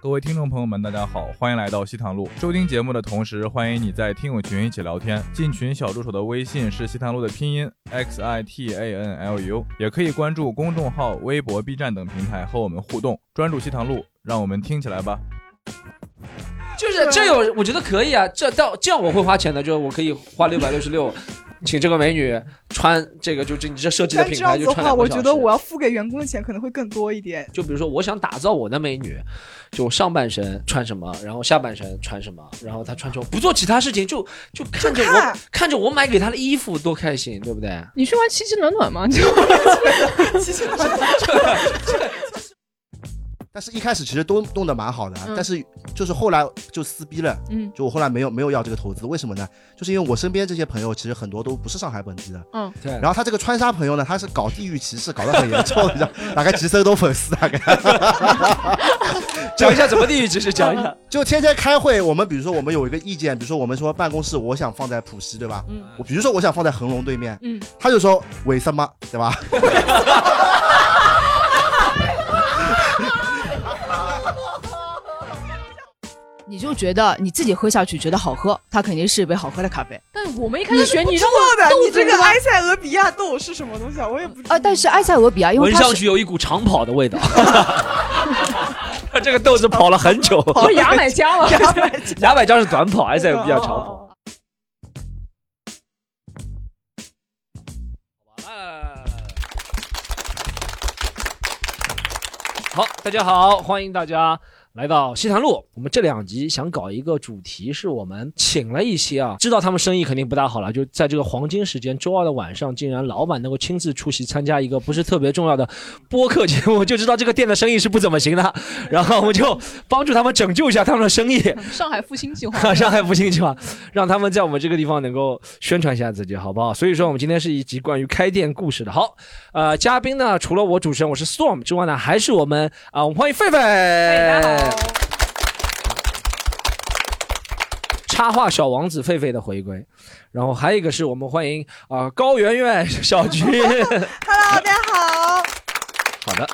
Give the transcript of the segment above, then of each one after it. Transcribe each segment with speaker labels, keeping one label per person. Speaker 1: 各位听众朋友们，大家好，欢迎来到西塘路。收听节目的同时，欢迎你在听友群一起聊天。进群小助手的微信是西塘路的拼音 x i t a n l u，也可以关注公众号、微博、B 站等平台和我们互动。专注西塘路，让我们听起来吧。
Speaker 2: 就是这有，我觉得可以啊，这到这样我会花钱的，就是我可以花六百六十六，请这个美女穿这个，就这你这设计的
Speaker 3: 但
Speaker 2: 品
Speaker 3: 这样
Speaker 2: 牌
Speaker 3: 子
Speaker 2: 就
Speaker 3: 的
Speaker 2: 穿
Speaker 3: 话，
Speaker 2: 两
Speaker 3: 我
Speaker 2: 个小
Speaker 3: 觉
Speaker 2: 时
Speaker 3: 得我要付给员工的钱可能会更多一点。
Speaker 2: 就比如说我想打造我的美女，就上半身穿什么，然后下半身穿什么，然后她穿什么，不做其他事情，就就看着我
Speaker 3: 看
Speaker 2: 看着我买给她的衣服多开心，对不对？
Speaker 4: 你去玩奇迹暖暖吗？就
Speaker 3: 其实
Speaker 5: 但是一开始其实都弄得蛮好的啊，
Speaker 4: 嗯
Speaker 5: 但是就是后来就撕逼了，
Speaker 4: 嗯
Speaker 5: 就我后来没有没有要这个投资，为什么呢？就是因为我身边这些朋友其实很多都不是上海本地的，
Speaker 4: 嗯
Speaker 2: 对
Speaker 5: 然后他这个川沙朋友呢，他是搞地域歧视搞得很严重， 你知道，大概几十都粉丝，啊大概。
Speaker 2: 讲一下怎么地域歧视，讲一 下。
Speaker 5: 就天天开会，我们比如说我们有一个意见，比如说我们说办公室我想放在浦西，对吧？
Speaker 4: 嗯
Speaker 5: 我比如说我想放在恒隆对面，
Speaker 4: 嗯，
Speaker 5: 他就说为什么，对吧？
Speaker 6: 你就觉得你自己喝下去觉得好喝，它肯定是一杯好喝的咖啡。
Speaker 4: 但我们一开始选你
Speaker 3: 知
Speaker 4: 让
Speaker 3: 道的，
Speaker 4: 豆
Speaker 3: 你这
Speaker 4: 子
Speaker 3: 个埃塞俄比亚豆是什么东西啊？我也不知道
Speaker 6: 啊，但是埃塞俄比亚，因为
Speaker 2: 闻
Speaker 6: 它
Speaker 2: 上
Speaker 6: 是
Speaker 2: 去有一股长跑的味道。 他这个豆子跑了很久，
Speaker 4: 我牙买加了。
Speaker 2: 两百张是短跑，埃塞俄比较长跑。
Speaker 3: 哦
Speaker 2: 好，大家好，欢迎大家来到西坛路。我们这两集想搞一个主题，是我们请了一些啊，知道他们生意肯定不大好了，就在这个黄金时间，周二的晚上，竟然老板能够亲自出席参加一个不是特别重要的播客节目，就知道这个店的生意是不怎么行的。然后我们就帮助他们拯救一下他们的生意。
Speaker 4: 上海复兴计划，
Speaker 2: 上海复兴计划，啊让他们在我们这个地方能够宣传一下自己，好不好？所以说，我们今天是一集关于开店故事的。好，呃，嘉宾呢，除了我主持人我是 Storm 之外呢，还是我们啊、我们欢迎狒
Speaker 3: 大家
Speaker 2: 狒
Speaker 3: 好，
Speaker 2: 插画小王子狒狒的回归，然后还有一个是我们欢迎啊、高圆圆小菊。
Speaker 3: ，Hello，大家好。
Speaker 2: 好的。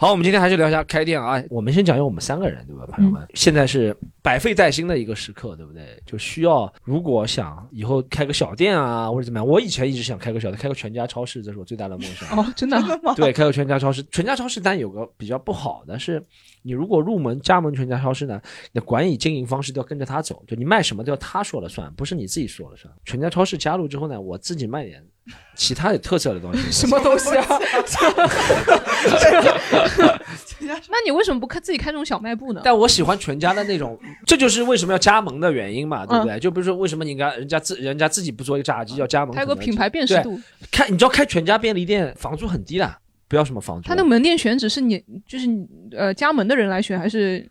Speaker 2: 好，我们今天还是聊一下开店啊。我们先讲一下我们三个人，对吧，朋友
Speaker 7: 嗯
Speaker 2: 们？现在是百废待兴的一个时刻，对不对？就需要，如果想以后开个小店啊，或者怎么样，我以前一直想开个小店，开个全家超市，这是我最大的梦想。
Speaker 4: 哦，真的，
Speaker 2: 对，开个全家超市。全家超市但有个比较不好的是，你如果入门加盟全家超市呢，你的管理经营方式都要跟着他走，就你卖什么都要他说了算，不是你自己说了算。全家超市加入之后呢，我自己卖点其他有特色的东西。
Speaker 4: 什么东西 啊？那你为什么不开自己开这种小卖部呢？
Speaker 2: 但我喜欢全家的那 种，这就是为什么要加盟的原因
Speaker 4: 嗯
Speaker 2: 嘛，对不对？就比如说为什么你看人家自人家自己不做一个炸鸡要加盟，
Speaker 4: 它有个
Speaker 2: 可能
Speaker 4: 品牌辨识度，
Speaker 2: 开，你知道开全家便利店房租很低的，不要什么房租。
Speaker 4: 它那个门店选址是你就是你呃加盟的人来选，还是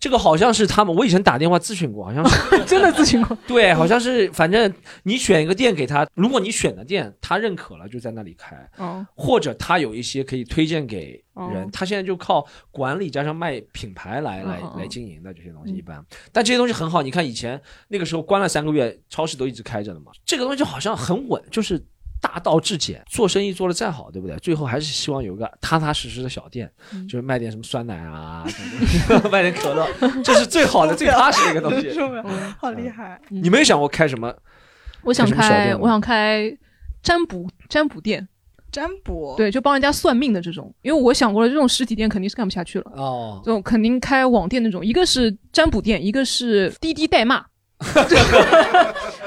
Speaker 2: 这个好像是他们，我以前打电话咨询过，好像是
Speaker 4: 真的咨询过？
Speaker 2: 对，好像是反正你选一个店给他，如果你选的店他认可了，就在那里开。
Speaker 4: 哦，
Speaker 2: 或者他有一些可以推荐给人，
Speaker 4: 哦
Speaker 2: 他现在就靠管理加上卖品牌来来
Speaker 4: 嗯嗯嗯
Speaker 2: 来经营的这些东西
Speaker 4: 嗯
Speaker 2: 一般，但这些东西很好。你看以前那个时候关了三个月，超市都一直开着的嘛，这个东西就好像很稳，就是大道至简。做生意做得再好，对不对？最后还是希望有个踏踏实实的小店，
Speaker 4: 嗯
Speaker 2: 就是卖点什么酸奶啊， 卖点可乐，这是最 好的、最踏实的一个东西。
Speaker 3: 受不了
Speaker 4: 嗯
Speaker 3: 好厉害！
Speaker 2: 你没有想过开什么？
Speaker 4: 我想
Speaker 2: 开什么小
Speaker 4: 开，
Speaker 2: 店呢
Speaker 4: 我想开占卜占卜店，
Speaker 3: 占卜，
Speaker 4: 对，就帮人家算命的这种，因为我想过了，这种实体店肯定是干不下去了。
Speaker 2: 哦，
Speaker 4: 这种肯定开网店那种，一个是占卜店，一个是滴滴代骂，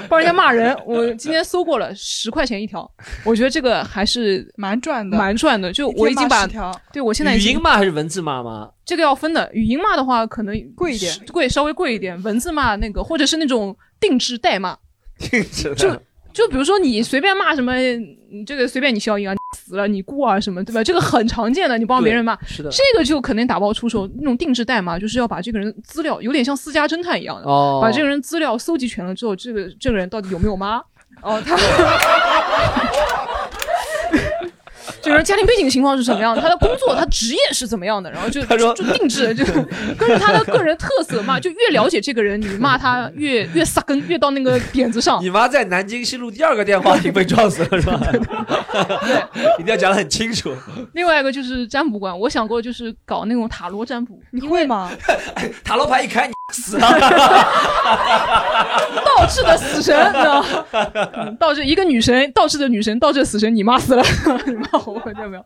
Speaker 4: 帮人家骂人。我今天搜过了，十块钱一条，我觉得这个还是
Speaker 3: 蛮赚的。
Speaker 4: 蛮赚的。就我已经把
Speaker 3: 一天骂10条
Speaker 4: 对我现在已
Speaker 2: 语音
Speaker 4: 经
Speaker 2: 骂还是文字骂 吗？
Speaker 4: 这个要分的，语音骂的话可能
Speaker 3: 贵一点，
Speaker 4: 贵稍微贵一点，文字骂那个或者是那种定制代骂，就就比如说你随便骂什么，你这个随便你消音啊，你 死了你过啊什么，对吧？这个很常见的，你帮别人骂。
Speaker 2: 是的。
Speaker 4: 这个就肯定打包出手，那种定制代码就是要把这个人资料，有点像私家侦探一样的，
Speaker 2: 哦，
Speaker 4: 把这个人资料搜集全了之后，这个 这个人到底有没有妈？哦，他就是说家庭背景情况是什么样的，他的工作、他职业是怎么样的，然后就
Speaker 8: 他说
Speaker 4: 就就定 制，就根据他的个人特色骂，就越了解这个人，你骂他 越越撒根，越到那个点子上。
Speaker 8: 你妈在南京西路第二个电话亭被撞死了是 吧？一定要讲得很清楚。
Speaker 4: 另外一个就是占卜观，我想过就是搞那种塔罗占卜，
Speaker 3: 你会 吗？
Speaker 8: 塔罗牌一开，你死了。
Speaker 4: 倒置的死神，你知道吗？嗯倒置一个女神，倒置的女神，倒置的死神，你妈死了， 你骂我，看见没有？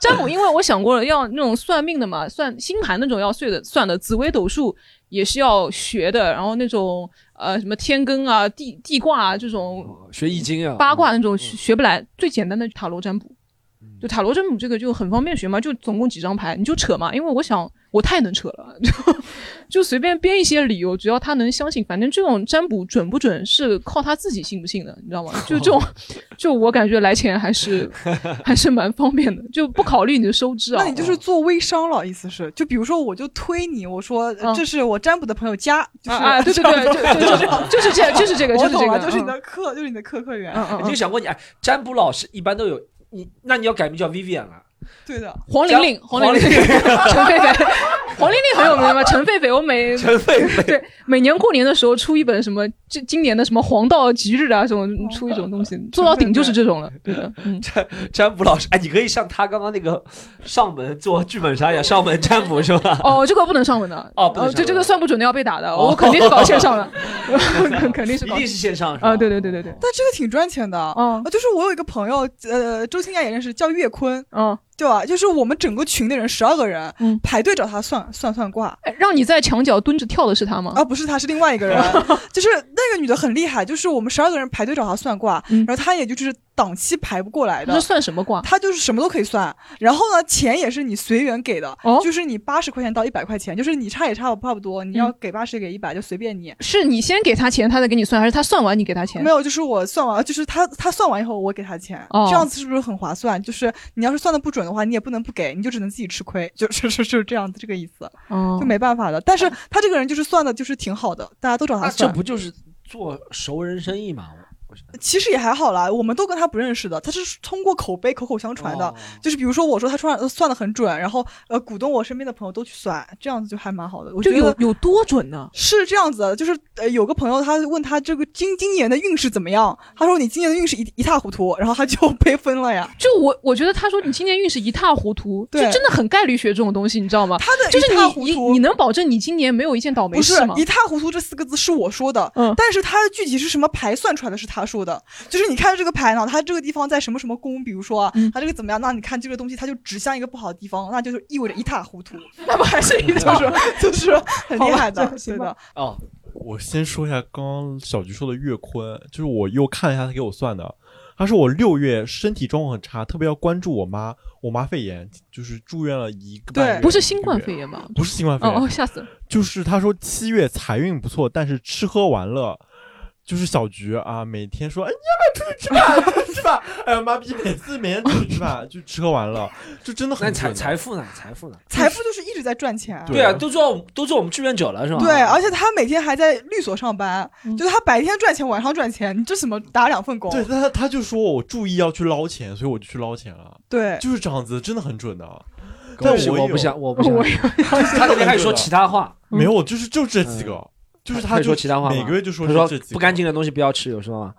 Speaker 4: 占卜，因为我想过了，要那种算命的嘛，算星盘那种要算的，算的，紫微斗数也是要学的，然后那种呃什么天根啊、地地卦啊这种
Speaker 8: 学易经
Speaker 2: 嗯
Speaker 8: 啊，
Speaker 4: 八卦那种学学不来，最简单的塔罗占卜。就塔罗占卜这个就很方便学嘛，就总共几张牌，你就扯嘛。因为我想我太能扯了， 就就随便编一些理由，只要他能相信，反正这种占卜准不准是靠他自己信不信的，你知道吗？就这种，就我感觉来钱还是 还是蛮方便的，就不考虑你的收支啊。
Speaker 3: 那你就是做微商了，意思是？就比如说，我就推你，我说呃
Speaker 4: 嗯
Speaker 3: 这是我占卜的朋友家，就
Speaker 4: 啊
Speaker 3: 是
Speaker 4: 啊，对对对，就就就就是 这样，就是这个，
Speaker 3: 我
Speaker 4: 就是这
Speaker 3: 懂
Speaker 4: 个，
Speaker 3: 了，就是你
Speaker 4: 嗯
Speaker 3: 的客，就是你的客客源。
Speaker 4: 嗯嗯
Speaker 8: 你就
Speaker 4: 嗯，
Speaker 8: 想过你哎，占卜老师一般都有你，那你要改名叫 Vivian 了。
Speaker 3: 对的，
Speaker 4: 黄玲玲，
Speaker 8: 黄
Speaker 4: 玲玲，
Speaker 8: 玲玲
Speaker 4: 陈狒狒， 黄玲玲很有名的嘛，陈狒狒，我每
Speaker 8: 陈狒狒，
Speaker 4: 对，每年过年的时候出一本什么，这今年的什么黄道吉日啊，什么出一种东西，做到顶就是这种了。对的， 嗯，
Speaker 8: 占卜老师，哎，你可以像他刚刚那个上门做剧本杀一样，上门占卜是吧？
Speaker 4: 哦，这个不能上文的，
Speaker 8: 哦不能上文
Speaker 4: 这这个算不准的要被打的，
Speaker 8: 哦
Speaker 4: 我肯定是搞线上 的，肯肯定是
Speaker 8: 一
Speaker 4: 搞
Speaker 8: 定是线上是吧？
Speaker 4: 啊，对对对对对，
Speaker 3: 但这个挺赚钱的。
Speaker 4: 哦
Speaker 3: 呃就是我有一个朋友，呃，周青亚也认识，叫岳坤，
Speaker 4: 嗯，
Speaker 3: 对吧？就是我们整个群的人十二个人、
Speaker 4: 嗯
Speaker 3: 排队找他算算算卦，
Speaker 4: 哎让你在墙角蹲着跳的是他吗？
Speaker 3: 啊，不是他是另外一个 人，就是那个女的很厉害，就是我们十二个人排队找她算卦，
Speaker 4: 嗯
Speaker 3: 然后她也就是档期排不过来
Speaker 4: 这
Speaker 3: 的。
Speaker 4: 算什么卦？
Speaker 3: 她就是什么都可以算，然后呢，钱也是你随缘给的，
Speaker 4: 哦
Speaker 3: 就是你八十块钱到一百块钱，就是你差也差不差不多，你
Speaker 4: 嗯
Speaker 3: 要给八十给一百就随便你。
Speaker 4: 是你先给他钱，他再给你算，还是他算完你给他钱
Speaker 3: 没？有，就是我算完，就是她她算完以后我给她钱，
Speaker 4: 哦
Speaker 3: 这样子是不是很划算？就是你要是算的不准的话，你也不能不给，你就只能自己吃亏，就 就是就是这样子这个意思，
Speaker 4: 哦
Speaker 3: 就，没办法的。但是她这个人就是算的就是挺好的，大家都找她
Speaker 8: 那啊这
Speaker 3: 算。
Speaker 8: 不就是做熟人生意吗？我我
Speaker 3: 其实也还好啦，我们都跟他不认识的，他是通过口碑口口相传的。
Speaker 8: 哦
Speaker 3: 就是比如说，我说他算算的很准，然后呃，鼓动我身边的朋友都去算，这样子就还蛮好的。我
Speaker 4: 就
Speaker 3: 觉
Speaker 4: 有
Speaker 3: 得
Speaker 4: 有多准呢？
Speaker 3: 是这样子的，就是呃，有个朋友他问他这个今今年的运势怎么样，他说你今年的运势一一塌糊涂，然后他就被分了呀。
Speaker 4: 就我我觉得他说你今年运势一塌糊涂，就
Speaker 3: 对
Speaker 4: 真的很概率学这种东西，你知道吗？
Speaker 3: 他的
Speaker 4: 就是
Speaker 3: 一塌糊
Speaker 4: 你你你
Speaker 3: 涂。
Speaker 4: 能保证你今年没有一件倒霉
Speaker 3: 不是
Speaker 4: 事吗
Speaker 3: “一？塌糊涂”这四个字是我说的，
Speaker 4: 嗯
Speaker 3: 但是它具体是什么牌算出来的是他说的，就是你看这个牌呢，它这个地方在什么什么宫，比如说啊，
Speaker 4: 嗯
Speaker 3: 它这个怎么样，那你看这个东西它就指向一个不好的地方，那就是意味着一塌糊 涂。
Speaker 4: 那不还是一
Speaker 3: 就
Speaker 4: 种
Speaker 3: 是就是 很厉害
Speaker 4: 好吧
Speaker 3: 的，
Speaker 4: 行
Speaker 3: 对
Speaker 4: 吧
Speaker 3: 的。
Speaker 8: 哦，
Speaker 9: 我先说一下刚刚小菊说的月坤，就是我又看了一下他给我算的，他说我六月身体状况很差，特别要关注我妈，我妈肺炎就是住院了一个半
Speaker 3: 对
Speaker 9: 月，
Speaker 4: 不是新冠肺炎吧？
Speaker 9: 不是新冠肺
Speaker 4: 哦
Speaker 9: 炎，
Speaker 4: 哦，吓死了！
Speaker 9: 就是他说七月财运不错，但是吃喝玩乐。就是小菊啊，每天说，哎，你要 不要出去吃饭？出去吃饭？哎呀，妈逼，每次每天出去吃饭就吃喝玩乐，就真的
Speaker 8: 那
Speaker 9: 很
Speaker 8: 财
Speaker 9: 准的
Speaker 8: 财富呢？财富呢？
Speaker 3: 财富就是一直在赚钱，
Speaker 9: 对
Speaker 8: 对啊，都做都做我们志愿者了是吧？
Speaker 3: 对，啊而且他每天还在律所上班，
Speaker 4: 嗯
Speaker 3: 就是他白天赚钱，晚上赚钱，你这怎么打两份工？
Speaker 9: 对，但他他就说我注意要去捞钱，所以我就去捞钱了，
Speaker 3: 对
Speaker 9: 就是这样子，真的很准的。啊
Speaker 8: 但
Speaker 9: 但
Speaker 8: 我
Speaker 9: 我有
Speaker 8: 不想，我不
Speaker 4: 我
Speaker 8: 想。他那天还说其他话，
Speaker 9: 没有，就是就这几个，就是
Speaker 8: 他
Speaker 9: 他
Speaker 8: 有
Speaker 9: 就
Speaker 8: 说其他话吗
Speaker 9: 每个月就说
Speaker 8: 他说
Speaker 9: 这几个
Speaker 8: 不干净，的东西不要吃，有什么吗？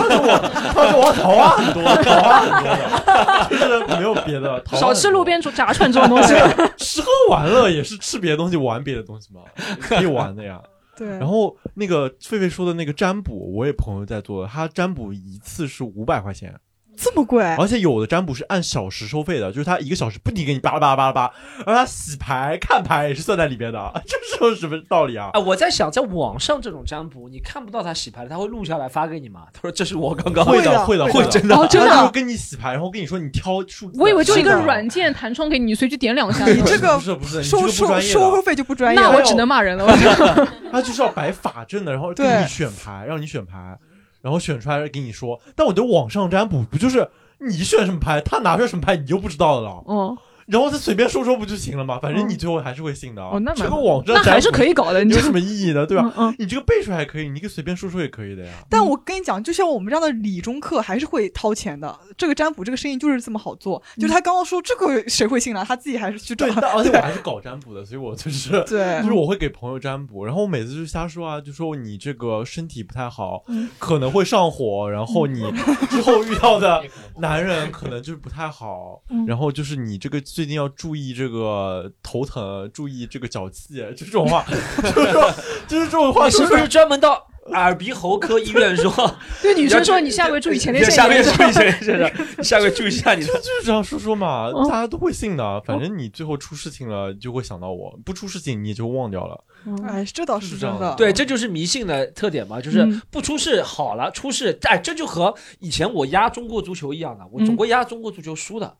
Speaker 9: 他说我啊桃花 很多，桃花很
Speaker 8: 啊嗯
Speaker 9: 多的，就是没有别的，桃花
Speaker 4: 少吃
Speaker 9: 很多
Speaker 4: 路边炸串这 种东西。
Speaker 9: 吃喝玩乐也是吃别的东西玩别的东西嘛，可以玩的 呀。
Speaker 3: 对，
Speaker 9: 然后那个狒狒说的那个占卜，我也朋友在做的，他占卜一次是五百块钱，
Speaker 3: 这么贵，
Speaker 9: 而且有的占卜是按小时收费的，就是他一个小时不停给你巴拉巴拉巴拉巴拉，而他洗牌看牌也是算在里边的， 这是有什么道理 啊？
Speaker 8: 啊，我在想，在网上这种占卜，你看不到他洗牌了，他会录下来发给你吗？他说这是我刚刚
Speaker 9: 会
Speaker 3: 的
Speaker 9: 的，会的，
Speaker 8: 会
Speaker 9: 的，
Speaker 8: 真
Speaker 4: 哦
Speaker 8: 的。
Speaker 4: 真的
Speaker 9: 他
Speaker 4: 啊
Speaker 9: 就跟你洗牌，然后跟你说你挑数字，
Speaker 4: 我以为就是一个
Speaker 9: 是的
Speaker 4: 软件弹窗给你，你随机点两下。
Speaker 3: 你这 个
Speaker 9: 不是不是，你这个
Speaker 3: 收
Speaker 9: 不
Speaker 3: 收
Speaker 9: 专业
Speaker 3: 收
Speaker 9: 的，
Speaker 3: 费就不专业
Speaker 4: 那
Speaker 3: 了
Speaker 4: 我。只能骂人了。我觉得
Speaker 9: 他就是要摆法阵的，然后给
Speaker 3: 对
Speaker 9: 你选牌，让你选牌，然后选出来给你说。但我觉得网上占卜不就是你选什么牌，他拿出来什么牌，你就不知道了， 啊
Speaker 4: 哦，
Speaker 9: 然后再随便说说不就行了吗？反正你最后还是会信的啊。
Speaker 4: 嗯哦那蛮
Speaker 9: 这个网站
Speaker 4: 那还是
Speaker 9: 占卜
Speaker 4: 可以搞的你
Speaker 9: 有
Speaker 4: 这
Speaker 9: 什么意义呢？对吧？
Speaker 4: 嗯
Speaker 9: 你这个背出来可以，你可以随便说说也可以 的呀。
Speaker 3: 但我跟你讲，就像我们这样的理中客还是会掏钱的。这个占卜这个生意就是这么好做。就是他刚刚说这个谁会信呢？他自己还是去找
Speaker 9: 嗯对，。但而且我还是搞占卜的，所以我 就是
Speaker 3: 对
Speaker 9: 就是我会给朋友占卜，然后我每次就瞎说啊，就说你这个身体不太好，
Speaker 3: 嗯
Speaker 9: 可能会上火，然后你之后遇到 的男人可能 就是不太好，
Speaker 4: 嗯
Speaker 9: 然后就是你这个最近要注意这个头疼，注意这个脚气，就这种话，就是说就是这种话
Speaker 8: 你是
Speaker 9: 说
Speaker 8: 不
Speaker 9: 出来
Speaker 8: 是专门到耳鼻喉科医院说？
Speaker 4: 对女生说你下个月注意前列腺
Speaker 8: 下个月
Speaker 4: 炎
Speaker 8: 注，意前列腺炎，下个月注意一下你的
Speaker 9: 就 就是这样说说嘛，
Speaker 4: 嗯
Speaker 9: 大家都会信的。反正你最后出事情了，就会想到我；不出事情，你也就忘掉了。
Speaker 4: 哦
Speaker 3: 哎，这倒
Speaker 9: 是
Speaker 3: 是
Speaker 9: 这
Speaker 3: 真
Speaker 9: 样
Speaker 3: 的。
Speaker 9: 的
Speaker 8: 对，这就是迷信的特点嘛，就是
Speaker 4: 嗯
Speaker 8: 不出事好了，出事哎，这就和以前我压中国足球一样的，我
Speaker 4: 嗯
Speaker 8: 中国压中国足球输 的，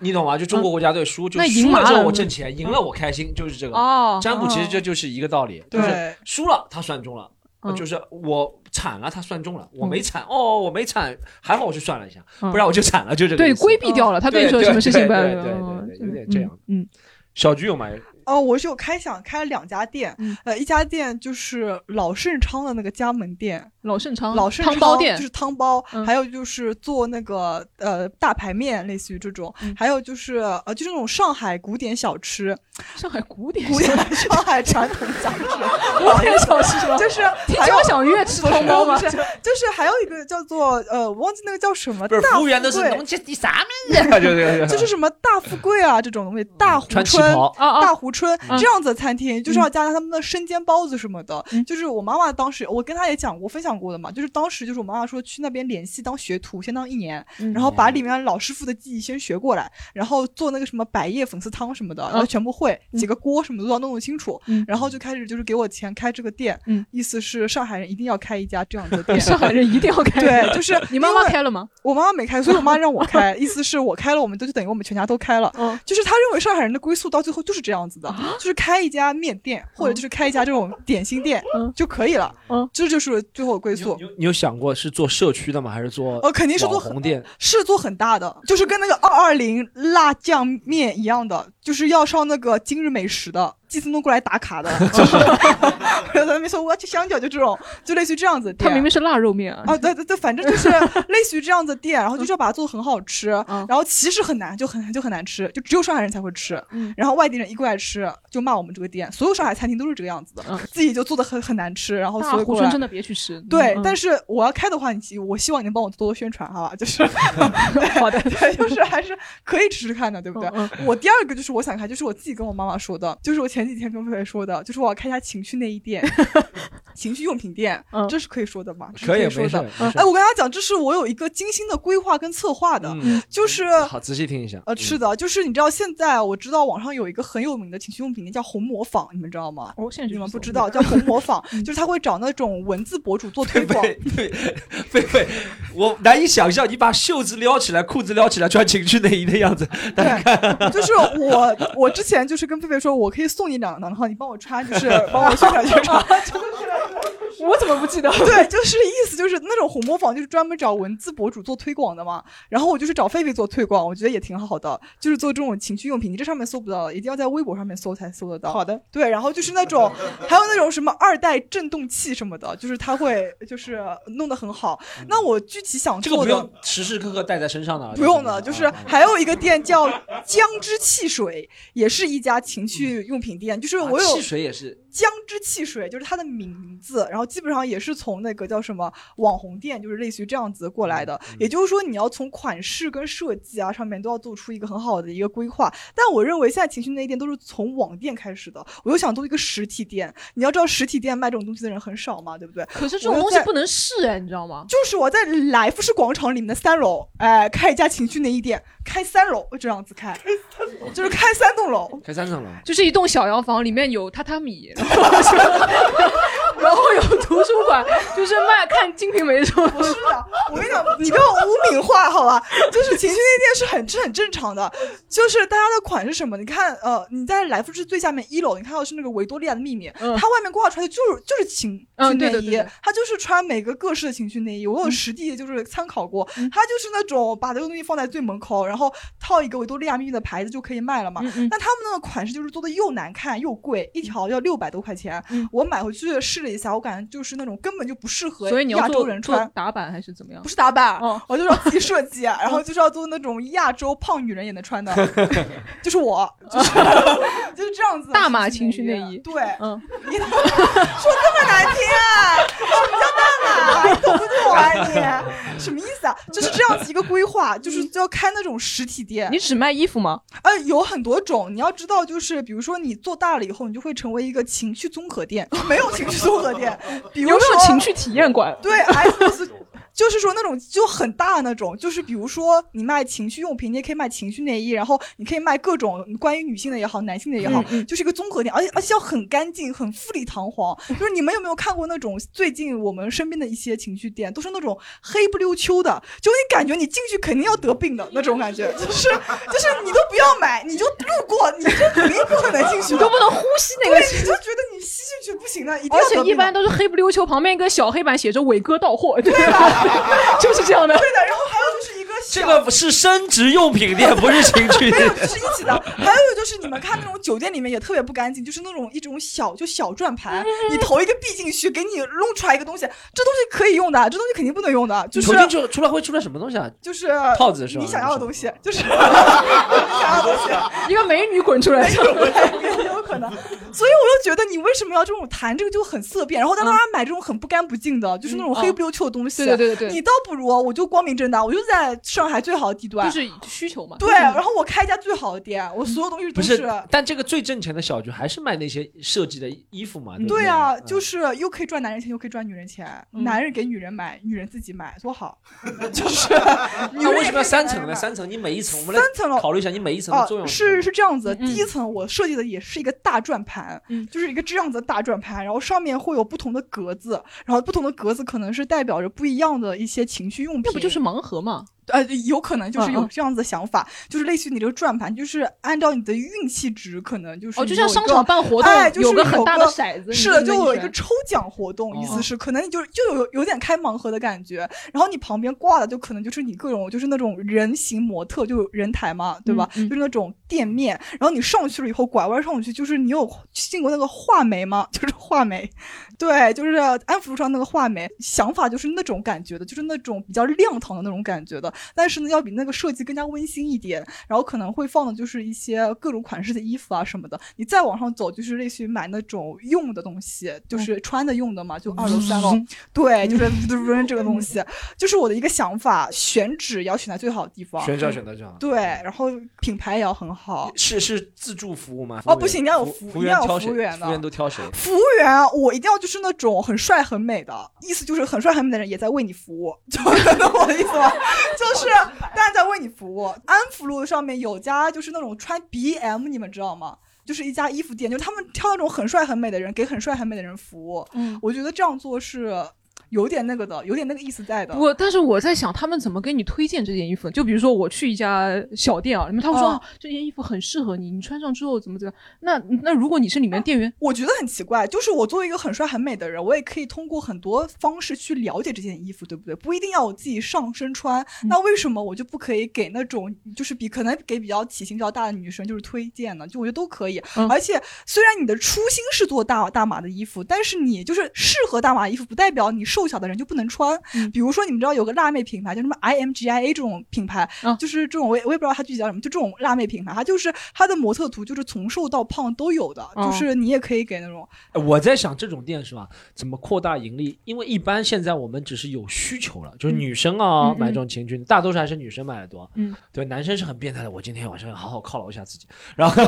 Speaker 8: 你懂吗？就中国国家队输，就
Speaker 4: 那赢
Speaker 8: 输了
Speaker 4: 麻
Speaker 8: 之后
Speaker 4: 了
Speaker 8: 我挣钱，赢了我开心，就是这个。
Speaker 4: 哦，
Speaker 8: 占卜其实这就是一个道理，就是
Speaker 3: 对，
Speaker 8: 输了他算中了，呃
Speaker 4: 嗯
Speaker 8: 就是我惨了他算中了，我
Speaker 4: 嗯
Speaker 8: 没惨哦，我没惨，还好我去算了一下，
Speaker 4: 嗯
Speaker 8: 不然我就惨了，就这个
Speaker 4: 对
Speaker 8: 意思
Speaker 4: 规避掉了，他跟你说
Speaker 8: 对
Speaker 4: 什么事情
Speaker 8: 对
Speaker 4: 不要
Speaker 8: 对
Speaker 4: 有
Speaker 8: 对
Speaker 4: 嗯
Speaker 8: 对对有点这样
Speaker 4: 嗯，
Speaker 8: 小菊有买
Speaker 3: 哦，我是有开想开了两家店
Speaker 4: 嗯，
Speaker 3: 呃，一家店就是老盛昌的那个加盟店，
Speaker 4: 老盛昌
Speaker 3: 老盛
Speaker 4: 汤
Speaker 3: 昌
Speaker 4: 包店
Speaker 3: 就是汤包，
Speaker 4: 嗯
Speaker 3: 还有就是做那个呃大排面，类似于这种
Speaker 4: 嗯，
Speaker 3: 还有就是呃就是那种上海古典小吃，
Speaker 4: 上海古典
Speaker 3: 古典上海传统小吃，
Speaker 4: 古典小吃什么？
Speaker 3: 就是
Speaker 4: 听
Speaker 3: 还有
Speaker 4: 交响乐吃汤包吗
Speaker 3: 不？是，就是还有一个叫做呃，我忘记那个叫什么，
Speaker 8: 不是
Speaker 3: 大
Speaker 8: 服务员都是
Speaker 3: 富贵
Speaker 8: 侬这第啥么 子啊？就是嗯
Speaker 3: 就是什么大富贵啊这种东西，大湖
Speaker 8: 穿旗
Speaker 3: 春。
Speaker 8: 袍，
Speaker 4: 啊
Speaker 3: 大
Speaker 4: 啊，
Speaker 3: 湖春
Speaker 4: 嗯
Speaker 3: 这样子的餐厅，就是要加上他们的生煎包子什么的。
Speaker 4: 嗯
Speaker 3: 就是我妈妈当时，我跟她也讲过、分享过的嘛，就是当时就是我妈妈说去那边联系当学徒，先当一年，
Speaker 4: 嗯
Speaker 3: 然后把里面老师傅的技艺先学过来，然后做那个什么百叶粉丝汤什么的，然后全部会，
Speaker 4: 嗯
Speaker 3: 几个锅什么都要弄弄清楚，
Speaker 4: 嗯
Speaker 3: 然后就开始就是给我钱开这个店，
Speaker 4: 嗯。
Speaker 3: 意思是上海人一定要开一家这样的店
Speaker 4: 上海人一定要开。
Speaker 3: 对，就是
Speaker 4: 你妈妈
Speaker 3: 因为
Speaker 4: 开了吗？
Speaker 3: 我妈妈没开，所以我妈让我开，意思是我开了，我们都就等于我们全家都开了。
Speaker 4: 嗯啊
Speaker 3: 就是她认为上海人的归宿到最后就是这样子的，就是开一家面店或者就是开一家这种点心店、
Speaker 4: 嗯
Speaker 3: 就可以了，
Speaker 4: 嗯
Speaker 3: 这就是最后的归宿
Speaker 8: 你。有你有想过是做社区的吗？还是做
Speaker 4: 哦
Speaker 3: 呃，肯定是做
Speaker 8: 网
Speaker 3: 很
Speaker 8: 红店？
Speaker 3: 是做很大的，就是跟那个二二零辣酱面一样的，就是要上那个今日美食的，寄送弄过来打卡 的， 就是，然后在那边说我要吃香蕉，就这种，就类似于这样子的
Speaker 4: 他
Speaker 3: 店。
Speaker 4: 明明是腊肉面啊。
Speaker 3: 啊，对对对，反正就是 类似于这样子的店，然后就是要把它做得很好吃，
Speaker 4: 嗯
Speaker 3: 然后其实很难，就很就很难吃，就只有上海人才会吃，
Speaker 4: 嗯
Speaker 3: 然后外地人一过来吃就骂我们这个店，所有上海餐厅都是这个样子的，
Speaker 4: 嗯
Speaker 3: 自己就做的很很难吃，然后
Speaker 4: 大
Speaker 3: 所以
Speaker 4: 湖
Speaker 3: 过
Speaker 4: 春
Speaker 3: 来
Speaker 4: 真。的别去吃。
Speaker 3: 对，
Speaker 4: 嗯
Speaker 3: 但是我要开的话，你我希望你能帮我多多宣传，好吧？就是
Speaker 4: 好的，
Speaker 3: 对，就是还是可以吃吃看的，对不对？
Speaker 4: 嗯
Speaker 3: 我第二个就是我想开，就是我自己跟我妈妈说的，就是我前几天跟菲菲说的，就是我要开一家情趣内衣 店、情趣用品店，
Speaker 4: 嗯
Speaker 3: 这是可以说的吧？这是
Speaker 8: 以，
Speaker 3: 以
Speaker 8: 没
Speaker 3: 说
Speaker 8: 事
Speaker 3: 的
Speaker 8: 儿。没事
Speaker 3: 哎，
Speaker 8: 儿。
Speaker 3: 我跟他讲，这是我有一个精心的规划跟策划的，
Speaker 8: 嗯，
Speaker 3: 就是
Speaker 8: 好，仔细听一下。嗯
Speaker 3: 呃，是的，就是你知道现在啊我知道网上有一个很有名的情趣用品店叫红魔坊，你们知道吗？
Speaker 4: 我哦现在就
Speaker 3: 你们
Speaker 4: 去搜
Speaker 3: 不知道， 叫红 魔坊，就是他会找那种文字博主做推广。
Speaker 8: 对对 对对，我难以想象你把袖子撩起来，裤子撩起来，穿情趣内衣的样子。
Speaker 3: 对，就是我， 我之前就是跟菲菲说，我可以送你两两套，你帮我穿，就是帮我宣传宣
Speaker 4: 啊
Speaker 3: 传。
Speaker 4: 我怎么不记得？
Speaker 3: 对，就是意思就是那种红魔坊就是专门找文字博主做推广的嘛。然后我就是找狒狒做推广，我觉得也挺好的，就是做这种情趣用品，你这上面搜不到的，一定要在微博上面搜才搜得到。好的，对，然后就是那种还有那种什么二代震动器什么的，就是它会就是弄得很好。那我具体想
Speaker 8: 这个
Speaker 3: 做
Speaker 8: 不
Speaker 3: 的
Speaker 8: 用。时时刻刻带在身上的，
Speaker 3: 不用的，就是
Speaker 8: 啊
Speaker 3: 还有一个店叫姜汁汽水，也是一家情趣用品店。就是我有
Speaker 8: 啊汽水也是，
Speaker 3: 姜汁汽水就是它的名字，然后基本上也是从那个叫什么网红店，就是类似于这样子过来
Speaker 8: 嗯
Speaker 3: 的。也就是说，你要从款式跟设计啊上面都要做出一个很好的一个规划。但我认为现在情趣内衣店都是从网店开始的，我又想做一个实体店。你要知道，实体店卖这种东西的人很少嘛，对不对？
Speaker 4: 可是这种东西不能试哎，你知道吗？
Speaker 3: 就是我在来福士广场里面的三楼，哎，开一家情趣内衣店，开三楼这样子开， 就是开 三栋楼。
Speaker 8: 开三层了。
Speaker 4: 就是一栋小洋房，里面有榻榻米，然后有图书馆，就是卖看《金瓶梅》这种。
Speaker 3: 不是的，我跟你讲，你不要污名化好吧？就是情趣那店是很这很正常的，就是大家的款是什么？你看，呃，你在来福士最下面一楼，你看到是那个维多利亚的秘密，它外面挂出来的就是就是情
Speaker 4: 嗯
Speaker 3: 趣内
Speaker 4: 对的对嗯
Speaker 3: 衣，
Speaker 4: 的
Speaker 3: 它就是穿每个各式的情趣内衣。我有实地就是参考过，
Speaker 4: 嗯
Speaker 3: 它就是那种把这个东西放在最门口，然后套一个维多利亚秘密的牌子就可以卖了嘛。
Speaker 4: 嗯嗯
Speaker 3: 那他们那个款式就是做的又难看又贵，一条要六百多块钱。
Speaker 4: 嗯
Speaker 3: 我买回去试了一下，我感觉就是那种根本就不适合
Speaker 4: 所以你要
Speaker 3: 亚洲
Speaker 4: 做
Speaker 3: 人
Speaker 4: 做
Speaker 3: 穿。
Speaker 4: 打版还是怎么样？
Speaker 3: 不是打版，
Speaker 4: 哦
Speaker 3: 我就是要自己设计，啊 然后就是要做那种亚洲胖女人也能穿的，就是我，就是就是这样子的
Speaker 4: 大码
Speaker 3: 情
Speaker 4: 情趣内衣
Speaker 3: 对，
Speaker 4: 嗯，
Speaker 3: 你 说这么难听啊？什么叫大码？ 你懂不懂啊你？什么意思啊？就是这样子一个规划，就是就要开那种实体店
Speaker 4: 嗯你。只卖衣服吗？
Speaker 3: 呃，有很多种，你要知道，就是比如说你做大了以后，你就会成为一个情趣综合店，没有情趣综合店，比
Speaker 4: 有
Speaker 3: 如
Speaker 4: 没有
Speaker 3: 说
Speaker 4: 情趣体验馆？
Speaker 3: 对，S 就是就是说那种就很大那种，就是比如说你卖情趣用品，你也可以卖情趣内衣，然后你可以卖各种关于女性的也好，男性的也好，
Speaker 4: 嗯嗯
Speaker 3: 就是一个综合点，而且而且要很干净，很富丽堂皇。就是你们有没有看过那种最近我们身边的一些情趣店，都是那种黑不溜秋的，就你感觉你进去肯定要得病的那种感 觉，就是就是你都不要买，你就路过，你就肯定不可能进去
Speaker 4: 你
Speaker 3: 的，
Speaker 4: 都不能呼吸 那
Speaker 3: 对，
Speaker 4: 个
Speaker 3: 你
Speaker 4: 气
Speaker 3: 就。觉得你吸进去不行了，一定
Speaker 4: 而
Speaker 3: 要
Speaker 4: 且
Speaker 3: 得
Speaker 4: 一
Speaker 3: 病的
Speaker 4: 般 都是黑不溜秋，旁边一个小黑板写着“伟哥到货”，对 吧？就是这样的。
Speaker 3: 对的，然后还有就是一个
Speaker 2: 这
Speaker 3: 小
Speaker 2: 个不是生殖用品店，不是情趣
Speaker 3: 没有，
Speaker 2: 店。
Speaker 3: 就是一 起的。哎还有就是你们看那种酒店里面也特别不干净，就是那种一种小就小转
Speaker 4: 嗯
Speaker 3: 盘，你投一个币进去，给你弄出来一个东西，这东西可以用的，这东西肯定不能用的，就是
Speaker 2: 头巾出出来会出来什么东西啊？
Speaker 3: 就是
Speaker 2: 套子是吧
Speaker 3: 你想要的东西，就是 你想要的东西。
Speaker 4: 一个美女滚出 来，
Speaker 3: 也有可能。所以我就觉得你为什么要这种谈这个就很色变，然后让大家买这种很不干不净的，就是那种黑不溜秋的东西。
Speaker 4: 嗯哦对对对对
Speaker 3: 你倒不如我就光明正大，我就在上海最好的地段，
Speaker 4: 就是需求嘛。嗯
Speaker 3: 对，然后我开一家最好的店，我所有东西
Speaker 2: 不
Speaker 3: 都
Speaker 2: 是，但这个最挣钱的小区还是卖那些设计的衣服嘛？不
Speaker 3: 对
Speaker 2: 对
Speaker 3: 啊，
Speaker 2: 嗯
Speaker 3: 就是又可以赚男人钱，又可以赚女人钱，男人给女人买，女人自己买，多好！就是女
Speaker 2: 那
Speaker 3: 人
Speaker 2: 啊为什么要三层呢？
Speaker 3: 呢？
Speaker 2: 三层，你每一层，我们来
Speaker 3: 三层了
Speaker 2: 考虑一下你每一层
Speaker 3: 啊
Speaker 2: 的作，用
Speaker 3: 是
Speaker 2: 什
Speaker 3: 是这样子，
Speaker 4: 嗯
Speaker 3: 第一层我设计的也是一个大转盘，
Speaker 4: 嗯
Speaker 3: 就是一个这样子的大转盘，然后上面会有不同的格子，然后不同的格子可能是代表着不一样的一些情趣用品，
Speaker 4: 那不就是盲盒吗？
Speaker 3: 呃，有可能就是
Speaker 4: 嗯
Speaker 3: 有
Speaker 4: 嗯
Speaker 3: 这样子的想法，就是类似于你这个转盘，就是按照你的运气值，可能就是
Speaker 4: 哦，就像
Speaker 3: 有一个
Speaker 4: 商场办活动，
Speaker 3: 哎，就是
Speaker 4: 有
Speaker 3: 有
Speaker 4: 个很大的骰子，
Speaker 3: 是的，就有
Speaker 4: 有
Speaker 3: 一个抽奖活动，意
Speaker 2: 哦
Speaker 3: 思是可能你就就有有点开盲盒的感觉，然后你旁边挂的就可能就是你各种就是那种人形模特，就有人台嘛，对吧？
Speaker 4: 嗯嗯
Speaker 3: 就是那种店面，然后你上去了以后拐弯上去，就是你有进过那个画眉吗？ 就是画眉，对，就是安福路上那个画眉，想法就是那种感觉的，就是那种比较亮堂的那种感觉的，但是呢，要比那个设计更加温馨一点，然后可能会放的就是一些各种款式的衣服啊什么的。你再往上走，就是类似于买那种用的东西，
Speaker 4: 嗯
Speaker 3: 就是穿的用的嘛，就二楼、三楼， 对，就是就是这个东西，就是我的一个想法，选址也要选在最好的地
Speaker 2: 么
Speaker 3: 方，
Speaker 2: 选择选择这样。
Speaker 3: 对，然后品牌也要很好。
Speaker 2: 啊是是自助服务吗？
Speaker 3: 哦
Speaker 2: 服务员
Speaker 3: 不行你要有
Speaker 2: 服
Speaker 3: 服
Speaker 2: 务员
Speaker 3: 你要有
Speaker 2: 挑
Speaker 3: 服
Speaker 2: 谁
Speaker 3: 务员的
Speaker 2: 服务员都挑谁？
Speaker 3: 服务员，啊我一定要就是那种很帅很美的，意思就是很帅很美的人也在为你服务， 就懂我的意思吗？就是大家在为你服务。安福路上面有家就是那种穿 BM，你们知道吗？就是一家衣服店，就他们挑那种很帅很美的人，给很帅很美的人服务。
Speaker 4: 嗯
Speaker 3: 我觉得这样做是有点那个的，有点那个意思在的。
Speaker 4: 不过，但是我在想，他们怎么给你推荐这件衣服？就比如说，我去一家小店啊，你们他会说、
Speaker 3: 嗯
Speaker 4: 啊这件衣服很适合你，你穿上之后怎么怎么样？那那如果你是里面店员，
Speaker 3: 啊我觉得很奇怪，就是我作为一个很帅很美的人，我也可以通过很多方式去了解这件衣服，对不对？不一定要我自己上身穿，
Speaker 4: 嗯
Speaker 3: 那为什么我就不可以给那种就是比可能给比较体型比较大的女生就是推荐呢？就我觉得都可以。
Speaker 4: 嗯
Speaker 3: 而且虽然你的初心是做大大码的衣服，但是你就是适合大码衣服，不代表你瘦小的人就不能穿。
Speaker 4: 嗯
Speaker 3: 比如说你们知道有个辣妹品牌，叫什么 IMGIA 这种品牌，
Speaker 4: 嗯
Speaker 3: 就是这种我也我也不知道它具体叫什么，就这种辣妹品牌，它就是它的模特图就是从瘦到胖都有的，
Speaker 4: 哦
Speaker 3: 就是你也可以给那种
Speaker 2: 哎我在想这种店是吧，怎么扩大盈利？因为一般现在我们只是有需求了，就是女生啊、
Speaker 4: 嗯嗯
Speaker 2: 买这种情趣，大多数还是女生买的多。
Speaker 4: 嗯，
Speaker 2: 对，男生是很变态的。我今天晚上要好好犒劳一下自己，然 后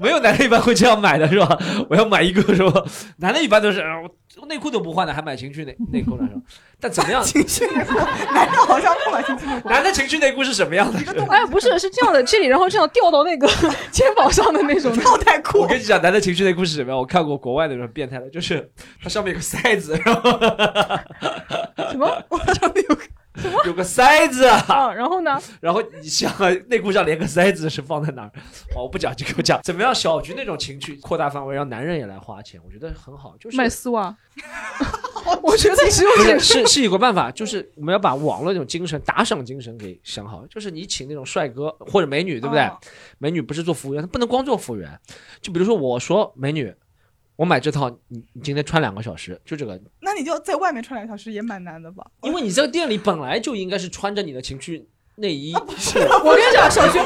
Speaker 2: 没有男的一般会这样买的是吧？我要买一个是吧？男的一般都是、啊我内裤都不换的，还买情趣内内裤呢是吧？但怎么样？
Speaker 3: 情绪内裤，男的好像不买情绪内裤，
Speaker 2: 男的情趣内裤是什么样的？
Speaker 3: 一个洞
Speaker 4: 哎，不是，是这样的，这里然后这样掉 到那个肩膀上的那种的。
Speaker 3: 套太
Speaker 2: 我
Speaker 3: 裤，
Speaker 2: 跟你讲，男的情趣内裤是什么样？我看过国外的那种变态的，就是它上面有个塞子，然 后
Speaker 4: 什么？
Speaker 3: 我上面有个哦
Speaker 2: 有个塞子，
Speaker 4: 啊，然后呢？
Speaker 2: 然后你想啊内裤上连个塞子是放在哪儿？哇，我不讲这个，我讲怎么样？小菊那种情趣扩大范围，让男人也来花钱，我觉得很好，就是
Speaker 4: 卖丝 袜。啊我觉得只有
Speaker 2: 不是
Speaker 4: 这
Speaker 2: 是是有个办法，就是我们要把网络这种精神打赏精神给想好，就是你请那种帅哥或者美女，对不对？
Speaker 3: 哦
Speaker 2: 美女不是做服务员，她不能光做服务员。就比如说我说美女，我买这套，你你今天穿两个小时，就这个，
Speaker 3: 那你就在外面穿两个小时也蛮难的吧？
Speaker 2: 因为你在店里本来就应该是穿着你的情趣内衣，
Speaker 4: 我跟你讲，小学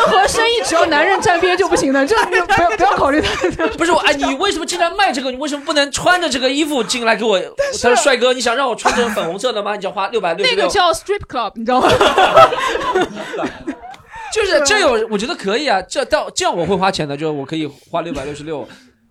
Speaker 4: 任何生意只要男人沾边就不行的，这 个不要不要考虑太多。
Speaker 2: 不是我哎，你为什么竟然卖这个？你为什么不能穿着这个衣服进来给我？他说帅哥，你想让我穿成粉红色的吗？你要花六百六
Speaker 4: 那
Speaker 2: 十
Speaker 4: 个
Speaker 2: 六。
Speaker 4: 叫 strip club，你知道吗？
Speaker 3: 啊
Speaker 2: 就是这有，我觉得可以啊，这到这样我会花钱的，就是我可以花六百六十六，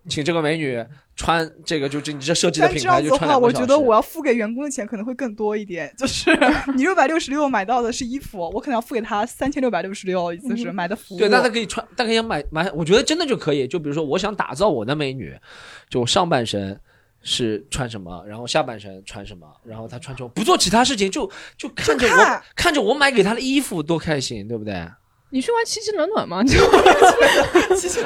Speaker 2: 请这个美女穿这个，就是你这设计的
Speaker 3: 但
Speaker 2: 品
Speaker 3: 这
Speaker 2: 牌
Speaker 3: 样
Speaker 2: 就
Speaker 3: 子的
Speaker 2: 穿
Speaker 3: 话，
Speaker 2: 两
Speaker 3: 我
Speaker 2: 个小
Speaker 3: 觉
Speaker 2: 时。
Speaker 3: 得我要付给员工的钱可能会更多一点。就是 你六百六十六买到的是衣服，我可能要付给他三千六百六十六，意思
Speaker 4: 嗯
Speaker 3: 是买的服务。
Speaker 2: 对，那她可以穿，她可以买买，我觉得真的就可以。就比如说，我想打造我的美女，就上半身是穿什么，然后下半身穿什么，然后她穿什么，不做其他事情，就就看着我
Speaker 3: 看
Speaker 2: 看着我买给她的衣服多开心，对不 对？
Speaker 4: 你去玩奇迹暖 暖吗？就
Speaker 3: 其实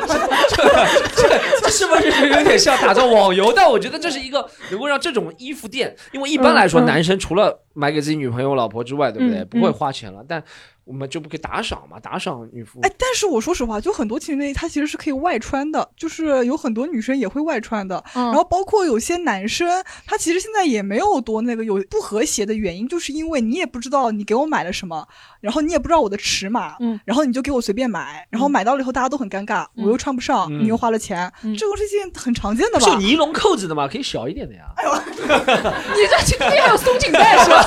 Speaker 2: 这是不是有点像打造网游？ 但我觉得这是一个能够让这种衣服店，因为一般来说，
Speaker 4: 嗯嗯
Speaker 2: 男生除了买给自己女朋友、老婆之外，对不对？
Speaker 4: 嗯
Speaker 2: 不会花钱了，但我们就不可以打赏嘛？打赏女服务
Speaker 3: 哎，但是我说实话，就很多情侣内衣它其实是可以外穿的，就是有很多女生也会外穿的。
Speaker 4: 嗯
Speaker 3: 然后包括有些男生，他其实现在也没有多那个有不和谐的原因，就是因为你也不知道你给我买了什么，然后你也不知道我的尺码，
Speaker 4: 嗯
Speaker 3: 然后你就给我随便买，然后买到了以后大家都很尴尬，
Speaker 4: 嗯
Speaker 3: 我又穿不上，
Speaker 2: 嗯
Speaker 3: 你又花了钱，
Speaker 4: 嗯
Speaker 3: 这个是件很常见的
Speaker 2: 不
Speaker 3: 吧？
Speaker 2: 是有尼龙扣子的吗？可以小一点的呀。
Speaker 4: 你这今天还有松紧带是吧？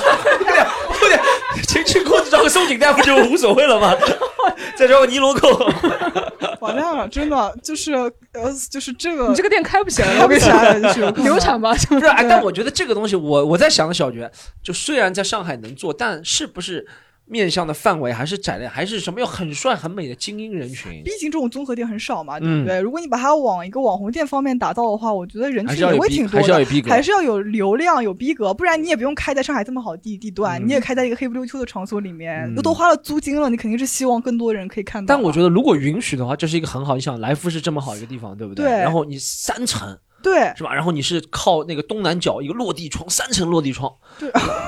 Speaker 2: 对呀，情趣裤子装个松紧带不就无所谓了吗？ 再装个尼龙扣，
Speaker 3: 完蛋了，真的就是呃，就是这个
Speaker 4: 你这个店开不起来 了，
Speaker 3: 看
Speaker 4: 我
Speaker 3: 不
Speaker 4: 跟你
Speaker 3: 起
Speaker 4: 讲，
Speaker 3: 来了，就是有可能
Speaker 4: 流产吧？
Speaker 2: 不是？哎，但我觉得这个东西我，我在想的小觉，就虽然在上海能做，但是不是面向的范围还是窄了，还是什么要很帅很美的精英人群？
Speaker 3: 毕竟这种综合店很少嘛，对
Speaker 2: 嗯
Speaker 3: 不对？如果你把它往一个网红店方面打造的话，我觉得人
Speaker 2: 还
Speaker 3: 群
Speaker 2: 是要
Speaker 3: 也
Speaker 2: 有
Speaker 3: 会
Speaker 2: 逼，
Speaker 3: 挺多
Speaker 2: 还是要
Speaker 3: 的。
Speaker 2: 有逼格
Speaker 3: 还。是要有流量、有逼格，不然你也不用开在上海这么好地地段，
Speaker 2: 嗯
Speaker 3: 你也开在一个黑不溜秋的场所里面，
Speaker 2: 嗯
Speaker 3: 都都花了租金了，你肯定是希望更多人可以看到啊。
Speaker 2: 但我觉得，如果允许的话，这是一个很好。你想，来福士这么好一个地方，对不
Speaker 3: 对
Speaker 2: 然后你三层
Speaker 3: 对，
Speaker 2: 是吧？然后你是靠那个东南角一个落地窗，三层落地窗，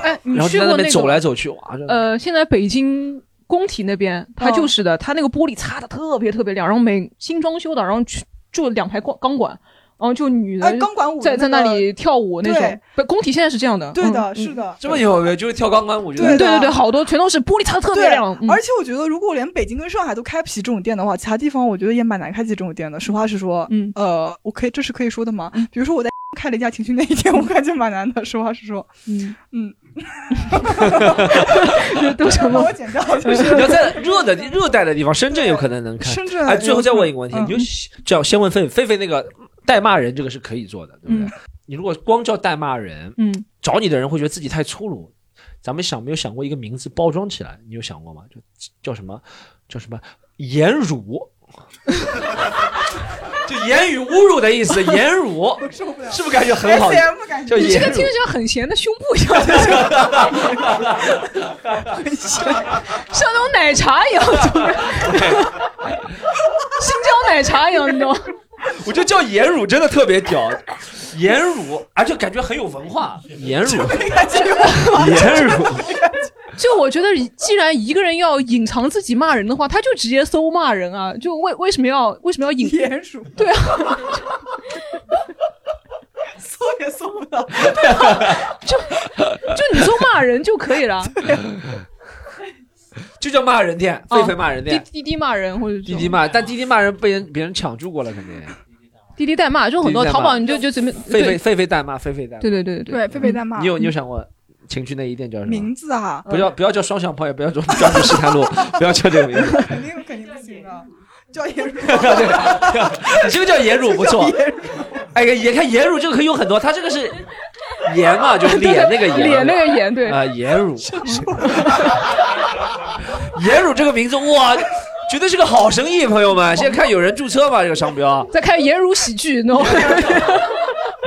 Speaker 4: 哎，你
Speaker 2: 然后就
Speaker 4: 去
Speaker 2: 在那
Speaker 4: 过
Speaker 2: 边
Speaker 4: 那
Speaker 2: 走
Speaker 4: 个
Speaker 2: 来走去，哇，这
Speaker 4: 呃，现在北京。工体那边，
Speaker 2: 嗯
Speaker 4: 它就是的，它那个玻璃擦的特别特别亮，然后每新装修的，然后就就两排钢钢管，然后就女的
Speaker 3: 哎，钢管舞
Speaker 4: 在在那
Speaker 3: 个，
Speaker 4: 里跳舞那种
Speaker 3: 对。
Speaker 4: 不，工体现在是这样的。
Speaker 3: 对
Speaker 4: 嗯
Speaker 3: 的，
Speaker 4: 嗯
Speaker 3: 是的，
Speaker 2: 这么有没有？就是跳钢管舞，觉
Speaker 4: 嗯
Speaker 2: 得
Speaker 3: 对
Speaker 4: 对
Speaker 3: 的
Speaker 4: 对对，好多全都是玻璃擦的特别
Speaker 3: 对
Speaker 4: 亮。嗯
Speaker 3: 而且我觉得，如果连北京跟上海都开不起这种店的话，其他地方我觉得也蛮难开起这种店的。实话实说，
Speaker 4: 嗯
Speaker 3: 呃，我可以这是可以说的吗？
Speaker 2: 嗯
Speaker 3: 比如说我在开了一家情趣内衣店，我感觉蛮难的。实话实说，
Speaker 4: 嗯
Speaker 3: 嗯，
Speaker 4: 都成
Speaker 3: 帮
Speaker 4: 功
Speaker 3: 我。剪掉，就
Speaker 2: 你
Speaker 3: 是
Speaker 2: 要在热的热带的地方，深圳有可能能看。
Speaker 3: 深圳。
Speaker 2: 哎，最后再问一个问题，
Speaker 3: 嗯
Speaker 2: 你就这样先问狒狒，狒狒那个代骂人这个是可以做的，对不对
Speaker 4: 嗯？
Speaker 2: 你如果光叫代骂人，
Speaker 4: 嗯，
Speaker 2: 找你的人会觉得自己太粗鲁。咱们想没有想过一个名字包装起来？你有想过吗？就叫什么叫什么言辱， 就言语侮辱的意 思，言辱
Speaker 3: 受不了
Speaker 2: 哦是不是感觉很好
Speaker 3: S？M 感
Speaker 2: 叫
Speaker 3: 觉
Speaker 4: 你这个
Speaker 2: 言
Speaker 4: 听
Speaker 2: 辱
Speaker 4: 着。像很咸的胸部一样， 就是
Speaker 3: 很像。
Speaker 4: 像那种奶茶一样，就是 新疆奶茶一样，你知道吗？
Speaker 2: 我觉得叫言辱真的特别屌，言辱，而且感觉很有文化。言 辱，言辱，
Speaker 4: 就我觉得，既然一个人要隐藏自己骂人的话，他就直接搜骂人啊，就为为什么要为什么要隐？
Speaker 3: 鼹鼠，
Speaker 4: 对
Speaker 3: 啊，搜也搜不到。
Speaker 4: 就你搜骂嗯人就可 以了，
Speaker 2: 就叫骂人店，狒狒骂人
Speaker 4: 滴
Speaker 2: 店，
Speaker 4: 滴滴骂人或者
Speaker 2: 滴滴骂，但滴滴骂人被人别人抢注过了，肯定。
Speaker 4: 滴滴代骂，就很多
Speaker 2: 滴滴代
Speaker 4: 淘
Speaker 2: 骂
Speaker 4: 宝你就就随便
Speaker 2: 狒
Speaker 4: 对
Speaker 2: 狒狒狒代骂，狒狒代骂。
Speaker 4: 对对对对
Speaker 3: 对，狒狒在骂
Speaker 2: 你有你有想过情趣内衣店叫什么？
Speaker 3: 名字啊，
Speaker 2: 不要不要叫双响炮，也不要叫专属西滩路， 不要叫这个名字。
Speaker 3: 肯啊定肯定不行的，叫鼹鼠。
Speaker 2: 你这个叫野乳不错，哎呀，也看盐乳这个可以用很多，它这个是盐嘛，啊 就是脸那个盐，
Speaker 4: 脸那个盐，对，
Speaker 2: 啊，盐乳，盐乳这个名字哇，绝对是个好生意，朋友们，现在看有人注册吗？这个商标，啊
Speaker 4: 再看颜如喜剧，喏，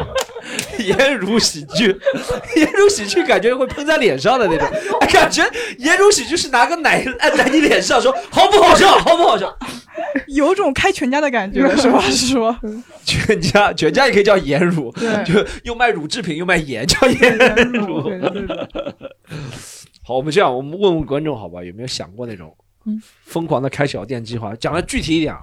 Speaker 2: 颜如喜剧， 颜如喜剧感觉会喷在脸上的 那种，哎感觉颜如喜剧是拿个奶 按在你脸上说好不好笑，好不好笑？
Speaker 3: 有种开全家的感觉，是吧？是吧？
Speaker 2: 全家全家也可以叫颜乳，
Speaker 4: 对
Speaker 2: 就又卖乳制品又卖盐，叫颜 乳。
Speaker 4: 对对对，
Speaker 2: 好，我们这样，我们问问观众好吧，有没有想过那种
Speaker 4: 嗯
Speaker 2: 疯狂的开小店计划？讲的具体一点啊，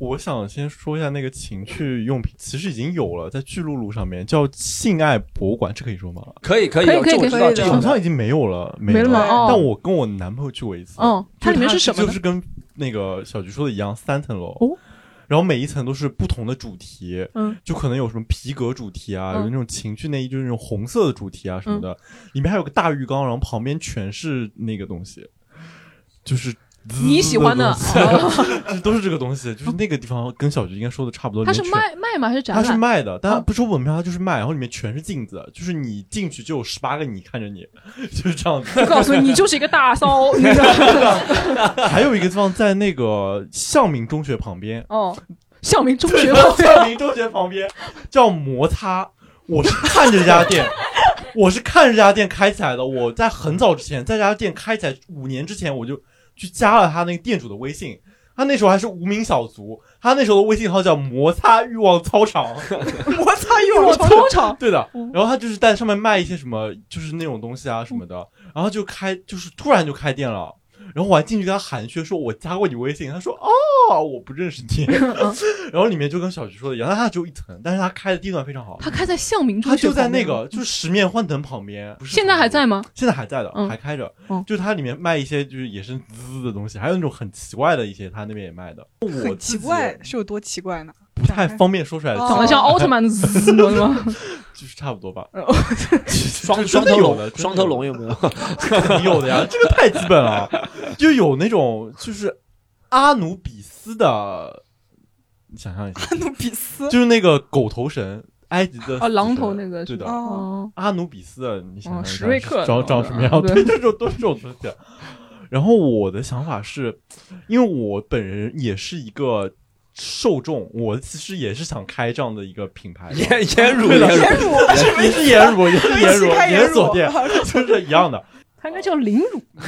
Speaker 9: 我想先说一下那个情趣用品，其实已经有了，在巨鹿路上面叫性爱博物馆，这可以说吗？
Speaker 2: 可以可以，
Speaker 4: 可以可以
Speaker 2: 这我知
Speaker 4: 可
Speaker 2: 道，
Speaker 4: 以
Speaker 2: 这
Speaker 4: 的
Speaker 2: 我
Speaker 9: 好
Speaker 2: 知道
Speaker 9: 像已经没有了，没
Speaker 4: 没了吗？
Speaker 9: 但
Speaker 4: 哦，
Speaker 9: 我跟我男朋友去过一次，
Speaker 4: 嗯，它里面是什么
Speaker 9: 就
Speaker 4: 呢？
Speaker 9: 是跟那个小菊说的一样，三层楼，
Speaker 4: 哦
Speaker 9: 然后每一层都是不同的主题，
Speaker 4: 嗯，
Speaker 9: 就可能有什么皮革主题啊，
Speaker 4: 嗯
Speaker 9: 有那种情趣内衣，就是那种红色的主题啊什么的，里面还有个大浴缸，然后旁边全是那个东西，就是。
Speaker 4: 你喜欢的，哦
Speaker 9: 就 都是这个东西，就是那个地方跟小菊应该说的差不多。
Speaker 4: 它是
Speaker 9: 里面全
Speaker 4: 卖卖吗？还是展
Speaker 9: 它
Speaker 4: 览？
Speaker 9: 是卖的，但
Speaker 4: 哦
Speaker 9: 不是我门票，它就是卖，然后里面全是镜子，就是你进去就有十八个你看着你， 就是这样子。
Speaker 4: 我告诉你，你就是一个大骚，你知道吗？
Speaker 9: 还有一个地方在那个向明中学旁边，
Speaker 4: 哦，向明中学
Speaker 9: 对，
Speaker 4: 旁 边
Speaker 9: 向明中学旁边叫摩擦，我是看着这家店。我是看着这家店开起来的，我在很早之前，在这家店开起来五年之前，我就去加了他那个店主的微信，他那时候还是无名小卒，他那时候的微信号叫摩擦欲望操场，
Speaker 3: 摩擦 欲望操场，
Speaker 9: 对的，
Speaker 4: 嗯
Speaker 9: 然后他就是在上面卖一些什么，就是那种东西啊什么的，
Speaker 4: 嗯
Speaker 9: 然后就开，就是突然就开店了。然后我还进去跟他寒暄，说我加过你微信，他说哦，我不认识 你。
Speaker 4: 嗯
Speaker 9: 然后里面就跟小菊说的一样，但他只有一层，但是他开的地段非常好，
Speaker 4: 它开在向明中
Speaker 9: 他就
Speaker 4: 学旁边，嗯
Speaker 9: 在那个就是十面幻灯旁边，不是
Speaker 4: 现在还在吗？
Speaker 9: 现在还在的，
Speaker 4: 嗯
Speaker 9: 还开着。
Speaker 4: 嗯
Speaker 9: 就是它里面卖一些就是也是滋滋的东西，还有那种很奇怪的一些，他那边也卖的，我自
Speaker 3: 很
Speaker 9: 己
Speaker 3: 奇怪，是有多奇怪呢？
Speaker 9: 不太方便说出来，
Speaker 3: 哦
Speaker 4: 长 得像奥特曼的滋的吗？
Speaker 9: 就是差不多吧。
Speaker 4: 哦
Speaker 9: 双
Speaker 2: 双双头
Speaker 9: 有的，
Speaker 2: 龙，双头龙有没有？
Speaker 9: 肯定 有的呀，这个太基本了。就有那种就是阿努比斯的，你想象一下，
Speaker 3: 努比斯
Speaker 9: 就是那个狗头神，埃及的
Speaker 4: 哦，狼头
Speaker 9: 死神
Speaker 4: 那个
Speaker 9: 对
Speaker 4: 是吧
Speaker 9: 的，
Speaker 4: 哦，
Speaker 9: 阿努比斯的，你想象一下
Speaker 4: 哦史瑞克哦
Speaker 9: 长长什么样？
Speaker 4: 对
Speaker 9: 对， 这种都是这种东西。然后我的想法是，因为我本人也是一个受众，我其实也是想开这样的一个品牌的，
Speaker 2: 颜 颜乳，
Speaker 9: 对的
Speaker 2: 颜乳
Speaker 3: 天乳，
Speaker 9: 也是颜乳，也是颜乳
Speaker 3: 一起， 开颜
Speaker 9: 连锁
Speaker 3: 乳，
Speaker 9: 店，就是一样的。
Speaker 4: 它应该叫凌辱，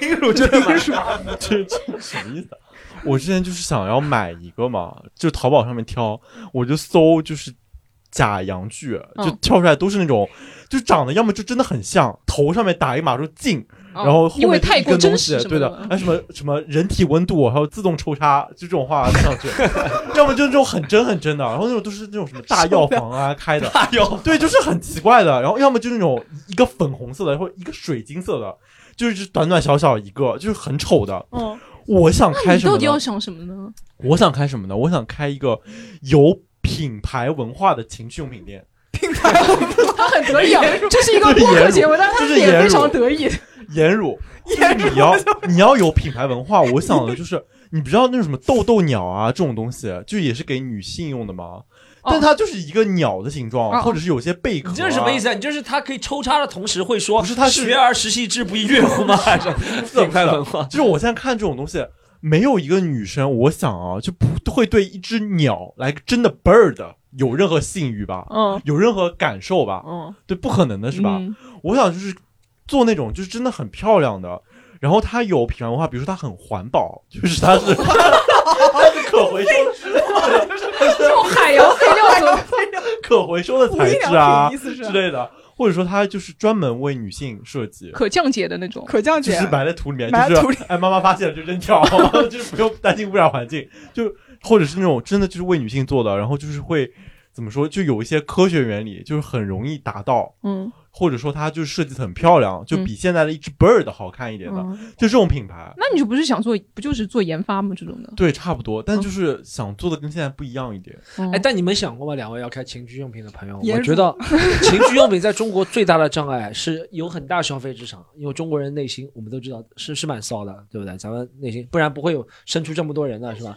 Speaker 2: 颜乳真的蛮
Speaker 9: 这这什么意思啊？我之前就是想要买一个嘛，就淘宝上面挑，我就搜就是假洋具，就
Speaker 4: 嗯
Speaker 9: 跳出来都是那种，就长得要么就真的很像，头上面打一码住镜，
Speaker 4: 哦
Speaker 9: 然后后
Speaker 4: 因为
Speaker 9: 面就
Speaker 4: 太
Speaker 9: 一
Speaker 4: 过
Speaker 9: 根
Speaker 4: 真
Speaker 9: 东西
Speaker 4: 实，什么
Speaker 9: 对的，哎什么什么人体温度，还有自动抽插，就这种话上去， 要么就是这种很真很真的，然后那种都是那种什么大药房啊开的，
Speaker 2: 大哟。
Speaker 9: 对，就是很奇怪的。然后要么就是那种一个粉红色的，或者一个水晶色的，就是短短小小一个，就是很丑的。
Speaker 4: 嗯，
Speaker 9: 我想
Speaker 4: 那
Speaker 9: 开
Speaker 4: 你
Speaker 9: 什
Speaker 4: 到
Speaker 9: 么
Speaker 4: 底要
Speaker 9: 呢？
Speaker 4: 想什么呢？
Speaker 9: 我想开什么呢？我想开一个有品牌文化的情趣用品店，
Speaker 4: 他很得意啊，这是一个播客节目，但是他的脸非常得意。啊
Speaker 9: 颜 乳。就是你要你要有品牌文化。我想的就是，你不知道那种什么豆豆鸟啊这种东西，就也是给女性用的吗？但它就是一个鸟的形状，
Speaker 4: 哦
Speaker 9: 或者是有些贝壳、啊。
Speaker 2: 你这是什 么意思啊？你就是他可以抽插的同时会说，
Speaker 9: 不是他是
Speaker 2: 学而时习之，不亦乐乎吗？还是
Speaker 9: 是的
Speaker 2: 品牌文化？
Speaker 9: 就是我现在看这种东西，没有一个女生，我想啊，就不会对一只鸟来个真的 bird 有任何性欲吧，
Speaker 4: 嗯
Speaker 9: 有任何感受吧？
Speaker 4: 嗯，
Speaker 9: 对，不可能的是吧？
Speaker 4: 嗯
Speaker 9: 我想就是做那种就是真的很漂亮的，然后它有品牌文化，比如说它很环保，就是它 是它是可回收
Speaker 4: 用海洋废料做，
Speaker 9: 可回收的
Speaker 3: 无
Speaker 9: 材
Speaker 3: 印
Speaker 9: 质啊
Speaker 3: 良品意思
Speaker 9: 之
Speaker 3: 是
Speaker 9: 类的，或者说它就是专门为女性设计。
Speaker 4: 可降解的那种。
Speaker 3: 可降
Speaker 9: 就
Speaker 3: 解啊
Speaker 9: 是。埋在土里面，
Speaker 3: 埋在
Speaker 9: 就
Speaker 3: 土
Speaker 9: 是 哎，妈妈发现了就扔掉， 就是不用担心污染环境，就或者是那种真的就是为女性做的，然后就是会怎么说，就有一些科学原理，就是很容易达到，
Speaker 4: 嗯
Speaker 9: 或者说它就是设计得很漂亮，就比现在的一只 bird 好看一点的，
Speaker 4: 嗯，
Speaker 9: 就这种品牌。
Speaker 4: 那你就不是想做，不就是做研发吗？这种的。
Speaker 9: 对，差不多，
Speaker 4: 嗯
Speaker 9: 但就是想做的跟现在不一样一点。
Speaker 2: 哎， 但你们想过吗？两位要开情趣用品的朋友，
Speaker 3: 颜
Speaker 2: 我觉
Speaker 3: 如
Speaker 2: 得情趣用品在中国最大的障碍是有很大消费市场，因为中国人内心我们都知道是是蛮骚的，对不对？咱们内心不然不会有生出这么多人的是吧？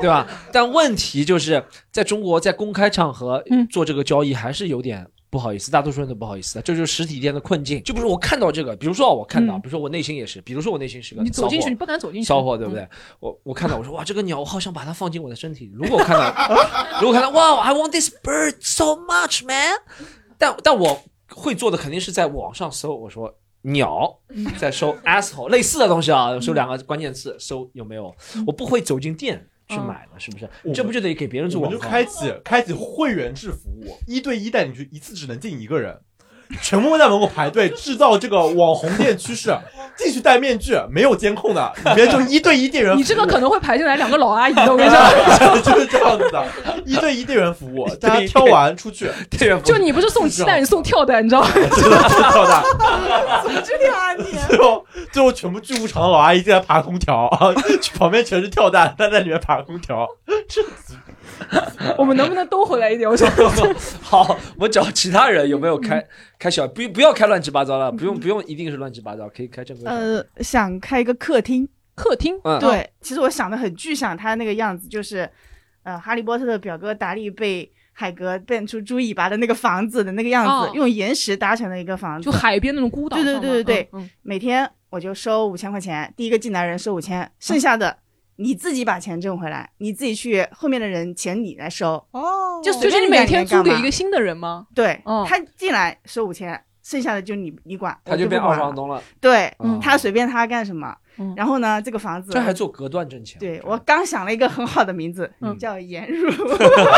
Speaker 2: 对吧？但问题就是在中国，在公开场合
Speaker 4: 嗯
Speaker 2: 做这个交易还是有点不好意思，大多数人都不好意思的，这就是实体店的困境。就比如我看到这个，比如说我看到，
Speaker 4: 嗯
Speaker 2: 比如说我内心也是，比如说我内心是个
Speaker 4: 你走进去，
Speaker 2: 骚
Speaker 4: 你
Speaker 2: 货
Speaker 4: 不敢走进去。嗯
Speaker 2: 骚货对不对？我我看到我说哇，这个鸟，我好想把它放进我的身体里。如果我看到，如 果看到哇，I want this bird so much, man。但但我会做的肯定是在网上搜，我说鸟，
Speaker 4: 嗯
Speaker 2: 再搜 asshole 类似的东西啊，搜两个关键词，搜有没有？
Speaker 4: 嗯
Speaker 2: 我不会走进 店去
Speaker 10: 嗯
Speaker 2: 买的，是不 是？
Speaker 9: 我
Speaker 2: 这不就得给别人做
Speaker 9: 我们
Speaker 2: 广
Speaker 9: 就
Speaker 2: 告？
Speaker 9: 开启开启会员制服务，一对一带你去，一次只能进一个人，全部在门口排队，制造这个网红店趋势。进去戴面具，没有监控的，里面就一对一店员服务。
Speaker 4: 你这个可能会排进来两个老阿 姨的，我跟你讲。
Speaker 9: 就是这样子的，一对一店员服务，大家挑完出去，
Speaker 2: 对呀，
Speaker 4: 就你不是送鸡蛋，你送跳蛋，你知道吗？
Speaker 9: 真的是跳大，
Speaker 3: 组织点啊你！
Speaker 9: 最后最后全部巨无常的老阿姨进来爬空调啊， 旁边全是跳蛋，她在里面爬空调。
Speaker 4: 我们能不能都回来一点？我想，
Speaker 2: 好，我找其他人有没有
Speaker 10: 嗯
Speaker 2: 开开小，不不要开乱七八糟了，不用不用，一定是乱七八糟，可以开正规。
Speaker 10: 呃，想开一个客厅，
Speaker 4: 客厅
Speaker 2: 嗯，
Speaker 10: 对，其实我想的很具象，他那个样子就是，呃，哈利波特的表哥达利被海格变出猪尾巴的那个房子的那个样子，
Speaker 4: 哦
Speaker 10: 用岩石搭成了一个房子
Speaker 4: 就。海边那种孤岛上
Speaker 10: 对
Speaker 4: 嘛。
Speaker 10: 对对对对
Speaker 4: 嗯，嗯
Speaker 10: 每天我就收五千块钱，第一个进来人收五
Speaker 4: 嗯
Speaker 10: 千，剩下的你自己把钱挣回来，你自己去后面的人钱你来收。
Speaker 3: 哦，
Speaker 10: 就
Speaker 4: 就
Speaker 10: 随
Speaker 4: 是
Speaker 10: 便
Speaker 4: 你
Speaker 10: 干
Speaker 4: 每
Speaker 10: 你
Speaker 4: 天
Speaker 10: 干
Speaker 4: 租给
Speaker 10: 嘛
Speaker 4: 一个新的人吗？
Speaker 10: 对，
Speaker 4: 哦
Speaker 10: 他进来收五千，剩下的就你你管，
Speaker 2: 他
Speaker 10: 我就
Speaker 2: 就变
Speaker 10: 不
Speaker 2: 二
Speaker 10: 管
Speaker 2: 房
Speaker 10: 了。
Speaker 2: 东了，
Speaker 10: 对
Speaker 2: 嗯
Speaker 10: 他随便他干什么
Speaker 4: 嗯。
Speaker 10: 然后呢，这个房子
Speaker 2: 这还做隔断挣钱。
Speaker 10: 对
Speaker 2: 觉得
Speaker 10: 我刚想了一个很好的名字，
Speaker 2: 嗯
Speaker 10: 叫颜汝，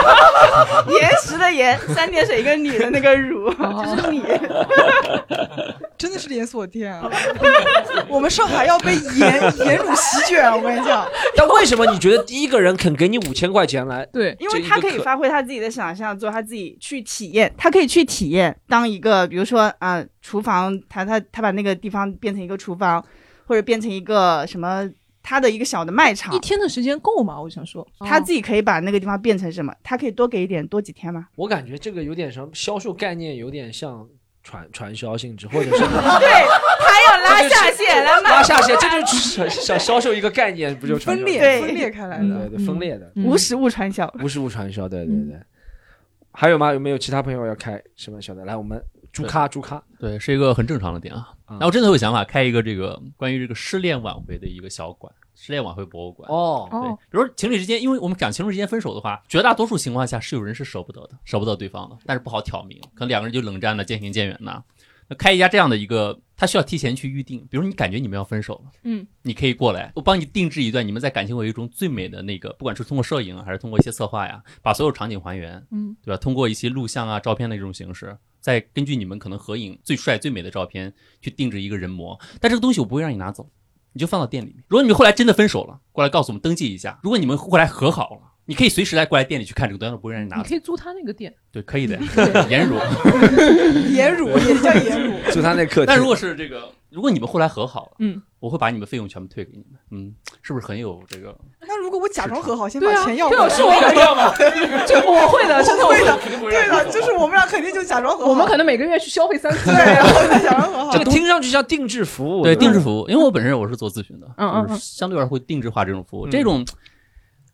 Speaker 10: 岩石的岩，三点水一个女的那个汝，就是你。
Speaker 3: 哦 真的是连锁店啊！ 我们上海要 被颜颜乳席
Speaker 10: 啊
Speaker 3: 卷，我跟你讲，
Speaker 2: 但为什么你觉得第一个人肯给你五千块钱来？
Speaker 4: 对，
Speaker 10: 因为他可以发挥他自己的想象，做他自己去体验，他可以去体验当一个，比如说啊、呃厨房，他他他把那个地方变成一个厨房，或者变成一个什么他的一个小的卖场
Speaker 4: 一，天的时间够吗？我想说，
Speaker 10: 他
Speaker 4: 哦
Speaker 10: 自己可以把那个地方变成什么，他可以多给一点，多几天 嘛。
Speaker 2: 我感觉这个有点什么销售概念，有点像传传销性质，或者是
Speaker 10: 对，他要
Speaker 2: 拉下
Speaker 10: 线来
Speaker 2: 拉下线，这就是想销售一个概念，不就传销
Speaker 3: 分裂
Speaker 10: 对
Speaker 3: 分裂开来
Speaker 2: 对
Speaker 3: 的。
Speaker 2: 对对，分裂的
Speaker 4: 嗯
Speaker 10: 无实物传销。嗯
Speaker 2: 无实物传销，对对对。还有吗？有没有其他朋友要开什么小的？来，我们朱咖朱咖，
Speaker 7: 对，是一个很正常的点啊。
Speaker 2: 嗯
Speaker 7: 那我真的有想法开一个这个关于这个失恋挽回的一个小馆，失恋挽回博物馆。
Speaker 2: 哦，
Speaker 7: 对
Speaker 4: 哦，，
Speaker 7: 比如说情侣之间，因为我们讲情侣之间分手的话，绝大多数情况下是有人是舍不得的，舍不得对方的，但是不好挑明，可能两个人就冷战了，渐行渐远呐。那开一家这样的一个，他需要提前去预定，比如你感觉你们要分手了，
Speaker 4: 嗯，
Speaker 7: 你可以过来，我帮你定制一段你们在感情维度中最美的那个，不管是通过摄影啊还是通过一些策划呀，把所有场景还原，
Speaker 4: 嗯，
Speaker 7: 对吧？通过一些录像啊、照片的这种形式，再根据你们可能合影最帅、最美的照片去定制一个人模，但这个东西我不会让你拿走，你就放到店里面。如果你们后来真的分手了，过来告诉我们登记一下。如果你们后来和好了，你可以随时来过来店里去看这个东西，我不会让你拿
Speaker 4: 你
Speaker 7: 走。
Speaker 4: 可以租他那 个店，
Speaker 7: 对，可以的，颜如。
Speaker 3: 颜乳也叫颜乳，
Speaker 2: 就他那客厅。
Speaker 7: 但如果是这个，如果你们后来和好了，
Speaker 4: 嗯，
Speaker 7: 我会把你们费用全部退给你们。嗯，是不是很有这个？
Speaker 3: 那如果我假装和好，先
Speaker 4: 对
Speaker 3: 把
Speaker 4: 啊，
Speaker 3: 钱要
Speaker 4: 对
Speaker 3: 回
Speaker 4: 啊，
Speaker 3: 来，
Speaker 4: 是我肯定要 吗？这我会的，真的我
Speaker 3: 对
Speaker 4: 会的。
Speaker 3: 的，对的，就是我们俩肯定就假装和好，
Speaker 4: 我们可能每个月去消费三次
Speaker 3: 对，，然后再假装和
Speaker 10: 哦
Speaker 3: 好
Speaker 2: 这。个听上去像定制服务，
Speaker 7: 对定制服务，因为我本身我是做咨询的，
Speaker 4: 嗯嗯嗯
Speaker 7: 就是相对来说会定制化这种服务。
Speaker 2: 嗯
Speaker 7: 这种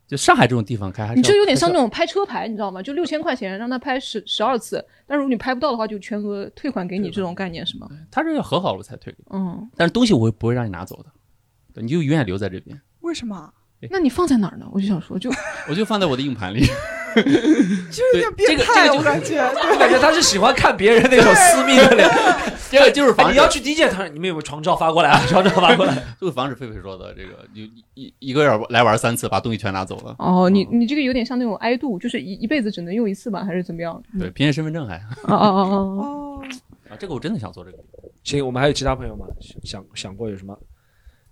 Speaker 7: 就上海这种地方开，还是
Speaker 4: 你就
Speaker 7: 要
Speaker 4: 有点像
Speaker 7: 还
Speaker 4: 那
Speaker 7: 是要
Speaker 4: 种拍车牌，你知道吗？就六千块钱让他拍十十二次，但如果你拍不到的话，就全额退款给你，这种概念是吗？
Speaker 7: 他是要和好了才退给你，
Speaker 4: 嗯，
Speaker 7: 但是东西我也不会让你拿走的，对你就永远留在这边，
Speaker 3: 为什么？
Speaker 4: 那你放在哪儿呢？我就想说，就
Speaker 7: 我就放在我的硬 盘里。
Speaker 3: 就有点变态，
Speaker 10: 哎
Speaker 3: 我感觉。
Speaker 2: 我 感觉他是喜欢看别人那种私密的脸。
Speaker 7: 这个就是
Speaker 2: 哎
Speaker 7: 防
Speaker 2: 你
Speaker 7: 止
Speaker 2: 要，去第一件，他说你们有没有床照发过 来啊？床照发过来。
Speaker 7: 就是防止狒狒说的这个，就一一一个人来玩三次，把东西全拿走了。
Speaker 4: 哦，你你这个有点像那种 i 度，就是一一辈子只能用一次吧，还是怎么样？
Speaker 7: 对，凭借身份证还啊，
Speaker 4: 哦哦哦哦哦，
Speaker 3: 哦，
Speaker 7: 这个我真的想做这个。
Speaker 2: 行，我们还有其他朋友吗？想想过有什么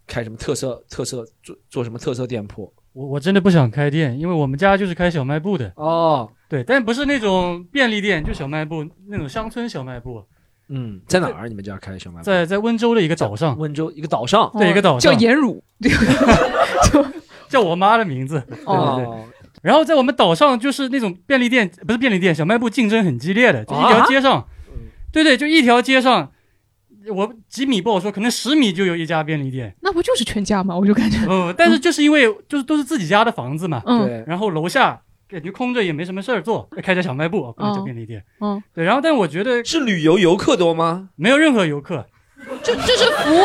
Speaker 2: 开什么特色特色做做什么特色店铺？
Speaker 11: 我我真的不想开店，因为 我们家就是开小卖部的，
Speaker 2: 哦，
Speaker 11: 对，但不是那种便利店，就小卖部那种乡村小卖部，
Speaker 2: 嗯，在哪儿？你们家开小卖部？
Speaker 11: 在在温州的一个岛上，
Speaker 2: 温州一个岛上。
Speaker 11: 对一个岛
Speaker 4: 哦叫
Speaker 11: 上
Speaker 4: 颜乳， 对，
Speaker 11: 叫我妈的名字。对
Speaker 2: 哦，
Speaker 11: 然后在我们岛上就是那种便利店，不
Speaker 2: 啊嗯
Speaker 11: 是便利店，小卖部竞争很激烈的，就一条街上，对对，就一条街上，我几米不好说，可能十米就有一家便利店。
Speaker 4: 那不就是全家吗？我就感觉，
Speaker 11: 呃，但是就是因为就是都是自己家的房子嘛，
Speaker 4: 嗯对
Speaker 11: 然后楼下感觉空着也没什么事儿做，开家小卖部，不能叫便利店，
Speaker 4: 嗯，
Speaker 11: 对，然后但我觉得
Speaker 2: 是旅游游客多吗？
Speaker 11: 没有任何游客，
Speaker 4: 这这 是服务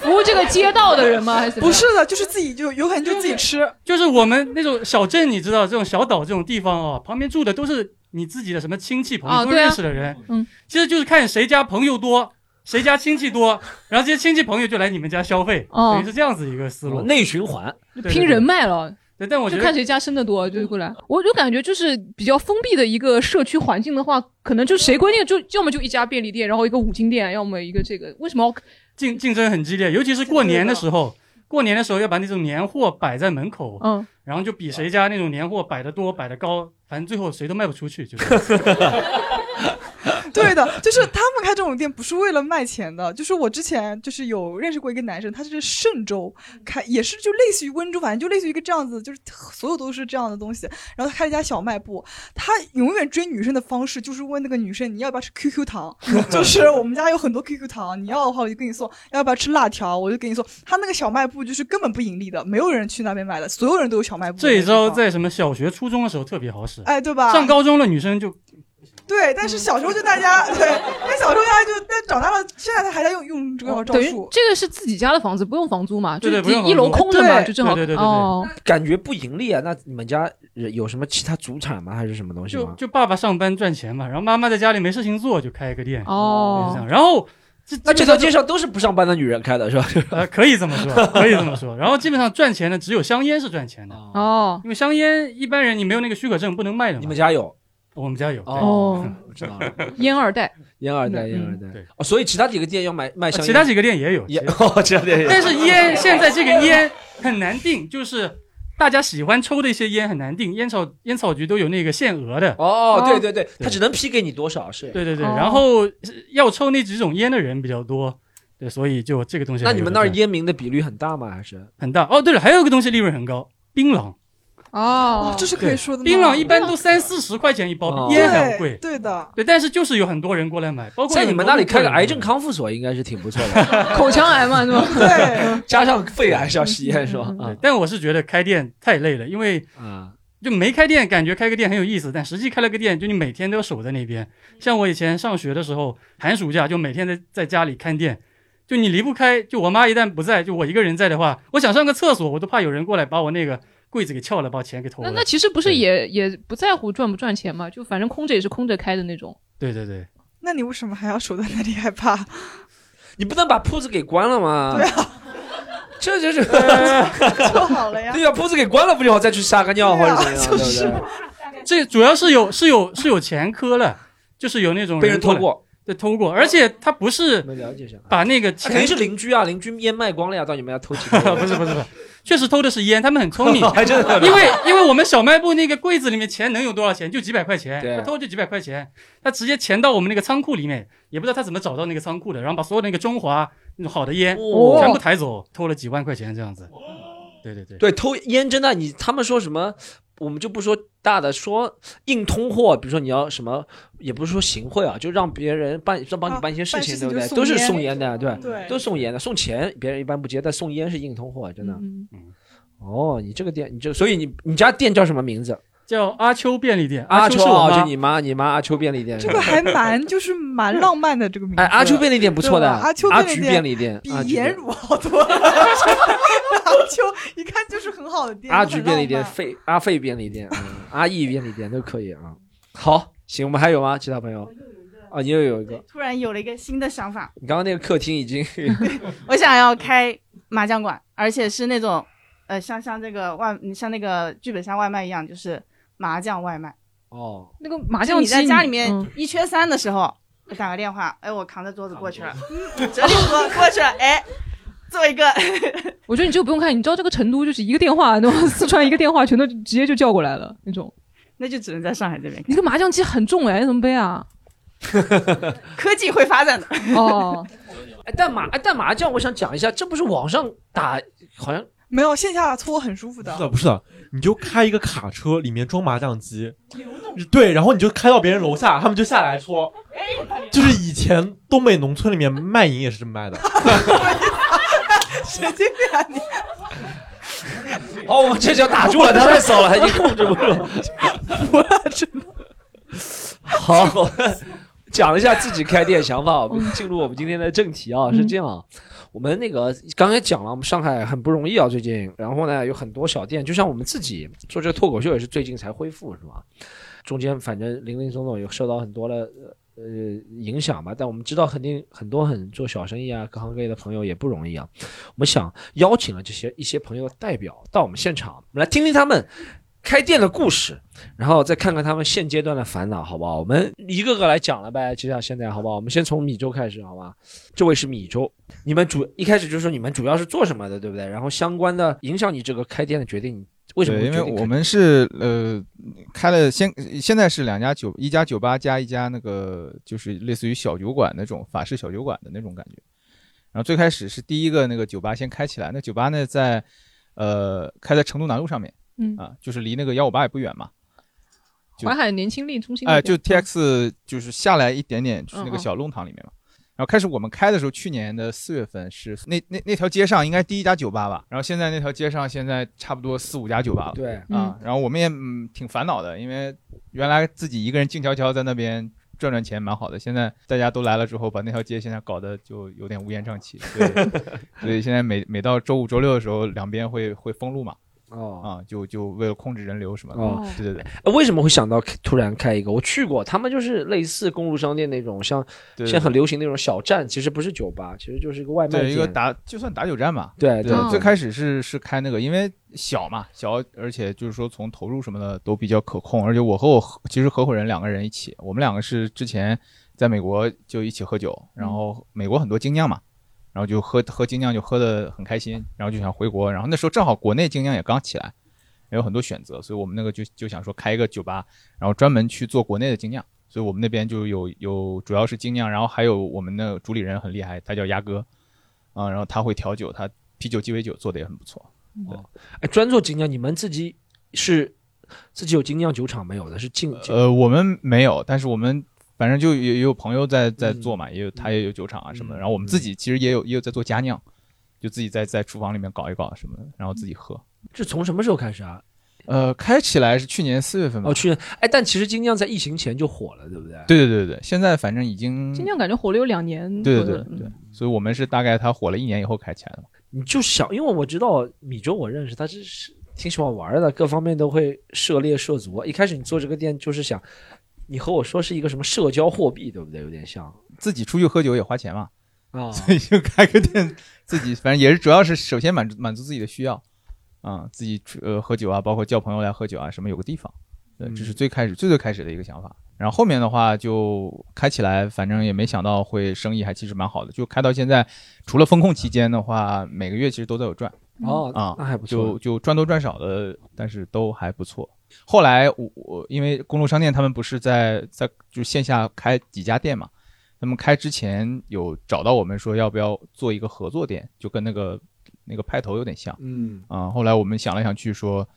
Speaker 4: 服务这个街道的人吗？还是怎么
Speaker 3: 不
Speaker 4: 样
Speaker 3: 是的，就是自己就有可能就自己吃。
Speaker 11: 就是我们那种小镇，你知道这种小岛这种地方啊、旁边住的都是你自己的什么亲戚朋友、
Speaker 4: 啊
Speaker 11: 都
Speaker 4: 对啊
Speaker 11: 认识的人，
Speaker 4: 嗯，
Speaker 11: 其实就是看谁家朋友多。谁家亲戚 多，然后这些亲戚朋友就来你们家消费，
Speaker 4: 哦
Speaker 11: 等于是这样子一个思路，
Speaker 2: 哦内循环，
Speaker 4: 拼人脉了？
Speaker 11: 对，但我觉
Speaker 4: 就
Speaker 11: 得
Speaker 4: 看谁家生的多就过来。我就感觉就是比较封闭的一个社区环境的话，可能就谁规定就要么就一家便利店，然后一个五金店，要么一个这个，为什么要
Speaker 11: 竞竞争很激烈，尤其是过年的时候，过年的时候要把那种年货摆在门口，
Speaker 4: 嗯，
Speaker 11: 然后就比谁家那种年货摆的多、摆的高，反正最后谁都卖不出去，就是。
Speaker 3: 对的，就是他们开这种店不是为了卖钱的，就是我之前就是有认识过一个男生，他是嵊州开，也是就类似于温州，反正就类似于一个这样子，就是所有都是这样的东西。然后他开了一家小卖部，他永远追女生的方式就是问那个女生你要不要吃 QQ 糖，就是我们家有很多 QQ 糖，你要的话我就给你送，要不要吃辣条我就给你送。他那个小卖部就是根本不盈利的，没有人去那边买的，所有人都有小卖部。
Speaker 11: 这一招在什么小学、初中的时候特别好使，
Speaker 3: 哎对吧
Speaker 11: 上高中的女生就
Speaker 3: 对，但是小时候就大家对，但小时候大家就，但长大了，现在他还在用用这个招
Speaker 4: 哦等于
Speaker 3: 数。
Speaker 4: 这个是自己家的房啊子，不用房租嘛？
Speaker 2: 对对
Speaker 4: 就
Speaker 2: 不
Speaker 4: 是
Speaker 2: 用
Speaker 4: 一楼
Speaker 2: 房租
Speaker 4: 空着嘛，
Speaker 2: 对
Speaker 4: 就正好
Speaker 2: 对对对对
Speaker 4: 哦。
Speaker 2: 感觉不盈利啊。那你们家有什么其他主产吗？还是什么东西
Speaker 11: 就
Speaker 2: 吗？
Speaker 11: 就爸爸上班赚钱嘛，然后妈妈在家里没事情做就开一个店，
Speaker 4: 哦
Speaker 11: 就是这样然后
Speaker 2: 那这条街上都是不上班的女人开的是吧？
Speaker 11: 呃，可以这么说，可以这么说。然后基本上赚钱的只有香烟是赚钱的，
Speaker 4: 哦，
Speaker 11: 因为香烟一般人你没有那个许可证不能卖的嘛。你们
Speaker 2: 家有？
Speaker 11: 我们家有。对
Speaker 4: 哦，
Speaker 2: 我 知道了。
Speaker 4: 烟二代，
Speaker 2: 烟二代，
Speaker 4: 嗯
Speaker 2: 烟二代。哦，所以其他几个店要买卖香烟，
Speaker 11: 其他几个店也有
Speaker 2: 也哦，其他店也有。
Speaker 11: 但是烟现在这个烟很难定，就是大家喜欢抽的一些烟很难定，烟草烟草局都有那个限额的。
Speaker 2: 哦，对对对，他只能批给你多少是？
Speaker 11: 嗯对对对，
Speaker 2: 哦
Speaker 11: 然后是要抽那几种烟的人比较多，对，所以就这个东西。
Speaker 2: 那你们那儿烟民的比率很大吗？还是
Speaker 11: 很大？哦，对了，还有一个东西利润很高，槟榔。
Speaker 4: 哦，
Speaker 3: 这是可以说的吗。
Speaker 11: 槟榔一般都三四十块钱一包，比
Speaker 2: 哦
Speaker 11: 烟还贵。
Speaker 3: 对的，
Speaker 11: 对，但是就是有很多人过来买，包括
Speaker 2: 在你们那里开个癌症
Speaker 11: 康。
Speaker 2: 康复所应该是挺不错的，
Speaker 4: 口腔癌嘛，对吧？
Speaker 3: 对，
Speaker 2: 加上肺癌是要吸烟是吧？啊，
Speaker 11: 但我是觉得开店太累了，因为
Speaker 2: 啊，
Speaker 11: 就没开店，感觉开个店很有意思，但实际开了个店，就你每天都要守在那边。像我以前上学的时候，寒暑假就每天在在家里看店，就你离不开，就我妈一旦不在，就我一个人在的话，我想上个厕所，我都怕有人过来把我那个柜子给撬了，把钱给偷
Speaker 4: 那
Speaker 11: 了。
Speaker 4: 那其实不是也也不在乎赚不赚钱嘛，就反正空着也是空着开的那种。
Speaker 11: 对对对，
Speaker 3: 那你为什么还要守在那里 害怕？
Speaker 2: 你不能把铺子给关了 吗？对啊，这就是
Speaker 11: 呃
Speaker 3: 就好了 呀。
Speaker 2: 对呀，铺子给关了不就好？再去撒个尿或者怎么样，对不对？
Speaker 11: 这主要是有是有是有前科了，就是有那种
Speaker 2: 被人偷
Speaker 11: 过来
Speaker 2: 过，
Speaker 11: 对偷过，而且他不是
Speaker 2: 没了解一下，
Speaker 11: 把那个
Speaker 2: 那
Speaker 11: 钱
Speaker 2: 肯定是邻居啊，邻居烟卖光了呀，到你们家偷几 根，
Speaker 11: 不是不是不是，确实偷的是烟，他们很聪明
Speaker 2: 还真的
Speaker 11: 因为因为我们小卖部那个柜子里面钱能有多少钱？就几百块钱，
Speaker 2: 对
Speaker 11: 他偷就几百块钱，他直接钱到我们那个仓库里面，也不知道他怎么找到那个仓库的，然后把所有那个中华那种好的烟、
Speaker 2: 哦
Speaker 11: 全部抬走，偷了几万块钱这样子。对对对，
Speaker 2: 对，偷烟真的，你他们说什么，我们就不说大的，说硬通货，比如说你要什么，也不是说行贿啊，就让别人办，让帮你办一些事情，
Speaker 3: 啊办事
Speaker 2: 对
Speaker 3: 情
Speaker 2: 不对？
Speaker 3: 就
Speaker 2: 都是
Speaker 3: 送
Speaker 2: 送烟
Speaker 3: 烟嗯
Speaker 2: 的，对，
Speaker 3: 对
Speaker 2: 都送烟的，送钱别人一般不接，但送烟是硬通货，真的。
Speaker 4: 嗯
Speaker 2: 哦，你这个店，你这，所以你你家店叫什么名字？
Speaker 11: 叫阿秋便利店，
Speaker 2: 阿
Speaker 11: 秋
Speaker 2: 秋
Speaker 11: 是我
Speaker 2: 啊，
Speaker 11: 妈
Speaker 2: 就你妈，你妈阿秋便利店。
Speaker 3: 这个还蛮就是蛮浪漫的这个名字。
Speaker 2: 哎，阿秋便利店不错的，
Speaker 3: 对吧阿秋
Speaker 2: 阿
Speaker 3: 利
Speaker 2: 菊
Speaker 3: 店
Speaker 2: 便利店，
Speaker 3: 比
Speaker 2: 阿菊
Speaker 3: 颜
Speaker 2: 便
Speaker 3: 乳好多。 阿秋一看就是很好的 店，
Speaker 2: 阿菊
Speaker 3: 很浪
Speaker 2: 便利店、
Speaker 3: 漫
Speaker 2: 费阿费便利店、嗯阿义便利店都可以啊。好，行，我们还有吗？其他朋友？啊，你又有一个，
Speaker 10: 突然有了一个新的想法，
Speaker 2: 你刚刚那个客厅已经
Speaker 10: 我想要开麻将馆，而且是那种，呃，像像这个外，像那个剧本杀外卖一样，就是麻将外卖。
Speaker 2: 哦，
Speaker 4: 那个麻将
Speaker 10: 你在
Speaker 4: 机
Speaker 10: 家里面
Speaker 4: 嗯
Speaker 10: 一缺三的时候，我打个电话，哎，我扛着桌子过去了，嗯，整理桌子过去了，哎，做一个
Speaker 4: 我觉得你这个不用看，你知道这个成都就是一个电话，那种四川一个电话全都直接就叫过来了那种。
Speaker 10: 那就只能在上海这边。
Speaker 4: 你这个麻将机很重哎，怎么背啊？
Speaker 10: 科技会发展的。
Speaker 4: 哦，
Speaker 2: 哎，但麻哎但麻将，我想讲一下，这不是网上打好像
Speaker 3: 没有线下搓很舒服的
Speaker 9: 不是。的，不是的，你就开一个卡车，里面装麻将机，对，然后你就开到别人楼下，他们就下来搓。就是以前东北农村里面卖淫也是这么卖 的。
Speaker 3: 神经病啊你！
Speaker 2: 好，哦我们这就打住了，他太骚了，他已经控制不住了。
Speaker 3: 我真的
Speaker 2: 好，我们讲了一下自己开店想法，我们进入我们今天的正题啊，是这样啊。我们那个刚才讲了，我们上海很不容易啊，最近。然后呢，有很多小店，就像我们自己做这个脱口秀也是最近才恢复，是吧？中间反正零零总总有受到很多的呃影响吧。但我们知道，肯定很多很做小生意啊，各行各业的朋友也不容易啊。我们想邀请了这些一些朋友的代表到我们现场，我们来听听他们开店的故事，然后再看看他们现阶段的烦恼，好不好？我们一个个来讲了呗，就像现在，好不好？我们先从米粥开始，好吧？这位是米粥，你们主一开始就说你们主要是做什么的，对不对？然后相关的影响你这个开店的决定，你 为什么会
Speaker 12: 对，因
Speaker 2: 决
Speaker 12: 为
Speaker 2: 定开
Speaker 12: 我们是呃开了先现在是两家酒，一家酒吧加一家那个就是类似于小酒馆那种法式小酒馆的那种感觉。然后最开始是第一个那个酒吧先开起来，那酒吧呢在呃开在成都南路上面，
Speaker 4: 嗯
Speaker 12: 啊，就是离那个幺五八也不远嘛。 就
Speaker 4: 淮海年轻力中心
Speaker 12: 哎、
Speaker 4: 那
Speaker 12: 就
Speaker 4: 边
Speaker 12: TX 就是下来一点点，就是那
Speaker 4: 嗯
Speaker 12: 个
Speaker 4: 嗯
Speaker 12: 小弄堂里面嘛。然后开始我们开的时候，去年的四月份是那那那条街上应该是第一家酒吧吧，然后现在那条街上现在差不多四五家酒吧了。
Speaker 2: 对
Speaker 12: 啊，然后我们也嗯挺烦恼的，因为原来自己一个人静悄悄在那边赚赚钱蛮好的，现在大家都来了之后，把那条街现在搞得就有点乌烟瘴气。 对，所以现在每每到周五周六的时候，两边会会封路嘛。
Speaker 2: 哦
Speaker 12: 啊，就就为了控制人流什么的。
Speaker 2: 哦
Speaker 12: 对对对。
Speaker 2: 呃为什么会想到开突然开一个？我去过，他们就是类似公路商店那种，像
Speaker 12: 对对
Speaker 2: 现在很流行那种小站，其实不是酒吧，其实就是一个外卖
Speaker 12: 对
Speaker 2: 店。
Speaker 12: 一个打就算打酒站吧。
Speaker 2: 对对对
Speaker 12: 最开始是是开那个，因为小嘛，小，而且就是说从投入什么的都比较可控，而且我和我合其实合伙人两个人一起，我们两个是之前在美国就一起喝酒，然后美国很多精酿嘛。然后就喝喝精酿，就喝得很开心，然后就想回国。然后那时候正好国内精酿也刚起来，也有很多选择，所以我们那个就就想说开一个酒吧，然后专门去做国内的精酿。所以我们那边就有有主要是精酿，然后还有我们的主理人很厉害，他叫鸭哥，啊、然后他会调酒，他啤酒鸡尾酒做的也很不错。
Speaker 2: 哦，哎，专做精酿，你们自己是自己有精酿酒厂没有的？是进
Speaker 12: 呃，我们没有，但是我们反正就也也有朋友在在做嘛，也有他也有酒厂啊什么的。然后我们自己其实也有也有在做佳酿，就自己在在厨房里面搞一搞什么的，然后自己喝。
Speaker 2: 这从什么时候开始啊？
Speaker 12: 呃，开起来是去年四月份吧。
Speaker 2: 哦，去年哎，但其实精酿在疫情前就火了，对不对？
Speaker 12: 对对对对对，现在反正已经
Speaker 4: 今天感觉火了有两年嗯左
Speaker 12: 对
Speaker 4: 右。
Speaker 12: 对对对，所以我们是大概它火了一年以后开起来的嘛。
Speaker 2: 你就想，因为我知道米粥，我认识他是是挺喜欢玩的，各方面都会涉猎涉足。一开始你做这个店就是想，你和我说是一个什么社交货币，对不对？有点像
Speaker 12: 自己出去喝酒也花钱嘛，
Speaker 2: 啊、
Speaker 12: 所以就开个店，自己反正也是主要是首先满足满足自己的需要，啊、自己出呃喝酒啊，包括叫朋友来喝酒啊，什么有个地方，对，
Speaker 2: 嗯
Speaker 12: 这是最开始最最开始的一个想法。然后后面的话就开起来，反正也没想到会生意还其实蛮好的，就开到现在，除了风控期间的话，每个月其实都在有赚。
Speaker 2: 哦
Speaker 12: 啊、
Speaker 2: 那还不错
Speaker 12: 就就赚多赚少的，但是都还不错。后来我我因为公路商店他们不是在在就线下开几家店嘛，他们开之前有找到我们说要不要做一个合作店，就跟那个那个派头有点像，
Speaker 2: 嗯
Speaker 12: 啊、后来我们想来想去说，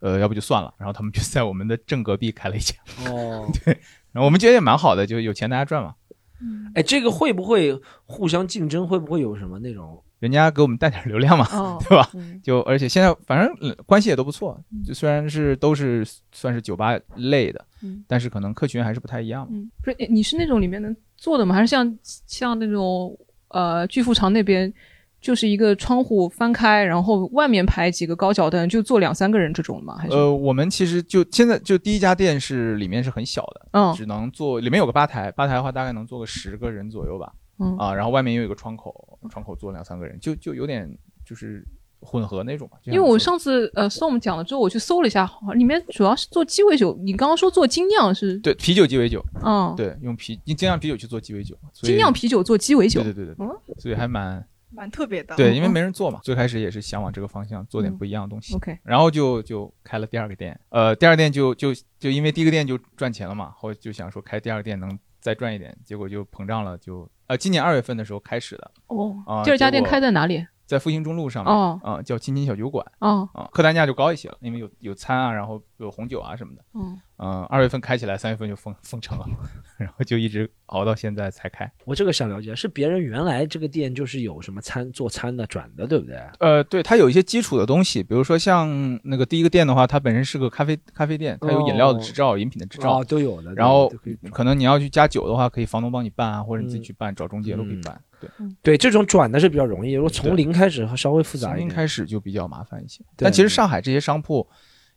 Speaker 12: 呃，要不就算了，然后他们就在我们的正隔壁开了一家，
Speaker 2: 哦，
Speaker 12: 对，然后我们觉得也蛮好的，就有钱大家赚嘛，嗯
Speaker 2: 哎，这个会不会互相竞争？会不会有什么那种？
Speaker 12: 人家给我们带点流量嘛，
Speaker 2: 哦
Speaker 12: 对吧？
Speaker 4: 嗯
Speaker 12: 就而且现在反正呃关系也都不错，就虽然是都是算是酒吧类的，
Speaker 4: 嗯
Speaker 12: 但是可能客群还是不太一样嘛。
Speaker 4: 嗯，不是，你是那种里面能坐的吗？还是像像那种呃巨富场那边，就是一个窗户翻开，然后外面排几个高脚凳，就坐两三个人这种吗？还是、
Speaker 12: 呃，我们其实就现在就第一家店是里面是很小的，
Speaker 4: 嗯
Speaker 12: 只能坐里面有个吧台，吧台的话大概能坐个十个人左右吧，
Speaker 4: 嗯
Speaker 12: 啊，然后外面又有一个窗口，窗口坐两三个人，就就有点就是混合那种嘛。就
Speaker 4: 因
Speaker 12: 像
Speaker 4: 为
Speaker 12: 你说
Speaker 4: 我上次呃 storm 讲了之后，我去搜了一下，好像里面主要是做鸡尾酒。你刚刚说做精酿是？
Speaker 12: 对啤酒鸡尾酒，
Speaker 4: 嗯
Speaker 12: 对，用啤精酿啤酒去做鸡尾酒，所以
Speaker 4: 精酿啤酒做鸡尾酒，
Speaker 12: 对对对对，
Speaker 4: 嗯
Speaker 12: 所以还蛮
Speaker 3: 蛮特别的。
Speaker 12: 对，因为没人做嘛，最开始也是想往这个方向做点不一样的东西。
Speaker 4: 嗯，OK
Speaker 12: 然后就就开了第二个店，呃，第二店就就就因为第一个店就赚钱了嘛，后来就想说开第二个店能再赚一点，结果就膨胀了，就呃今年二月份的时候开始的，
Speaker 4: 哦
Speaker 12: 啊
Speaker 4: 第二家店
Speaker 12: 结果
Speaker 4: 开在哪里？
Speaker 12: 在复兴中路上面，
Speaker 4: 哦
Speaker 12: 啊，叫亲亲小酒馆，
Speaker 4: 哦
Speaker 12: 啊，客单价就高一些了，因为有有餐啊，然后有红酒啊什么的，
Speaker 4: 嗯
Speaker 12: 嗯，二月份开起来，三月份就封封城了， 然后就一直熬到现在才开。
Speaker 8: 我这个想了解，是别人原来这个店就是有什么餐做餐的转的，对不对？哎
Speaker 12: 呃，对，它有一些基础的东西，比如说像那个第一个店的话，它本身是个咖啡咖啡店，它有饮料的执照、
Speaker 8: 哦
Speaker 12: 饮品的执照、
Speaker 8: 哦都有的
Speaker 12: 然后
Speaker 8: 都可以
Speaker 12: 可能你要去加酒的话，可以房东帮你办啊，或者你自己去办，找中介都可以
Speaker 8: 嗯
Speaker 12: 办。对，
Speaker 8: 对，这种转的是比较容易，如果从
Speaker 12: 对
Speaker 8: 零开始稍微复杂
Speaker 12: 从
Speaker 8: 一
Speaker 12: 零
Speaker 8: 点。
Speaker 12: 开始就比较麻烦一些。
Speaker 8: 对
Speaker 12: 但其实上海这些商铺，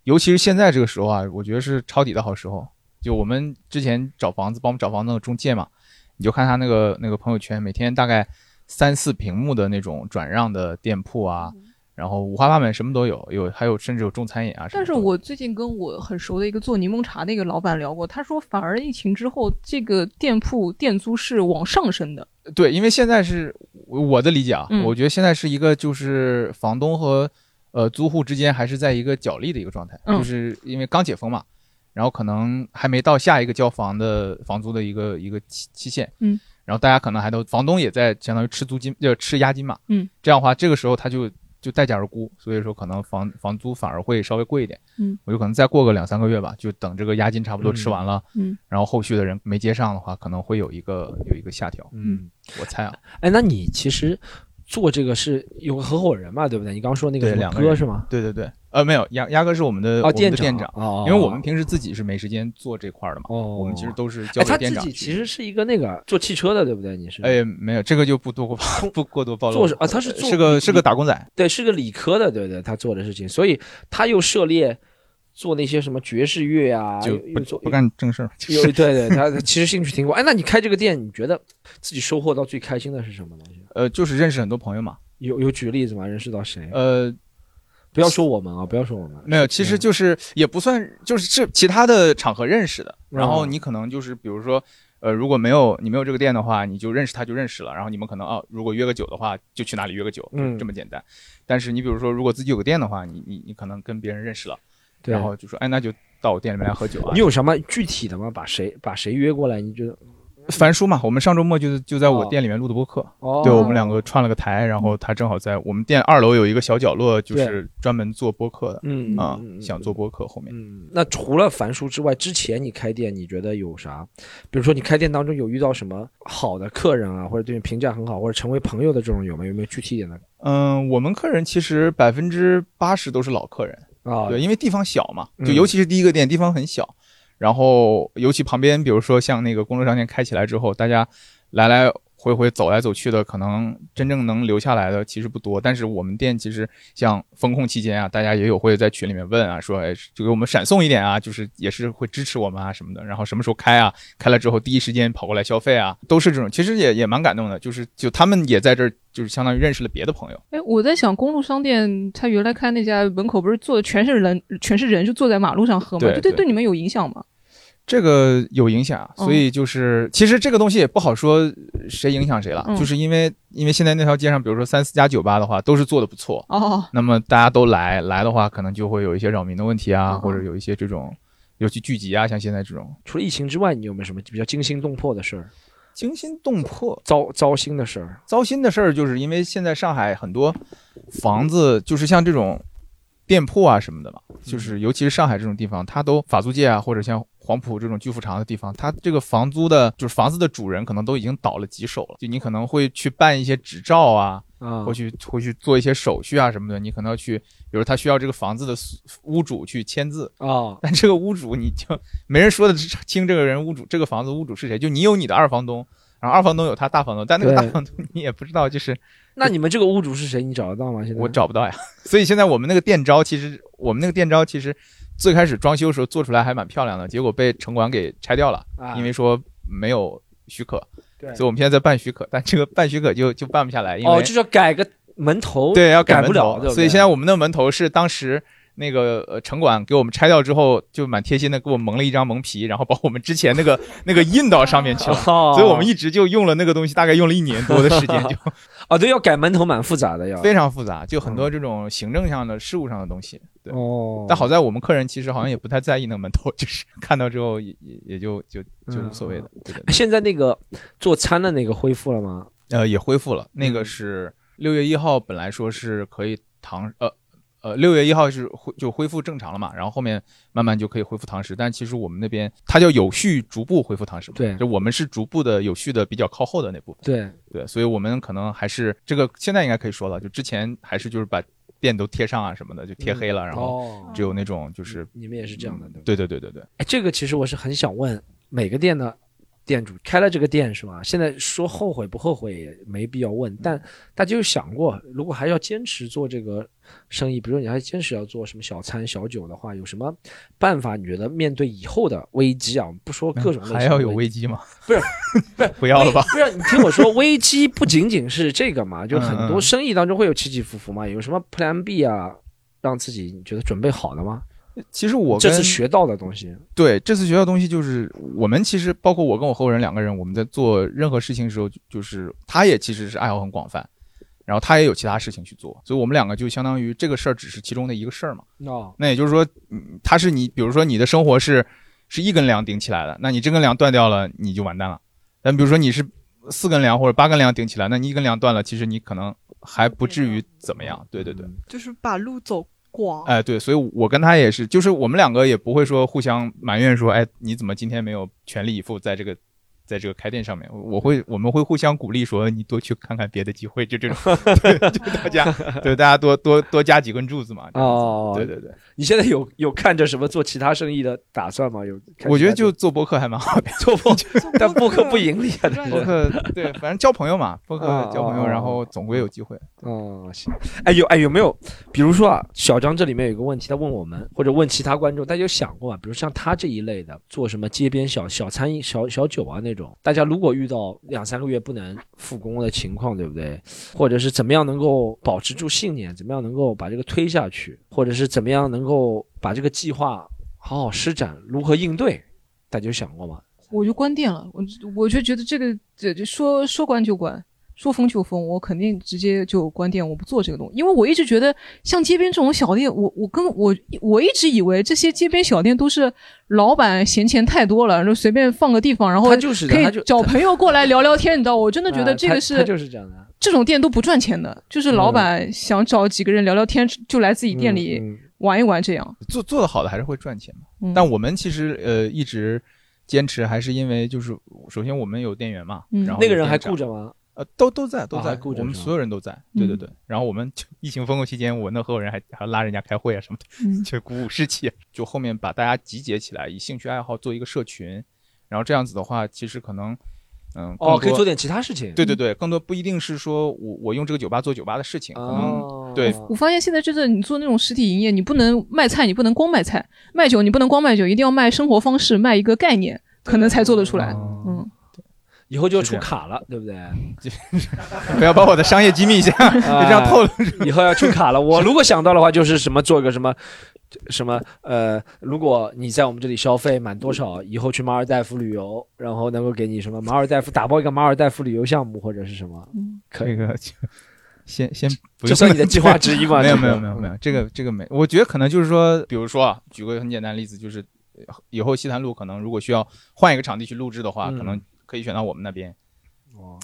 Speaker 12: 尤其是现在这个时候啊，我觉得是抄底的好时候。就我们之前找房子，帮我们找房子的中介嘛，你就看他那个那个朋友圈，每天大概三四屏幕的那种转让的店铺啊，
Speaker 4: 嗯
Speaker 12: 然后五花八门，什么都有，有还有甚至有中餐饮啊什么
Speaker 4: 但
Speaker 12: 的。
Speaker 4: 是我最近跟我很熟的一个做柠檬茶的一个老板聊过，他说反而疫情之后，这个店铺店租是往上升的。
Speaker 12: 对，因为现在是我我的理解啊，
Speaker 4: 嗯
Speaker 12: 我觉得现在是一个就是房东和呃租户之间还是在一个角力的一个状态，
Speaker 4: 嗯
Speaker 12: 就是因为刚解封嘛，然后可能还没到下一个交房的房租的一个一个期期限，
Speaker 4: 嗯，
Speaker 12: 然后大家可能还都房东也在相当于吃租金，就吃押金嘛，
Speaker 4: 嗯，
Speaker 12: 这样的话，这个时候他就就待价而沽，所以说可能房房租反而会稍微贵一点，
Speaker 4: 嗯
Speaker 12: 我就可能再过个两三个月吧，就等这个押金差不多吃完了，
Speaker 4: 嗯嗯
Speaker 12: 然后后续的人没接上的话，可能会有一个有一个下调，
Speaker 8: 嗯，
Speaker 12: 我猜啊，
Speaker 8: 哎，那你其实做这个是有个合伙人嘛，对不对？你刚刚说那个
Speaker 12: 对
Speaker 8: 什么
Speaker 12: 两个人
Speaker 8: 哥是吗？
Speaker 12: 对对对，呃，没有，鸭鸭哥是我们
Speaker 8: 啊
Speaker 12: 的我们的
Speaker 8: 店
Speaker 12: 店
Speaker 8: 长哦
Speaker 12: 因为我们平时自己是没时间做这块儿的嘛，我们其实都是交
Speaker 8: 哎，他
Speaker 12: 给
Speaker 8: 自
Speaker 12: 店长
Speaker 8: 己
Speaker 12: 去。
Speaker 8: 其实是一个那个做汽车的，对不对？你是
Speaker 12: 哎，没有，这个就不多过 不过多暴露。
Speaker 8: 做是啊，他是
Speaker 12: 呃
Speaker 8: 做
Speaker 12: 是个
Speaker 8: 理
Speaker 12: 是个打工仔，
Speaker 8: 对，是个理科的，对对，他做的事情，所以他又涉猎做那些什么爵士乐啊，
Speaker 12: 就
Speaker 8: 又又
Speaker 12: 不
Speaker 8: 做
Speaker 12: 不干正事儿。 就
Speaker 8: 有
Speaker 12: 是
Speaker 8: 对对，他他其实兴趣挺广。哎，那你开这个店，你觉得自己收获到最开心的是什么东西？
Speaker 12: 呃，就是认识很多朋友嘛。
Speaker 8: 有有举例子吗？认识到谁？
Speaker 12: 呃，
Speaker 8: 不要说我们啊，不要说我们，
Speaker 12: 没有，其实就是也不算，就是是其他的场合认识的。然后
Speaker 8: 嗯
Speaker 12: 你可能就是比如说，呃，如果没有你没有这个店的话，你就认识他就认识了。然后你们可能啊，如果约个酒的话，就去哪里约个酒，
Speaker 8: 嗯
Speaker 12: 这么简单。但是你比如说，如果自己有个店的话，你你你可能跟别人认识了，
Speaker 8: 对
Speaker 12: 然后就说，哎，那就到我店里面来喝酒啊。
Speaker 8: 你有什么具体的吗？把谁把谁约过来？你觉得
Speaker 12: 樊叔嘛，我们上周末就就在我店里面录的播客，
Speaker 8: 哦
Speaker 12: 对我们两个串了个台，然后他正好在我们店二楼有一个小角落，就是专门做播客的，
Speaker 8: 嗯
Speaker 12: 啊、
Speaker 8: 嗯
Speaker 12: 想做播客后面，
Speaker 8: 那除了樊叔之外，之前你开店，你觉得有啥？比如说你开店当中有遇到什么好的客人啊，或者对你评价很好，或者成为朋友的这种有吗？有没有具体一点的？
Speaker 12: 嗯，我们客人其实百分之八十都是老客人
Speaker 8: 啊
Speaker 12: 对，因为地方小嘛，
Speaker 8: 嗯
Speaker 12: 就尤其是第一个店地方很小，然后尤其旁边，比如说像那个工作商店开起来之后，大家来来回回走来走去的，可能真正能留下来的其实不多。但是我们店其实像风控期间啊，大家也有会在群里面问啊，说哎，就给我们闪送一点啊，就是也是会支持我们啊什么的。然后什么时候开啊？开了之后第一时间跑过来消费啊，都是这种，其实也也蛮感动的。就是就他们也在这儿，就是相当于认识了别的朋友。
Speaker 4: 哎，我在想，公路商店他原来开那家门口不是坐的全是人，全是人，就坐在马路上喝嘛，
Speaker 12: 对
Speaker 4: 就对
Speaker 12: 对
Speaker 4: 对你们有影响吗？
Speaker 12: 这个有影响，啊
Speaker 4: 嗯
Speaker 12: 所以就是、其实这个东西也不好说呃谁影响谁了，
Speaker 4: 嗯
Speaker 12: 就是因为因为现在那条街上，比如说三四家酒吧的话，都是做的不错，
Speaker 4: 哦，
Speaker 12: 那么大家都来来的话，可能就会有一些扰民的问题啊，或者有一些这种，尤其聚集啊，像现在这种，
Speaker 8: 除了疫情之外，你有没有什么比较惊心动魄的事儿？
Speaker 12: 惊心动魄、
Speaker 8: 糟糟心的事儿？
Speaker 12: 糟心的事儿，就是因为现在上海很多房子，就是像这种店铺啊什么的嘛，
Speaker 8: 嗯
Speaker 12: 就是尤其是上海这种地方，它都法租界啊，或者像黄埔这种巨富长的地方，它这个房租的，就是房子的主人可能都已经倒了几手了，就你可能会去办一些执照啊。
Speaker 8: 啊
Speaker 12: 或去会去做一些手续啊什么的，你可能要去，比如他需要这个房子的屋主去签字
Speaker 8: 啊，
Speaker 12: 但这个屋主你就没人说的清这个人屋主这个房子屋主是谁，就你有你的二房东，然后二房东有他大房东，但那个
Speaker 8: 对
Speaker 12: 大房东 你也不知道，就是
Speaker 8: 那你们这个屋主是谁？你找得到吗？现在
Speaker 12: 我找不到呀。 所以现在我们那个店招，其实我们那个店招其实最开始装修的时候做出来还蛮漂亮的，结果被城管给拆掉了，
Speaker 8: 啊
Speaker 12: 因为说没有许可。
Speaker 8: 对
Speaker 12: 所以我们现在在办许可，但这个办许可就就办不下来，因为
Speaker 8: 哦，就是要改个门头，
Speaker 12: 对，要改
Speaker 8: 不
Speaker 12: 门头
Speaker 8: 了，对不
Speaker 12: 所以
Speaker 8: 对
Speaker 12: 现在我们的门头是当时那个呃城管给我们拆掉之后，就蛮贴心的给我们蒙了一张蒙皮，然后把我们之前那个那个印到上面去了。
Speaker 8: 哦
Speaker 12: 所以我们一直就用了那个东西，大概用了一年多的时 间，就
Speaker 8: 啊，对，要改门头蛮复杂的，要嗯
Speaker 12: 非常复杂，就很多这种行政上的、事务上的东西。对，
Speaker 8: 哦
Speaker 12: 但好在我们客人其实好像也不太在意那个门头， 就是看到之后也也也就就就无所
Speaker 8: 嗯
Speaker 12: 谓
Speaker 8: 哎
Speaker 12: 的。对的。
Speaker 8: 现在那个做餐的那个恢复了吗？嗯
Speaker 12: 呃，也恢复了。那个是六月一号本来说是可以堂呃呃六月一号是恢就恢复正常了嘛，然后后面慢慢就可以恢复堂食，但其实我们那边它叫有序逐步恢复堂食嘛，
Speaker 2: 对
Speaker 12: 就我们是逐步的有序的比较靠后的那部分，
Speaker 2: 对
Speaker 12: 对，所以我们可能还是这个现在应该可以说了，就之前还是就是把店都贴上啊什么的，就贴黑了，
Speaker 2: 嗯
Speaker 12: 然后
Speaker 2: 哦
Speaker 12: 只有那种就是嗯
Speaker 2: 你们也是这样的，对
Speaker 12: 对对对对对，
Speaker 2: 哎，这个其实我是很想问每个店的店主，开了这个店是吧？现在说后悔不后悔也没必要问，但大家有想过，如果还要坚持做这个生意，比如说你还坚持要做什么小餐小酒的话，有什么办法？你觉得面对以后的危机啊，我们不说各种类型的
Speaker 12: 嗯还要有
Speaker 2: 危机
Speaker 12: 危机吗？
Speaker 2: 不是，
Speaker 12: 不要了吧？
Speaker 2: 不是，你听我说，危机不仅仅是这个嘛，就很
Speaker 12: 嗯
Speaker 2: 多
Speaker 12: 嗯
Speaker 2: 生意当中会有起起伏伏嘛，有什么 Plan B 啊，让自己你觉得准备好的吗？
Speaker 12: 其实我
Speaker 2: 这次
Speaker 12: 跟
Speaker 2: 学到的东西，
Speaker 12: 对，这次学到东西就是我们其实包括我跟我合伙人两个人，我们在做任何事情的时候，就就是他也其实是爱好很广泛，然后他也有其他事情去做，所以我们两个就相当于这个事儿只是其中的一个事儿嘛。
Speaker 2: 哦，
Speaker 12: 那也就是说，嗯他是你，比如说你的生活是是一根梁顶起来的，那你这根梁断掉了，你就完蛋了。但比如说你是四根梁或者八根梁顶起来，那你一根梁断了，其实你可能还不至于怎么样。对对对。
Speaker 3: 就是把路走
Speaker 2: 哦
Speaker 3: 广。
Speaker 12: 哎，对，所以我跟他也是，就是我们两个也不会说互相埋怨说，哎，你怎么今天没有全力以赴在这个，在这个开店上面？我会，我们会互相鼓励说，你多去看看别的机会，就 这种，对就大家，对大家多多多加几根柱子嘛。这样子
Speaker 2: 哦，
Speaker 12: 对对对，
Speaker 2: 你现在有有看着什么做其他生意的打算吗？有，
Speaker 12: 我觉得就做播客还蛮好的，
Speaker 2: 做播，但播客不盈利啊，
Speaker 12: 播客对，反正交朋友嘛，播客
Speaker 2: 啊
Speaker 12: 交朋友，
Speaker 2: 啊
Speaker 12: 然后总归有机会。
Speaker 2: 哦，行。 哎，有哎有没有？比如说啊，小张这里面有一个问题，他问我们或者问其他观众，大家有想过吗？比如像他这一类的，做什么街边小小餐饮、小小酒啊那种，大家如果遇到两三个月不能复工的情况，对不对？或者是怎么样能够保持住信念？怎么样能够把这个推下去？或者是怎么样能够把这个计划好好施展？如何应对？大家有想过吗？
Speaker 4: 我就关店了，我我就觉得这个这这说说关就关，说封就封，我肯定直接就关店，我不做这个东西，因为我一直觉得像街边这种小店，我我跟我我一直以为这些街边小店都是老板嫌钱太多了，然后随便放个地方，然后
Speaker 2: 他就是的
Speaker 4: 可
Speaker 2: 他就
Speaker 4: 以找朋友过来聊聊天，你知道，我真的觉得
Speaker 2: 啊
Speaker 4: 这
Speaker 2: 他
Speaker 4: 个是、
Speaker 2: 他就是这样的。啊
Speaker 4: 这种店都不赚钱的，就是老
Speaker 2: 嗯
Speaker 4: 板想找几个人聊聊天，就来自己店里
Speaker 12: 嗯嗯
Speaker 4: 玩一玩这样。
Speaker 12: 做做的好的还是会赚钱嘛。
Speaker 4: 嗯
Speaker 12: 但我们其实呃一直坚持，还是因为就是首先我们有店员嘛，
Speaker 2: 嗯
Speaker 12: 然后
Speaker 2: 那个人还
Speaker 12: 顾
Speaker 2: 顾着吗？
Speaker 12: 呃，都都在都
Speaker 2: 啊
Speaker 12: 在
Speaker 2: 还，顾着
Speaker 12: 我们
Speaker 2: 是吧嗯
Speaker 12: 所有人都在，对对对。然后我们就疫情封控期间，我那合伙人还还拉人家开会啊什么的，
Speaker 4: 嗯
Speaker 12: 就鼓舞士气。就后面把大家集结起来，以兴趣爱好做一个社群，然后这样子的话，其实可能。嗯，
Speaker 2: 哦
Speaker 12: 更多
Speaker 2: 可以做点其他事情
Speaker 12: 对对对，更多不一定是说我我用这个酒吧做酒吧的事情，可
Speaker 2: 哦
Speaker 12: 能对
Speaker 4: 我发现现在真的，你做那种实体营业，你不能卖菜，你不能光卖菜；卖酒，你不能光卖酒，一定要卖生活方式，卖一个概念，可能才做得出来。
Speaker 2: 哦
Speaker 4: 嗯，
Speaker 2: 以后就要出卡了，对不 啊对？
Speaker 12: 不要把我的商业机 密
Speaker 2: 啊
Speaker 12: 先 就这样透露出
Speaker 2: 以后要出卡了。我如果想到的话，就是什么做一个什么。什么呃，如果你在我们这里消费满多少，以后去马尔代夫旅游，然后能够给你什么马尔代夫打包一个马尔代夫旅游项目或者是什么，
Speaker 4: 嗯
Speaker 2: 可以
Speaker 12: 这个就先先
Speaker 2: 这
Speaker 12: 不用
Speaker 2: 算你的计划之 一吗
Speaker 12: 没
Speaker 2: 这
Speaker 12: 有
Speaker 2: 个
Speaker 12: 没有没有没有，这个这个没，我觉得可能就是说，比如说啊，举个很简单的例子，就是呃以后西坛路可能如果需要换一个场地去录制的话，
Speaker 3: 嗯
Speaker 12: 可能可以选到我们那边。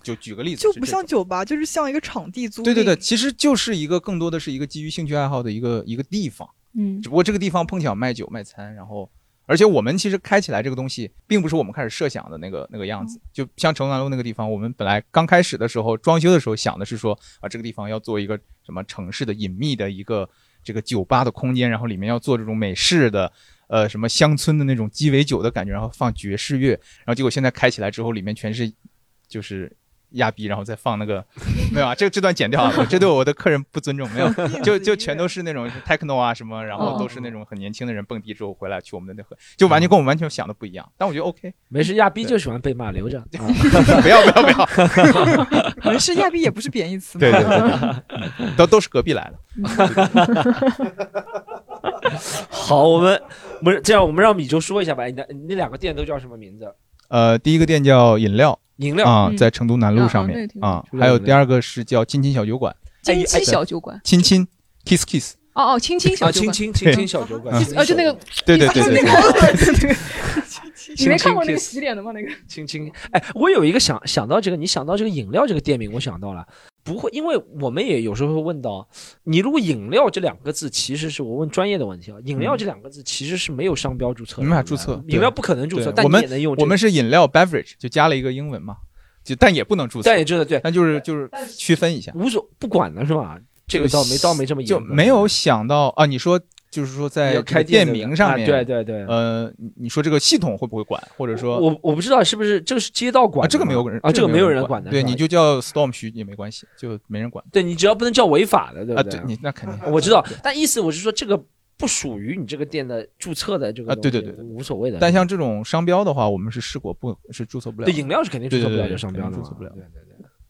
Speaker 12: 就举个例子，
Speaker 3: 就是不
Speaker 12: 这
Speaker 3: 像
Speaker 12: 种
Speaker 3: 酒吧，就是像一个场地租赁。
Speaker 12: 哦对对对，其实就是一个更多的是一个基于兴趣爱好的一个一个地方。
Speaker 4: 嗯
Speaker 12: 只不过这个地方碰巧卖酒卖餐，然后而且我们其实开起来这个东西，并不是我们开始设想的那个那个样子。就像城南路那个地方，我们本来刚开始的时候装修的时候想的是说啊，这个地方要做一个什么城市的隐秘的一个这个酒吧的空间，然后里面要做这种美式的。呃，什么乡村的那种鸡尾酒的感觉，然后放爵士乐，然后结果现在开起来之后，里面全是就是亚逼，然后再放那个没有啊，这这段剪掉啊，我这对我的客人不尊 重，没有，
Speaker 2: 嗯
Speaker 12: 就就全都是那种 techno 啊什么，然后都
Speaker 4: 嗯
Speaker 12: 是那种很年轻的人蹦迪之后回来去我们的那个，就完全跟我们完全想的不一样，但我觉得 OK，
Speaker 2: 没事，亚逼就喜欢被骂，留 着。啊
Speaker 12: 不要不要不要，
Speaker 3: 没事，亚逼也不是贬义词嘛。
Speaker 12: 对对对，对都都是隔壁来 的，
Speaker 2: 好，我们不是这样，我们让米粥说一下吧。你的你那两个店都叫什么名字？
Speaker 12: 呃，第一个店叫饮料，
Speaker 2: 饮料
Speaker 12: 啊
Speaker 2: 嗯，
Speaker 12: 在成都南路上面啊
Speaker 4: 啊啊那个挺好，
Speaker 12: 还有第二个是叫亲亲小酒馆，
Speaker 4: 亲亲小酒馆
Speaker 12: 亲亲 kiss kiss，
Speaker 4: 哦哦，亲亲小
Speaker 2: 啊
Speaker 4: 酒馆，
Speaker 2: 亲亲
Speaker 12: 对
Speaker 2: 亲小 酒馆
Speaker 12: 啊
Speaker 2: 亲亲
Speaker 4: 啊，就那个，
Speaker 12: 对对对对
Speaker 4: 对对你
Speaker 2: 亲亲
Speaker 4: 没看过那个
Speaker 2: kiss
Speaker 4: 洗脸的吗？那个
Speaker 2: 青青，哎，我有一个想想到这个，你想到这个饮料这个店名，我想到了，不会，因为我们也有时候会问到，你如果饮料这两个字，其实是我问专业的问题啊，饮
Speaker 12: 嗯
Speaker 2: 料这两个字其实是没有商标注册的，
Speaker 12: 没法注册，
Speaker 2: 饮料不可能注册，
Speaker 12: 对
Speaker 2: 但
Speaker 12: 我
Speaker 2: 你
Speaker 12: 们
Speaker 2: 也能用这个、
Speaker 12: 我们是饮料 beverage，就加了一个英文嘛，就但也不能注册，
Speaker 2: 但也注册对，
Speaker 12: 但就是就是区分一下，
Speaker 2: 无所不管了是吧？这个倒没倒没这么严
Speaker 12: 就
Speaker 2: 格
Speaker 12: 没有想到啊，你说。就是说，在
Speaker 2: 要
Speaker 12: 这个
Speaker 2: 开店
Speaker 12: 店
Speaker 2: 的
Speaker 12: 名上
Speaker 2: 啊
Speaker 12: 面，
Speaker 2: 对对对
Speaker 12: 呃，你你说这个系统会不会管，或者说，
Speaker 2: 我我不知道是不是这个是街道管的吗、
Speaker 12: 啊，这个没有人
Speaker 2: 啊，这个没有人
Speaker 12: 管
Speaker 2: 的，
Speaker 12: 对，
Speaker 2: 是吧
Speaker 12: 你就叫 storm 徐也没关系，就没人管。
Speaker 2: 对你只要不能叫违法的，对不
Speaker 12: 啊
Speaker 2: 对？
Speaker 12: 对你那肯定
Speaker 2: 我知道，但意思我是说这个不属于你这个店的注册的这个
Speaker 12: 啊对对
Speaker 2: 东西
Speaker 12: 对对
Speaker 2: 无所谓的。
Speaker 12: 但像这种商标的话，我们是试过不是注册不了的，
Speaker 2: 对饮料是肯定注
Speaker 12: 对
Speaker 2: 册
Speaker 12: 对
Speaker 2: 不了
Speaker 12: 对
Speaker 2: 这商
Speaker 12: 肯定
Speaker 2: 标的
Speaker 12: 注
Speaker 2: 嘛
Speaker 12: 册不了。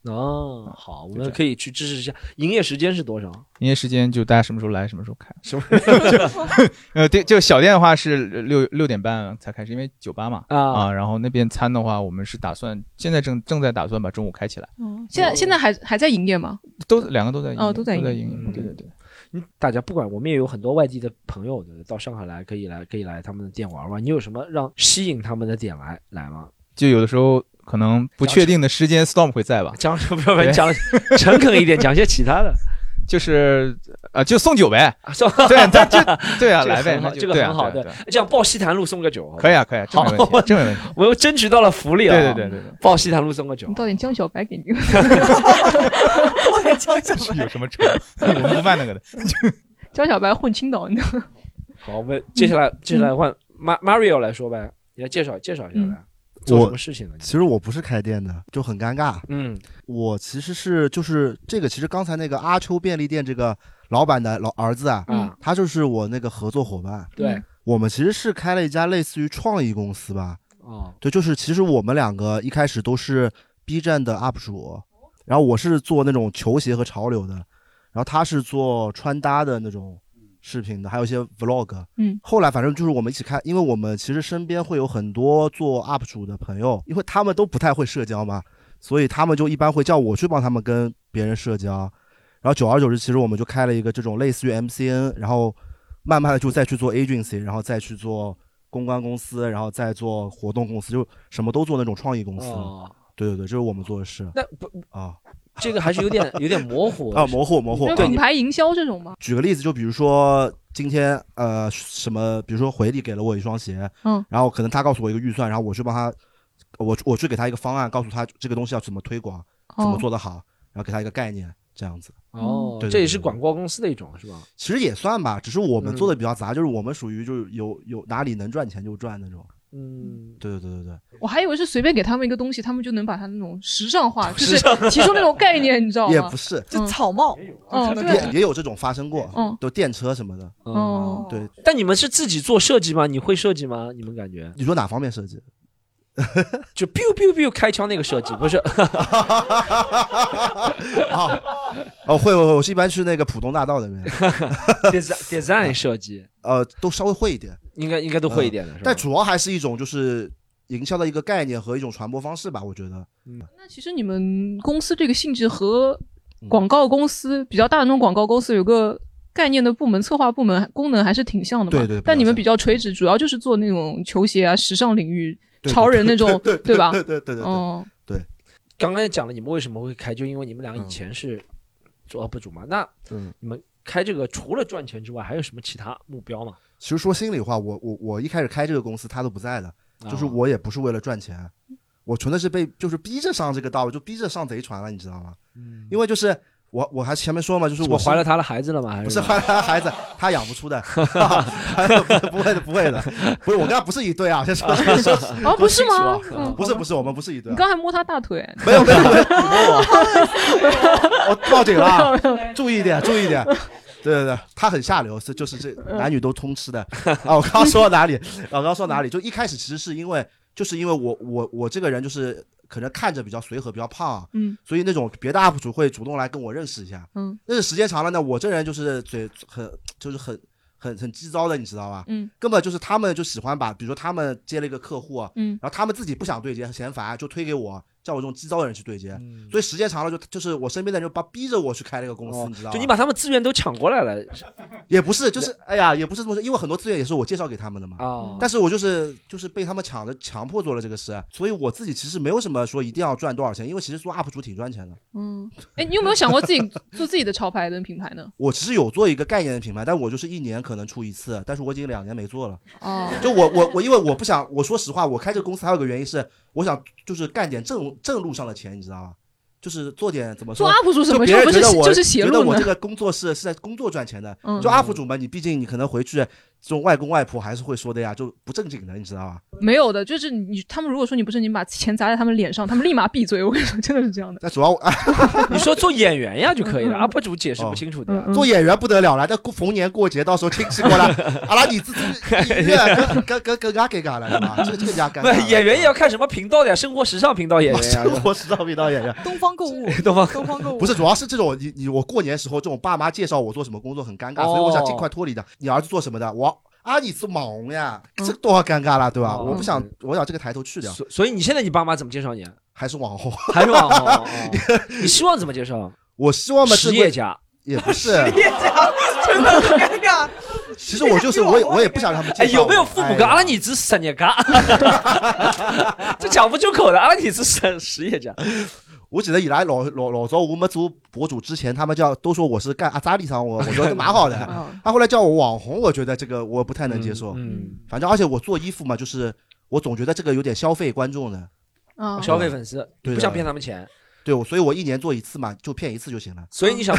Speaker 2: 哦，好，我
Speaker 12: 这
Speaker 2: 们
Speaker 12: 样
Speaker 2: 可以去支持一下。营业时间是多少？
Speaker 12: 营业时间就大家什么时候来，什么时候开。
Speaker 2: 什么时候
Speaker 12: 呃，对， 就 小店的话是六六点半才开始，因为酒吧嘛
Speaker 2: 啊
Speaker 12: 然后那边餐的话，我们是打算现在正正在打算把中午开起来，
Speaker 4: 嗯，现在现在还还在营业吗？
Speaker 12: 都两个都在营业
Speaker 4: 哦都在营业
Speaker 12: 营
Speaker 2: 嗯
Speaker 12: 业，对对对。
Speaker 2: 大家不管，我们也有很多外地的朋友，对不对到上海来可以来，可以来他们的店玩玩。你有什么让吸引他们的点来来吗？
Speaker 12: 就有的时候可能不确定的时间，storm 会在吧？
Speaker 2: 讲什么？不讲诚恳一点，讲些其他的。 啊
Speaker 12: 就是呃，就送酒呗，
Speaker 2: 送
Speaker 12: 对，他 就对啊，
Speaker 2: 这个
Speaker 12: 来呗
Speaker 2: 很，
Speaker 12: 那
Speaker 2: 好
Speaker 12: 就
Speaker 2: 这个
Speaker 12: 对啊
Speaker 2: 很好，
Speaker 12: 对
Speaker 2: 对
Speaker 12: 啊对啊，
Speaker 2: 这样报西坛路送个酒，
Speaker 12: 可以啊，可以啊，这
Speaker 2: 好
Speaker 12: 没问题，这没问题。
Speaker 2: 我又争取到了福利啊！
Speaker 12: 对对对对对，
Speaker 2: 报西坛路送个酒
Speaker 4: 你，到底江小白给你？
Speaker 12: 有什么仇？ 我们不办那个的。
Speaker 4: 江小白混青岛呢？
Speaker 2: 好，我们接下来接下来换 Ma Mario 来说呗，你来介绍介绍一下呗，做什
Speaker 5: 我
Speaker 2: 么事情呢？
Speaker 5: 其实我不是开店的，就很尴尬。
Speaker 2: 嗯，
Speaker 5: 我其实是就是这个，其实刚才那个阿秋便利店这个老板的老儿子啊，
Speaker 2: 嗯
Speaker 5: 他就是我那个合作伙伴。
Speaker 2: 对，
Speaker 5: 我们其实是开了一家类似于创意公司吧。
Speaker 4: 嗯
Speaker 2: 哦，
Speaker 5: 对，就是其实我们两个一开始都是 B 站的 UP 主，然后我是做那种球鞋和潮流的，然后他是做穿搭的那种视频的，还有一些 Vlog。
Speaker 4: 嗯
Speaker 5: 后来反正就是我们一起看，因为我们其实身边会有很多做 UP 主的朋友，因为他们都不太会社交嘛，所以他们就一般会叫我去帮他们跟别人社交。然后久而久之，其实我们就开了一个这种类似于 MCN，然后慢慢的就再去做 agency，然后再去做公关公司，然后再做活动公司，就什么都做那种创意公司。
Speaker 2: 哦
Speaker 5: 对对对，这是我们做的事。
Speaker 2: 那不
Speaker 5: 啊，
Speaker 2: 这个还是有点 有点模糊
Speaker 5: 啊，模糊模糊。
Speaker 4: 就
Speaker 5: 对
Speaker 4: 品牌营销这种吗？
Speaker 5: 举个例子，就比如说今天呃什么，比如说回礼给了我一双鞋，
Speaker 4: 嗯
Speaker 5: 然后可能他告诉我一个预算，然后我去帮他，我我去给他一个方案，告诉他这个东西要怎么推广，怎么
Speaker 2: 哦
Speaker 5: 做得好，然后给他一个概念，这样子。
Speaker 2: 哦，
Speaker 5: 对对
Speaker 2: 这也
Speaker 5: 对
Speaker 2: 是广告公司的一种是吧？
Speaker 5: 其实也算吧，只是我们
Speaker 2: 嗯
Speaker 5: 做的比较杂，就是我们属于就是有有哪里能赚钱就赚那种。
Speaker 2: 嗯，
Speaker 5: 对对对对
Speaker 4: 我还以为是随便给他们一个东西，他们就能把它那种时 尚化，就
Speaker 5: 时
Speaker 4: 是
Speaker 5: 尚化
Speaker 4: 提出那种概念，你知道
Speaker 5: 对，
Speaker 4: 吗？
Speaker 5: 也不是，
Speaker 3: 就草帽，
Speaker 4: 嗯，
Speaker 5: 也
Speaker 4: 对，
Speaker 5: 也有这种发生过，
Speaker 4: 嗯
Speaker 5: 就电车什么的。
Speaker 4: 哦
Speaker 5: 对，
Speaker 2: 嗯但你们是自己做设计吗？你会设计吗？你们感觉
Speaker 5: 你说哪方面设计？
Speaker 2: 就 biu biu biu 开枪那个设计不是？
Speaker 5: 哦，会会会，我是一般去那个浦东大道那 边。
Speaker 2: design design 设计，
Speaker 5: 呃，都稍微会一点，
Speaker 2: 应该应该都会一点的
Speaker 5: 嗯
Speaker 2: 是吧
Speaker 5: 但主要还是一种就是营销的一个概念和一种传播方式吧，我觉得。
Speaker 2: 嗯
Speaker 4: 那其实你们公司这个性质和广告公司比较大的那种广告公司有个概念的部门、策划部门功能还是挺像的嘛。
Speaker 13: 对对比较
Speaker 4: 但你们比较垂直，主要就是做那种球鞋啊、时尚领域、
Speaker 2: 对对
Speaker 4: 潮人那 种，
Speaker 2: 对对对
Speaker 4: 吧？
Speaker 2: 对对对对对嗯
Speaker 4: 哦，
Speaker 5: 对，
Speaker 2: 刚刚也讲了你们为什么会开，就因为你们俩以前是做 UP 主嘛。那
Speaker 5: 嗯
Speaker 2: 你们开这个除了赚钱之外，还有什么其他目标吗？
Speaker 5: 其实说心里话，我我我一开始开这个公司，他都不在的，就是
Speaker 2: 哦
Speaker 5: 我也不是为了赚钱，我纯粹是被就是逼着上这个道路，就逼着上贼船了，你知道吗？因为就是我我还前面说嘛，就是
Speaker 2: 嗯是
Speaker 5: 我
Speaker 2: 我
Speaker 5: 是
Speaker 2: 怀了他的孩子了吗？还
Speaker 5: 不
Speaker 2: 是
Speaker 5: 是怀了他的孩子，他养不出的， 不会的，不会的，不是我跟他不是一对啊，先说这个事实
Speaker 4: 哦不是 吗
Speaker 5: 不是
Speaker 4: 嗯
Speaker 5: 不是不是，我们不是一对啊，
Speaker 4: 你刚才摸他大腿，
Speaker 5: 没有没有没有，我报警了 啊，注意一点，注意一点。对对对，他很下流，是就是这
Speaker 12: 嗯
Speaker 5: 男女都通吃的啊！我刚刚说到哪里？啊我刚刚说到哪里？就一开始其实是因为，就是因为我我我这个人就是可能看着比较随和，比较胖，啊
Speaker 4: 嗯，
Speaker 5: 所以那种别的 UP 主会主动来跟我认识一下，
Speaker 4: 嗯，
Speaker 5: 认识时间长了呢，我这人就是嘴很就是很很很急躁的，你知道吧？
Speaker 4: 嗯，
Speaker 5: 根本就是他们就喜欢把，比如说他们接了一个客户，
Speaker 4: 嗯
Speaker 5: 然后他们自己不想对接，嫌烦就推给我，像我这种急躁的人去对接。
Speaker 2: 嗯
Speaker 5: 所以时间长了就就是我身边的人就把逼着我去开那个公司，你知道吗？
Speaker 2: 哦就你把他们资源都抢过来了，
Speaker 5: 也不是，就是哎呀，也不是这么说，因为很多资源也是我介绍给他们的嘛。
Speaker 2: 哦
Speaker 5: 但是我就是就是被他们抢着强迫做了这个事，所以我自己其实没有什么说一定要赚多少钱，因为其实做 UP 主挺赚钱的。
Speaker 4: 嗯，哎，你有没有想过自己做自己的潮牌跟品牌呢？
Speaker 5: 我其实有做一个概念的品牌，但我就是一年可能出一次，但是我已经两年没做了。
Speaker 4: 哦
Speaker 5: 就我我我，因为我不想，我说实话，我开这个公司还有个原因是，我想就是干点正正路上的钱，你知道吗？就是做点怎么说？
Speaker 4: 做 UP 主什么
Speaker 5: 就别人
Speaker 4: 不
Speaker 5: 觉
Speaker 4: 是
Speaker 5: 得我
Speaker 4: 就是邪路
Speaker 5: 觉得我
Speaker 4: 呢
Speaker 5: 这个工作是是在工作赚钱的。
Speaker 4: 嗯
Speaker 5: 就 UP 主嘛，你毕竟你可能回去，这种外公外婆还是会说的呀，就不正经的，你知道吧？
Speaker 4: 没有的，就是你他们如果说你不是你把钱砸在他们脸上，他们立马闭嘴。我跟你说，真的是这样的。
Speaker 5: 那 主要我
Speaker 2: 你说做演员呀就可以了，UP 主解释不清楚的呀。
Speaker 5: 做演员不得了了，那过逢年过节到时候亲戚过来， 阿拉你自己音 乐跟跟跟跟给嘎了，对吧？这个这个啊加尴
Speaker 2: 不
Speaker 5: 尬
Speaker 4: 哎
Speaker 2: 是
Speaker 5: 了。
Speaker 2: 演员也要看什么频道的呀？生活时尚频道演员呀，
Speaker 5: 生活时尚频道演员，
Speaker 3: 东方购物，
Speaker 2: 东方
Speaker 3: 东方购物
Speaker 5: 不是，主要是这种你你我过年时候这种爸妈介绍我做什么工作很尴尬，所以我
Speaker 2: 哦
Speaker 5: 想尽快脱离的。你儿子做什么的？我啊，你是网红呀，这多少尴尬啦，对吧？
Speaker 2: 嗯哦
Speaker 5: 我不想，我想这个抬头去掉，
Speaker 2: 所所以你现在你爸妈怎么介绍你啊？
Speaker 5: 还是网红，
Speaker 2: 还是网红哦？ 你希望怎么介绍？
Speaker 5: 我希望嘛，
Speaker 2: 实业家
Speaker 5: 也 不是
Speaker 2: 实业
Speaker 3: 家真的很
Speaker 5: 啊
Speaker 3: 尴尬。
Speaker 5: 其实我就是我也我也不想让他们介
Speaker 2: 哎，
Speaker 5: 绍
Speaker 2: 有没有
Speaker 5: 我
Speaker 2: 父母
Speaker 5: 哎
Speaker 2: 跟阿拉你是实业家？ 这讲不出口的，阿拉你是实实业家。
Speaker 5: 我记得以来老老老早我没做博主之前，他们叫都说我是干阿扎里商，我我觉 得蛮好的
Speaker 2: 嗯。
Speaker 5: 他后来叫我网红，我觉得这个我不太能接受。
Speaker 2: 嗯，
Speaker 5: 反正而且我做衣服嘛，就是我总觉得这个有点消费观众的，
Speaker 4: 啊
Speaker 2: 消费粉丝，
Speaker 5: 哦对的
Speaker 2: 不想骗他们钱，
Speaker 5: 对，我所以我一年做一次嘛，就骗一次就行了。
Speaker 2: 所以 你想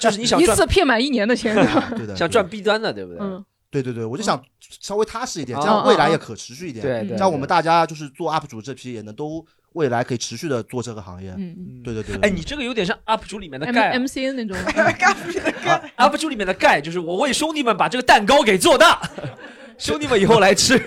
Speaker 2: 就是你想
Speaker 4: 一
Speaker 2: 赚
Speaker 4: 次骗满一年的 钱。
Speaker 5: 对的，
Speaker 2: 想赚弊端的，对不对？
Speaker 4: 嗯，
Speaker 5: 对对对，我就想稍微踏实一点，
Speaker 2: 嗯
Speaker 5: 这样未来也可持续一
Speaker 2: 嗯嗯嗯
Speaker 5: 点。
Speaker 2: 对对
Speaker 5: 像我们大家就是做 UP 主这批，也能都未来可以持续的做这个行业。
Speaker 4: 嗯
Speaker 5: 对对对。对
Speaker 2: 哎，你这个有点像 UP 主里面的
Speaker 4: M
Speaker 2: 钙
Speaker 4: M C N 那 种，
Speaker 2: 啊，UP 主里面的钙，就是我为兄弟们把这个蛋糕给做大， 兄弟们以后来吃。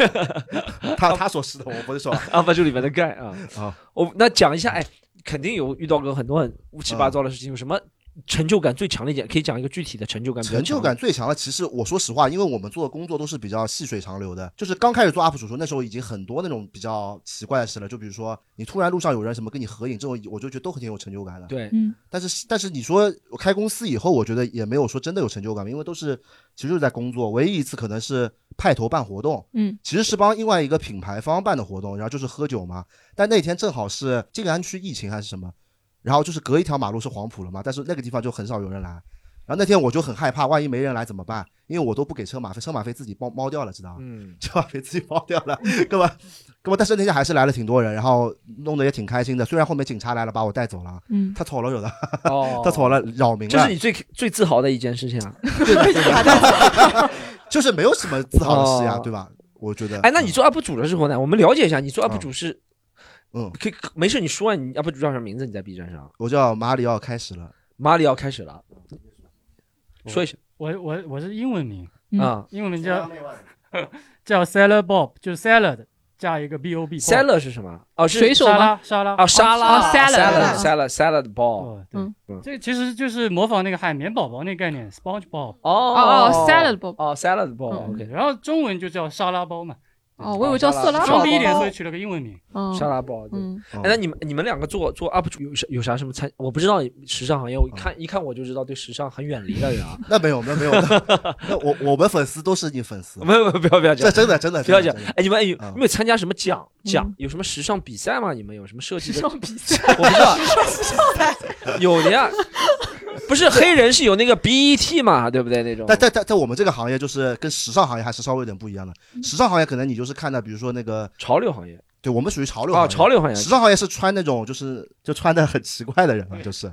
Speaker 5: 他
Speaker 2: 哦
Speaker 5: 他 说是的，我不是说
Speaker 2: UP 主里面的钙啊
Speaker 5: 啊，
Speaker 2: 我那讲一下，哎，肯定有遇到过很多很乌七
Speaker 5: 嗯
Speaker 2: 八糟的事情，有什么成就感最强的一点，可以讲一个具体的成就感比较
Speaker 5: 成
Speaker 2: 强。
Speaker 5: 就感最强的，其实我说实话，因为我们做的工作都是比较细水长流的。就是刚开始做 UP 主的时候，那时候已经很多那种比较奇怪的事了，就比如说你突然路上有人什么跟你合影，这种我就觉得都很挺有成就感的。
Speaker 2: 对
Speaker 4: 嗯，
Speaker 5: 但是但是你说我开公司以后，我觉得也没有说真的有成就感，因为都是其实就是在工作。唯一一次可能是派头办活动，
Speaker 4: 嗯，
Speaker 5: 其实是帮另外一个品牌方办的活动，然后就是喝酒嘛。但那天正好是静安区疫情还是什么，然后就是隔一条马路是黄埔了嘛，但是那个地方就很少有人来。然后那天我就很害怕，万一没人来怎么办？因为我都不给车马费，车马费自己包猫掉了，知道吗？
Speaker 2: 嗯，
Speaker 5: 车马费自己包掉了， 根本根本。但是那天还是来了挺多人，然后弄得也挺开心的。虽然后面警察来了，把我带走了，
Speaker 4: 嗯
Speaker 5: 他走了有的，
Speaker 2: 哦
Speaker 5: 他走了扰民了，
Speaker 2: 这是你最最自豪的一件事情啊！
Speaker 5: 就是没有什么自豪的事呀，
Speaker 2: 哦
Speaker 5: 对吧？我觉得，
Speaker 2: 哎，那你做 UP 主的时候呢？我们了解一下，你做 UP 主是，
Speaker 5: 嗯，
Speaker 2: 可以没事你说啊，你 UP 主叫什么名字？你在 B 站上，
Speaker 5: 我叫马里奥开始了，
Speaker 2: 马里奥开始了，说一下
Speaker 11: 我我我是英文名
Speaker 2: 嗯啊
Speaker 11: 英文名叫 叫 Salad Bob，就是 Salad 加一个 B O B。
Speaker 2: ，Salad 是什么？哦，是
Speaker 11: 沙拉沙拉
Speaker 2: 哦，沙拉
Speaker 11: 哦，salad
Speaker 2: salad salad salad ball，
Speaker 11: 嗯
Speaker 2: 嗯
Speaker 11: 这个其实就是模仿那个海绵宝宝那个概念，SpongeBob。
Speaker 2: 哦
Speaker 4: 哦，salad bowl
Speaker 2: 哦，salad ball，OK，
Speaker 11: 然后中文就叫沙拉包嘛。
Speaker 4: 哦我以为叫色拉包
Speaker 11: 装逼一点，所以取了个英文名。
Speaker 4: 嗯
Speaker 2: 沙拉包。对
Speaker 4: 嗯
Speaker 5: 哦
Speaker 2: 哎，那你们你们两个做做 UP 主有啥有啥什么参？我不知道时尚行业，我一看一看我就知道对时尚很远离的人啊。
Speaker 5: 哦 那没有， 那没有，那 那我我们粉丝都是你粉丝，
Speaker 2: 没有，没有， 不要不要讲，
Speaker 5: 这真的真的
Speaker 2: 不要讲
Speaker 5: 真的。嗯
Speaker 2: 哎，你们哎有有没有参加什么奖
Speaker 4: 嗯
Speaker 2: 奖？有什么时尚比赛吗？你们有什么设计的？我不知 道， 有的呀。不是黑人是有那个 BET 嘛，对不对？那种
Speaker 5: 但但但在我们这个行业，就是跟时尚行业还是稍微有点不一样的。时尚行业可能你就是看到，比如说那个
Speaker 2: 潮流行业，
Speaker 5: 对我们属于潮流
Speaker 2: 啊
Speaker 5: 行业
Speaker 2: 潮流行业
Speaker 5: 时尚行业是穿那种就是就穿的很奇怪的人嘛， 就是。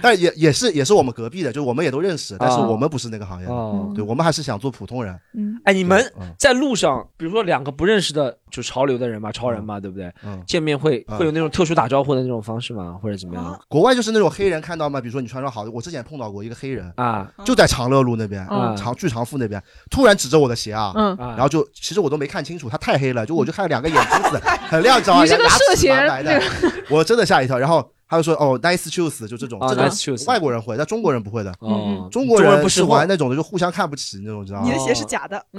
Speaker 5: 但也也是也是我们隔壁的，就我们也都认识，但是我们不是那个行业的，
Speaker 2: 啊哦
Speaker 5: 对我们还是想做普通人。
Speaker 4: 嗯
Speaker 2: 哎，你们
Speaker 5: 嗯
Speaker 2: 在路上，比如说两个不认识的，就潮流的人嘛，潮人嘛，对不对？
Speaker 5: 嗯
Speaker 2: 见面会
Speaker 5: 嗯
Speaker 2: 会有那种特殊打招呼的那种方式吗？或者怎么
Speaker 4: 哦
Speaker 2: 样？
Speaker 5: 国外就是那种黑人看到嘛，比如说你穿双好的，我之前碰到过一个黑人
Speaker 2: 啊，
Speaker 4: 哦
Speaker 5: 就在长乐路那边，
Speaker 2: 嗯
Speaker 5: 长聚长富那边，突然指着我的鞋啊，
Speaker 4: 嗯
Speaker 5: 然后就其实我都没看清楚，他太黑了，就我就看两个眼珠子很亮，着，
Speaker 4: 你这个
Speaker 5: 牙
Speaker 4: 涉
Speaker 5: 齿
Speaker 4: 嫌
Speaker 5: 白白的
Speaker 4: 那，
Speaker 5: 我真的吓一跳。然后他就说哦，nice shoes，就这种，
Speaker 2: 哦
Speaker 5: 这种
Speaker 2: nice shoes
Speaker 5: 外国人会，但中国人不会的
Speaker 2: 嗯嗯，
Speaker 5: 中国
Speaker 2: 中国人不
Speaker 5: 人
Speaker 2: 识
Speaker 5: 是
Speaker 2: 货
Speaker 5: 玩那
Speaker 4: 哦
Speaker 5: 种的，就互相看不起那种，你知道吗？
Speaker 3: 你的鞋是假的
Speaker 5: 哦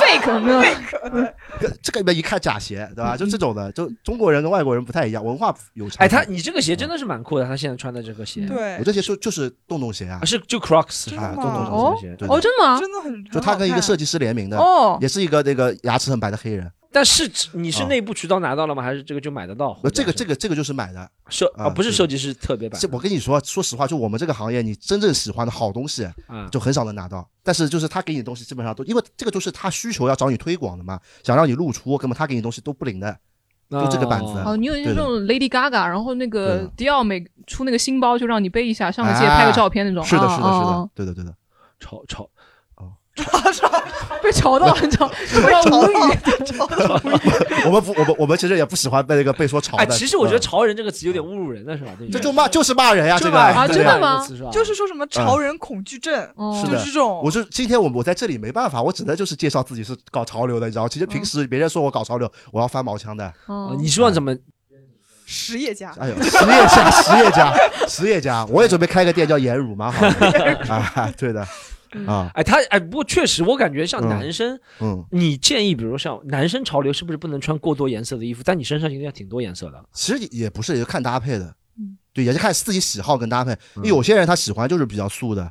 Speaker 3: ，fake
Speaker 4: 呢
Speaker 3: fake 的
Speaker 5: 跟这个里面一看假鞋，对
Speaker 4: 嗯
Speaker 5: 吧？就这种的，就中国人跟外国人不太一样，文化有差。
Speaker 2: 哎，他你这个鞋真的是蛮酷的，他现在穿的这个
Speaker 4: 嗯
Speaker 2: 鞋，
Speaker 5: 我这鞋就就是洞洞鞋啊，
Speaker 2: 是就 Crocs
Speaker 5: 啊，
Speaker 2: 吗
Speaker 5: 洞洞
Speaker 2: 哦
Speaker 5: 洞鞋，对
Speaker 4: 哦，真的吗？
Speaker 3: 真的很
Speaker 5: 就他跟一个设计师联名的，
Speaker 4: 哦
Speaker 5: 也是一个那个牙齿很白的黑人。
Speaker 2: 但是你
Speaker 5: 嗯
Speaker 2: 是内部渠道拿到了吗？还是这个就买得到？
Speaker 5: 呃，这个这个这个就是买的
Speaker 2: 设啊，不是设计
Speaker 5: 师。
Speaker 2: 师特别版
Speaker 5: 这我跟你说，说实话，就我们这个行业，你真正喜欢的好东西
Speaker 2: 嗯，
Speaker 5: 就很少能拿到。但是就是他给你的东西，基本上都因为这个就是他需求要找你推广的嘛，想让你露出，根本他给你东西都不灵的，就这个板子。
Speaker 4: 哦，你有
Speaker 5: 对
Speaker 4: 那
Speaker 5: 的
Speaker 4: 种 Lady Gaga，然后那个迪奥每出那个新包就让你背一下，上面记得
Speaker 5: 啊
Speaker 4: 拍个照片那种。
Speaker 5: 是的，
Speaker 4: 啊
Speaker 5: 是的，是
Speaker 4: 啊
Speaker 5: 的
Speaker 4: 啊，
Speaker 5: 对的，对的。
Speaker 2: 吵吵，
Speaker 4: 哦被吵到，你知道，
Speaker 3: 被
Speaker 4: 我
Speaker 3: 吵
Speaker 4: 无语。
Speaker 5: 我们不，我们我们其实也不喜欢被那个被说潮
Speaker 2: 哎，
Speaker 5: 的。
Speaker 2: 其实我觉得
Speaker 5: 嗯
Speaker 2: “潮人”这个词有点侮辱人的，是吧？对不
Speaker 5: 这
Speaker 2: 对
Speaker 5: 就骂就是骂人呀，
Speaker 2: 就
Speaker 5: 这个
Speaker 2: 骂人啊
Speaker 5: 对
Speaker 2: 真的
Speaker 5: 呀
Speaker 2: 吗是吧
Speaker 3: 就是说什
Speaker 2: 啊
Speaker 3: 么潮人恐惧症，
Speaker 5: 是
Speaker 4: 哦
Speaker 3: 就
Speaker 5: 的，
Speaker 3: 这种。
Speaker 5: 我就今天我我在这里没办法，我只能就是介绍自己是搞潮流的，你知道吗？其
Speaker 3: 嗯
Speaker 5: 实平时别人说我搞潮流，我要翻毛腔的。
Speaker 4: 哦
Speaker 2: 你希望怎么？
Speaker 3: 实业家，
Speaker 5: 哎呦，实业 家，实业家，实业家，我也准备开个店叫颜乳，蛮好的 啊。对的，
Speaker 4: 嗯
Speaker 5: 啊，
Speaker 2: 哎，他哎，不过确实，我感觉像男生，
Speaker 5: 嗯，
Speaker 2: 你建议，比如像男生潮流，是不是不能穿过多颜色的衣服？但你身上应该挺多颜色的。
Speaker 5: 其实也不是，也是看搭配的
Speaker 4: 嗯，
Speaker 5: 对，也是看自己喜好跟搭配。
Speaker 2: 嗯
Speaker 5: 因为有些人他喜欢就是比较素的，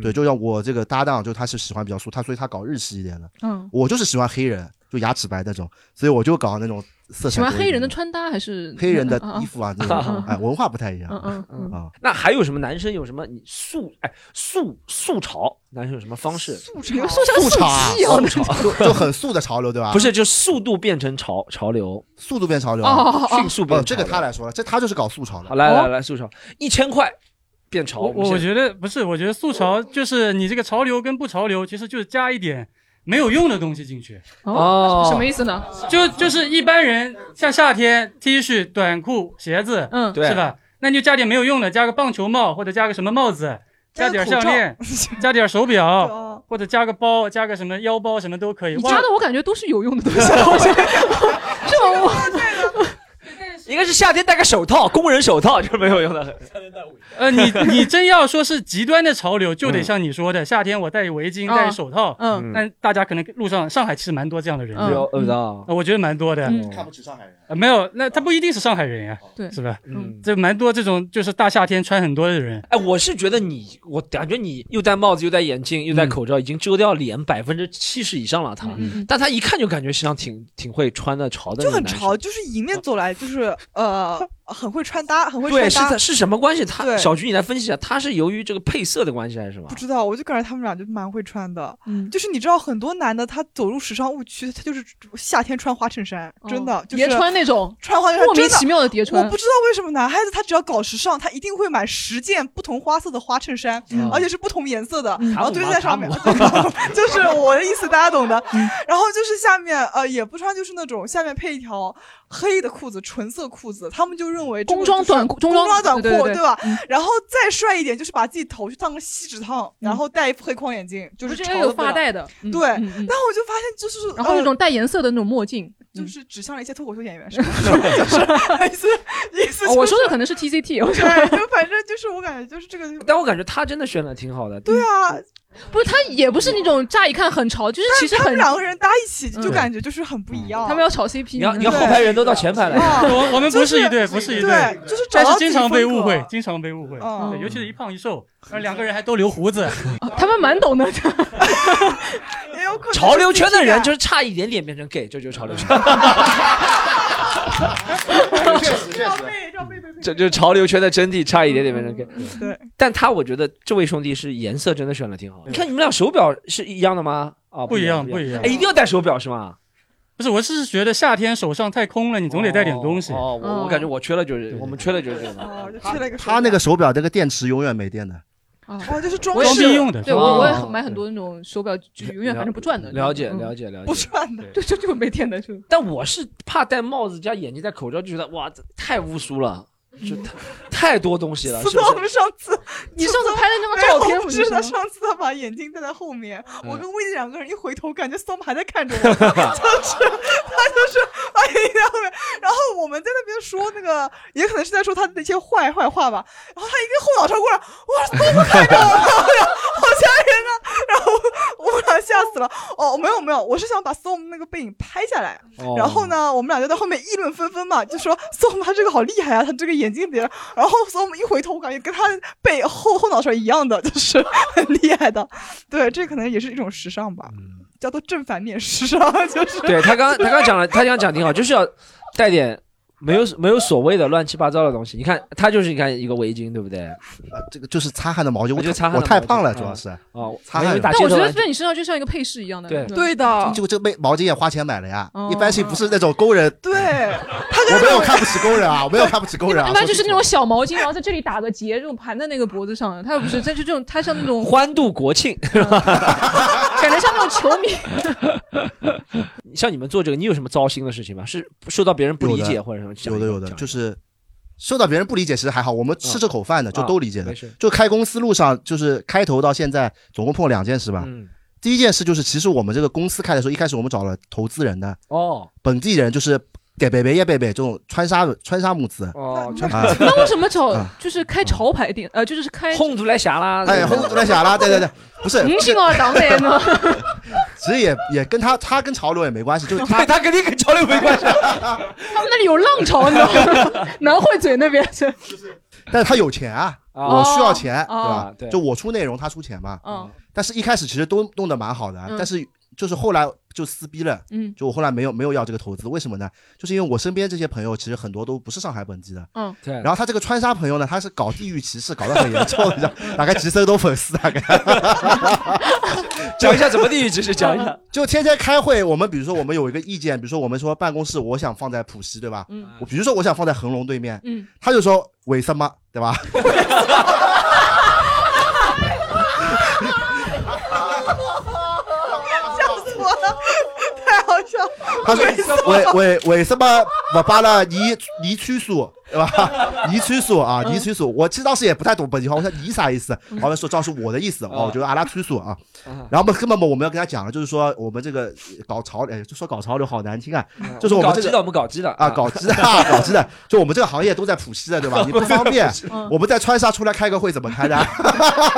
Speaker 5: 对，就像我这个搭档，就他是喜欢比较素，他所以他搞日系一点的。
Speaker 4: 嗯，
Speaker 5: 我就是喜欢黑人，就牙齿白那种，所以我就搞那种色彩
Speaker 4: 喜
Speaker 5: 多一点。
Speaker 4: 欢黑人的穿搭还是
Speaker 5: 黑人 的衣服啊，那种
Speaker 2: 嗯
Speaker 5: 哎，文化不太一样。
Speaker 4: 嗯哦嗯
Speaker 5: 啊，
Speaker 2: 那还有什么男生有什么你素哎素素潮？男生有什么方式？
Speaker 3: 素
Speaker 4: 潮
Speaker 5: 素潮啊，素潮
Speaker 2: 素潮
Speaker 5: 就就很素的潮流，对吧？
Speaker 2: 不是，就速度变成潮潮流，
Speaker 5: 速度变潮流啊
Speaker 2: 啊，迅速变
Speaker 5: 哦
Speaker 2: 潮
Speaker 5: 这
Speaker 2: 流。
Speaker 5: 个他来说了，这他就是搞素潮的。
Speaker 2: 好，来来来，
Speaker 4: 哦
Speaker 2: 素潮一千块变潮。
Speaker 11: 我我
Speaker 2: 得
Speaker 11: 觉得不是，我觉得素潮就是你这个潮流跟不潮流，其实就是加一点没有用的东西进去。
Speaker 2: 哦
Speaker 4: 什么意思呢？
Speaker 11: 就就是一般人像夏天 T 恤、短裤、鞋子，
Speaker 4: 嗯
Speaker 11: 是吧？那你就加点没有用的，加个棒球帽或者加个什么帽子，
Speaker 3: 加
Speaker 11: 加点
Speaker 3: 个口罩
Speaker 11: 项链，加点手 表，或者加个包，加个什么腰包什么都可以。
Speaker 4: 哦你
Speaker 11: 哎哇
Speaker 4: 加的我感觉都是有用的东西，啊好像 这 种我
Speaker 2: 应该是夏天戴个手套，工人手套就是没有用的很。
Speaker 11: 呃，你 你真要说是极端的潮流，就得像你说的，夏天我戴围巾，
Speaker 4: 啊
Speaker 11: 戴手套。
Speaker 4: 嗯
Speaker 11: 但大家可能路上，上海其实蛮多这样的人的。
Speaker 2: 嗯有有的啊
Speaker 11: 呃我觉得蛮多的。
Speaker 3: 嗯
Speaker 5: 看不起上海人。
Speaker 11: 呃没有，那他不一定是上海人呀，
Speaker 4: 对
Speaker 11: 是吧？
Speaker 2: 嗯，
Speaker 11: 这蛮多这种就是大夏天穿很多的人。
Speaker 2: 哎，我是觉得你，我感觉你又戴帽子，又戴眼镜，又戴口罩，已经遮掉脸百分之七十以上了。他，但他一看就感觉身上挺挺会穿的潮的，
Speaker 3: 就很。潮，就是迎面走来，就是呃，很会穿搭，很会穿
Speaker 2: 对，是
Speaker 3: 搭。
Speaker 2: 他是什么关系？他
Speaker 3: 对
Speaker 2: 小菊，你来分析一下，他是由于这个配色的关系还是什么
Speaker 3: 不？知道，我就感觉他们俩就蛮会穿的。
Speaker 4: 嗯，
Speaker 3: 就是你知道，很多男的他走入时尚误区，他就是夏天穿花衬衫，真的就是
Speaker 4: 哦叠穿那种
Speaker 3: 穿花衬衫，
Speaker 4: 莫名
Speaker 3: 真
Speaker 4: 其妙的叠穿
Speaker 3: 我不知道为什么男孩子他只要搞时尚，他一定会买十件不同花色的花衬衫，
Speaker 4: 嗯
Speaker 3: 而且是不同颜色的，然后堆
Speaker 4: 塔姆
Speaker 3: 在
Speaker 4: 吗
Speaker 3: 上面。
Speaker 4: 塔 姆
Speaker 3: 就是我的意思，大家懂的。
Speaker 4: 嗯
Speaker 3: 然后就是下面呃也不穿，就是那种下面配一条黑的裤子，纯色裤子，他们就认为这个
Speaker 4: 工装
Speaker 3: 就是
Speaker 4: 短裤
Speaker 3: 工
Speaker 4: 中
Speaker 3: 装
Speaker 4: 装
Speaker 3: 短裤，
Speaker 4: 对对对
Speaker 3: 吧
Speaker 4: 嗯？
Speaker 3: 然后再帅一点，就是把自己头去烫个锡纸烫，
Speaker 4: 嗯
Speaker 3: 然后戴一副黑框眼镜，就是
Speaker 4: 我之
Speaker 3: 潮
Speaker 4: 前有
Speaker 3: 味
Speaker 4: 发
Speaker 3: 道
Speaker 4: 带的嗯
Speaker 3: 对，
Speaker 4: 嗯
Speaker 3: 然
Speaker 4: 嗯嗯
Speaker 3: 后我就发现就是，
Speaker 4: 然后
Speaker 3: 呃
Speaker 4: 那种带颜色的那种墨镜，
Speaker 3: 就是指向了一些脱口秀演员，是吧？就是意思意思
Speaker 4: 哦我
Speaker 3: 就是
Speaker 4: 说的可能是 TCT，我说
Speaker 3: 对，就反正就是我感觉就是这个，
Speaker 2: 但我感觉他真的选的挺好的。
Speaker 3: 对啊，
Speaker 4: 不是他也不是那种乍一看很潮，就是
Speaker 3: 但
Speaker 4: 其实
Speaker 3: 他
Speaker 4: 很
Speaker 3: 们两个人搭一起就
Speaker 4: 嗯
Speaker 3: 感觉就是很不一样。
Speaker 4: 他们要炒 CP，
Speaker 2: 你要
Speaker 4: 呢
Speaker 2: 你要后排人都到前排来，
Speaker 11: 我我们不是一对，不是一
Speaker 3: 对哦就是找
Speaker 11: 但
Speaker 3: 到
Speaker 11: 是
Speaker 3: 自己
Speaker 11: 经常被
Speaker 3: 风
Speaker 11: 误
Speaker 3: 格
Speaker 11: 会，经常被误会，
Speaker 3: 嗯
Speaker 11: 对尤其是一胖一瘦，而两个人还都留胡子，
Speaker 4: 他们蛮懂的，
Speaker 3: 也有可能
Speaker 2: 潮流圈的人就是是差一点点变成 gay，这就是潮流圈。
Speaker 5: 确实确实，
Speaker 2: 这就是潮流圈的真谛，差一点点变成 gay。
Speaker 3: 对，
Speaker 2: 但他我觉得这位兄弟是颜色真的选的挺好。你看你们俩手表是一样的吗？啊，
Speaker 11: 不一样
Speaker 2: 不
Speaker 11: 不一样
Speaker 2: 哎，一定要戴手表是吗？
Speaker 11: 不是，我是觉得夏天手上太空了，你总得带点东西。
Speaker 2: 哦，我我感觉我缺了就是我们缺了就是这个。
Speaker 3: 哦，就缺了一个
Speaker 5: 他那个手表那个电池永远没电的。
Speaker 3: 哦，就是装
Speaker 4: 我也
Speaker 11: 装
Speaker 4: 是
Speaker 11: 逼用的
Speaker 4: 对我我也
Speaker 2: 哦
Speaker 4: 买很多那种手表，就永远反正不转的。嗯
Speaker 2: 了解了
Speaker 4: 解，
Speaker 2: 解了
Speaker 3: 不
Speaker 2: 解。
Speaker 3: 穿的，
Speaker 4: 对，就就没电的就。
Speaker 2: 但我是怕戴帽子加眼镜戴口罩，就觉得哇，这太乌苏了，就
Speaker 3: 嗯
Speaker 2: 太太多东西了，
Speaker 3: 思
Speaker 2: 是不
Speaker 3: 彤，我们
Speaker 2: 是？
Speaker 3: 上次
Speaker 4: 你上次拍的那张照片
Speaker 3: 不
Speaker 4: 不
Speaker 3: 是
Speaker 4: 是
Speaker 3: 他
Speaker 4: 吗
Speaker 3: 上次他把眼镜戴在后面，
Speaker 2: 嗯
Speaker 3: 我跟薇姐两个人一回头，感觉桑巴还在看着我， 就是他就是把眼镜戴后面，然后我们在那边说那个，也可能是在说他的一些坏坏话吧，然后他一个后脑勺过来， 哇，桑巴看着我，我想好吓人啊，然后我我俩吓死了，哦，没有，有没有，我是想把 Storm 那个背影拍下来。
Speaker 8: 哦
Speaker 3: 然后呢，我们俩就在后面议论纷纷嘛，就说 Storm 他这个好厉害啊，他这个眼睛别。然后 Storm 一回头，我感觉跟他背后后脑勺一样的，就是很厉害的。对，这可能也是一种时尚吧，
Speaker 5: 嗯
Speaker 3: 叫做正反面时尚，就是
Speaker 8: 啊对他刚他刚讲了，他刚讲挺好，就是要带点没有没有所谓的乱七八糟的东西。你看他就是你看一个围巾，对不对？
Speaker 5: 啊，这个就是擦汗的毛巾，
Speaker 8: 我就擦汗的毛巾，
Speaker 5: 我太胖了主要是
Speaker 8: 哦，
Speaker 5: 擦
Speaker 8: 我以为
Speaker 5: 汗。
Speaker 8: 打
Speaker 4: 但
Speaker 8: 街
Speaker 4: 我觉
Speaker 8: 头
Speaker 4: 得
Speaker 8: 篮球
Speaker 4: 在你身上就像一个配饰一样的。
Speaker 5: 对
Speaker 3: 的，
Speaker 5: 就这被毛巾也花钱买了呀
Speaker 4: 哦，
Speaker 5: 一般性不是那种工人。
Speaker 3: 对，
Speaker 5: 我没有看不起工人啊，我没有看不起工人啊。
Speaker 4: 一般就
Speaker 5: 说
Speaker 4: 是那种小毛巾，然后在这里打个结，这种盘在那个脖子上的。他又不是，他就这种，他像那种
Speaker 8: 欢度国庆，
Speaker 4: 感觉像那种球迷。
Speaker 8: 像你们做这个，你有什么糟心的事情吗？是受到别人不理
Speaker 5: 有
Speaker 8: 解
Speaker 5: 的
Speaker 8: 或者什么？
Speaker 5: 有的有的，就是受到别人不理解，其实还好，我们吃这口饭的就都理解
Speaker 8: 啊
Speaker 5: 的
Speaker 8: 没事。
Speaker 5: 就开公司路上，就是开头到现在总共碰了两件事吧。
Speaker 8: 嗯
Speaker 5: 第一件事就是，其实我们这个公司开的时候，一开始我们找了投资人的，
Speaker 8: 哦
Speaker 5: 本地人，就是给北北叶北北这种川沙川沙母子。
Speaker 8: 哦，
Speaker 5: 啊
Speaker 4: 那为什么找
Speaker 5: 啊
Speaker 4: 就是开潮牌店？呃，就是开
Speaker 8: 红竹来侠啦，
Speaker 5: 哎，轰出来侠啦，对对对，不 是，
Speaker 4: 红星二党的呢？
Speaker 5: 其实也也跟他他跟潮流也没关系，就是 他
Speaker 8: 他肯定跟潮流没关系。
Speaker 4: 他们那里有浪潮，你知道吗？南汇嘴那边是。
Speaker 5: 但是他有钱啊，
Speaker 4: 哦
Speaker 5: 我需要钱，对吧
Speaker 4: 哦？对
Speaker 5: 就我出内容，他出钱嘛。
Speaker 4: 嗯
Speaker 5: 但是一开始其实都弄得蛮好的啊，
Speaker 4: 嗯
Speaker 5: 但是就是后来就撕逼了。
Speaker 4: 嗯
Speaker 5: 就我后来没有没有要这个投资，为什么呢？就是因为我身边这些朋友其实很多都不是上海本地的。
Speaker 4: 嗯，
Speaker 8: 对
Speaker 5: 然后他这个川沙朋友呢，他是搞地域歧视，搞得很严重，你 知道，大概几十都粉丝，啊大概。
Speaker 8: 讲一下怎么地域歧视，讲一下。
Speaker 5: 就天天开会，我们比如说我们有一个意见，比如说我们说办公室我想放在浦西，对吧？
Speaker 4: 嗯
Speaker 5: 我比如说我想放在恒隆对面，
Speaker 4: 嗯，
Speaker 5: 他就说为什么，对吧？
Speaker 3: 笑死我了，太好笑了。
Speaker 5: 他说
Speaker 3: 为什么
Speaker 5: 为为为什么不把了泥泥曲树，对吧？ 泥曲树啊，
Speaker 12: 嗯
Speaker 5: 泥曲树，我其实当时也不太懂本地话，我说泥啥意思？
Speaker 8: 嗯
Speaker 5: 老板说这是我的意思，哦，我觉得阿拉曲树啊。然后我们根本我们要跟他讲了，就是说我们这个搞潮，哎，就说搞潮流好难听啊，就是我们
Speaker 8: 搞
Speaker 5: 这
Speaker 8: 基嗯的，我
Speaker 5: 个。
Speaker 8: 们搞基的
Speaker 5: 啊，搞 基的，搞基的，就我们这个行业都在浦西的，对吧？你不方便
Speaker 8: 嗯，
Speaker 5: 我们在川沙出来开个会怎么开的？啊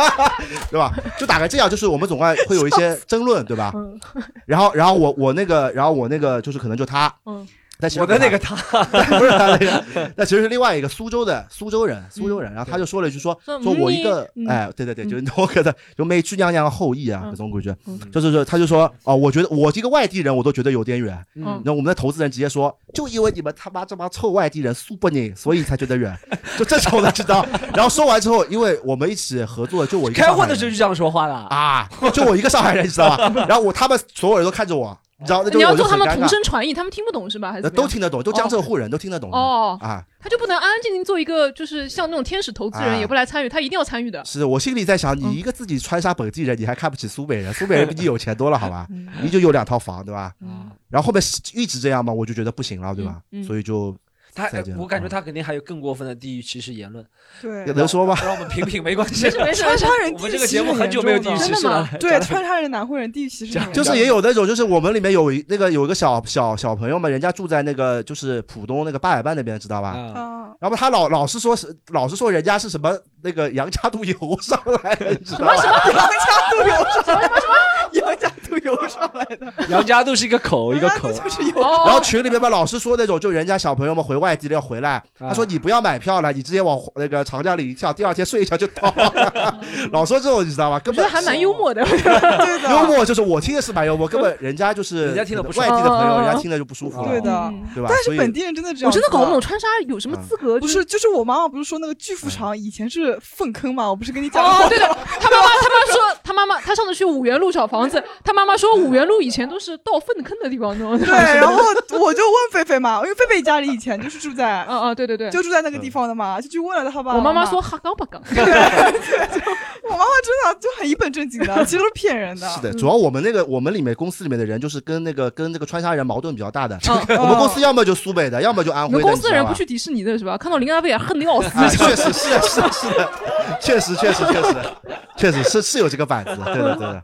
Speaker 5: 对吧？就大概这样，就是我们总会会有一些争论，对吧？
Speaker 4: 嗯
Speaker 5: 然后，然后我我那个，然后我那个就是可能就他，
Speaker 4: 嗯，
Speaker 5: 但其实
Speaker 8: 我的那个他，
Speaker 5: 不是他那 个，那其实是另外一个苏州的苏州人，苏
Speaker 8: 嗯
Speaker 5: 州人，然后他就说了一句说
Speaker 8: 说
Speaker 5: 说我一个
Speaker 8: 嗯
Speaker 5: 哎，对对对，就是我觉得就没去娘娘的后裔啊，
Speaker 8: 嗯
Speaker 5: 这种感觉
Speaker 8: 嗯，
Speaker 5: 就是说他就说哦，我觉得我这个外地人我都觉得有点远，
Speaker 8: 嗯
Speaker 5: 然后我们的投资人直接说，就因为你们他妈这帮臭外地人苏北人，所以才觉得远， 就这种的知道。然后说完之后，因为我们一起合作，就我一个
Speaker 8: 开
Speaker 5: 上海
Speaker 8: 会
Speaker 5: 人
Speaker 8: 的时候就这样说话的啊，
Speaker 5: 啊， 就我一个上海人，你知道 吧？然后我他们所有人都看着我，你知道， 那就
Speaker 4: 你要
Speaker 5: 我就
Speaker 4: 做他
Speaker 5: 很
Speaker 4: 们
Speaker 5: 尴
Speaker 4: 同
Speaker 5: 尬
Speaker 4: 声传译，他们听不懂是吧？还是
Speaker 5: 呃
Speaker 4: 怎么
Speaker 5: 都
Speaker 4: 样
Speaker 5: 听得懂，就江浙沪人都听得懂的
Speaker 4: 哦
Speaker 5: 啊。
Speaker 4: 他就不能安安静静做一个，就是像那种天使投资人
Speaker 5: 哎
Speaker 4: 也不来参与，他一定要参与的。
Speaker 5: 是我心里在想，
Speaker 4: 嗯
Speaker 5: 你一个自己川沙本地人，你还看不起苏北人？苏北人比你有钱多了，好吧？
Speaker 4: 嗯
Speaker 5: 你就有两套房，对吧？然后后面一直这样嘛，我就觉得不行了，对吧
Speaker 8: 嗯嗯？
Speaker 5: 所以就
Speaker 8: 他
Speaker 2: 呃
Speaker 5: 再见，了嗯
Speaker 8: 我感觉他肯定还有更过分的地域歧视言论。
Speaker 3: 对
Speaker 5: 能说吗
Speaker 8: 让我们评评，没关系。
Speaker 4: 没事没事
Speaker 3: 川沙人
Speaker 8: 我
Speaker 3: 地
Speaker 8: 们
Speaker 3: 域
Speaker 8: 这个
Speaker 3: 歧视
Speaker 8: 节目
Speaker 3: 很
Speaker 8: 很久没有地域歧
Speaker 3: 真
Speaker 8: 视
Speaker 3: 的
Speaker 8: 了
Speaker 3: 吗。？对，川沙人、南汇人地域歧视很严 重，
Speaker 5: 就是也有那种，就是我们里面有一那个有一个小小小朋友嘛，人家住在那个就是浦东那个八佰伴那边，知道吧？
Speaker 8: 哦
Speaker 3: 啊，
Speaker 5: 然后他老老是说是老是说人家是什么那个杨家渡游上来的，你知道吗？
Speaker 3: 杨家渡游上来的，杨家渡游上来 的，
Speaker 8: 杨家渡是一个口一个口，哦
Speaker 3: 就是有
Speaker 5: 然后群里面吧，老是说那种，就人家小朋友们回外地的要回
Speaker 8: 啊
Speaker 5: 来，他说你不要买票了，你直接往那个长江里一跳，第二天睡一觉就到了， 老说这种你知道吗？根
Speaker 4: 我觉
Speaker 5: 本
Speaker 4: 得还蛮幽默的。
Speaker 5: 幽默，就是我听的是蛮幽默，根本人家就是
Speaker 8: 人家听得不舒服
Speaker 5: 外地的朋友，
Speaker 4: 嗯嗯嗯
Speaker 5: 人家听的就不舒服了，
Speaker 3: 对的
Speaker 5: 嗯对吧？
Speaker 3: 但
Speaker 5: 所
Speaker 3: 是
Speaker 5: 以嗯
Speaker 3: 本地人真的这样，啊
Speaker 4: 我真的搞不懂。川沙有什么资格？
Speaker 3: 不是，就是我妈妈不是说那个巨富场以前 是粪坑嘛？我不是跟你讲过
Speaker 4: 哦
Speaker 3: 吗？，
Speaker 4: 对的，他妈妈，他妈说，他妈妈，他上次去五原路找房子，他妈妈说五原路以前都是倒粪坑的地方，你知道吗？
Speaker 3: 对，然后我就问菲菲嘛，因为菲菲家里以前就是住在，
Speaker 4: 嗯嗯，对对对
Speaker 3: 就住在那个地方的嘛，就去问了他爸。
Speaker 4: 我妈妈说哈刚吧 刚，
Speaker 3: 我妈妈真的就很一本正经的，其实都是骗人的。
Speaker 5: 是
Speaker 4: 嗯
Speaker 5: 的，主要我们那个我们里面公司里面的人，就是跟那个跟这个川沙人矛盾比较大的。 我们公司要么就苏北的，要么就安
Speaker 4: 你
Speaker 5: 徽
Speaker 4: 们
Speaker 5: 的。
Speaker 4: 公司的
Speaker 5: 你
Speaker 4: 人
Speaker 5: 知
Speaker 4: 不
Speaker 5: 道吧
Speaker 4: 去迪士尼的是吧？看到林安贝尔恨的要死。
Speaker 2: 哎
Speaker 5: 啊，确实是的，是的，是的， 确实，确实，确实， 确实是是有这个 板子，对的，对的。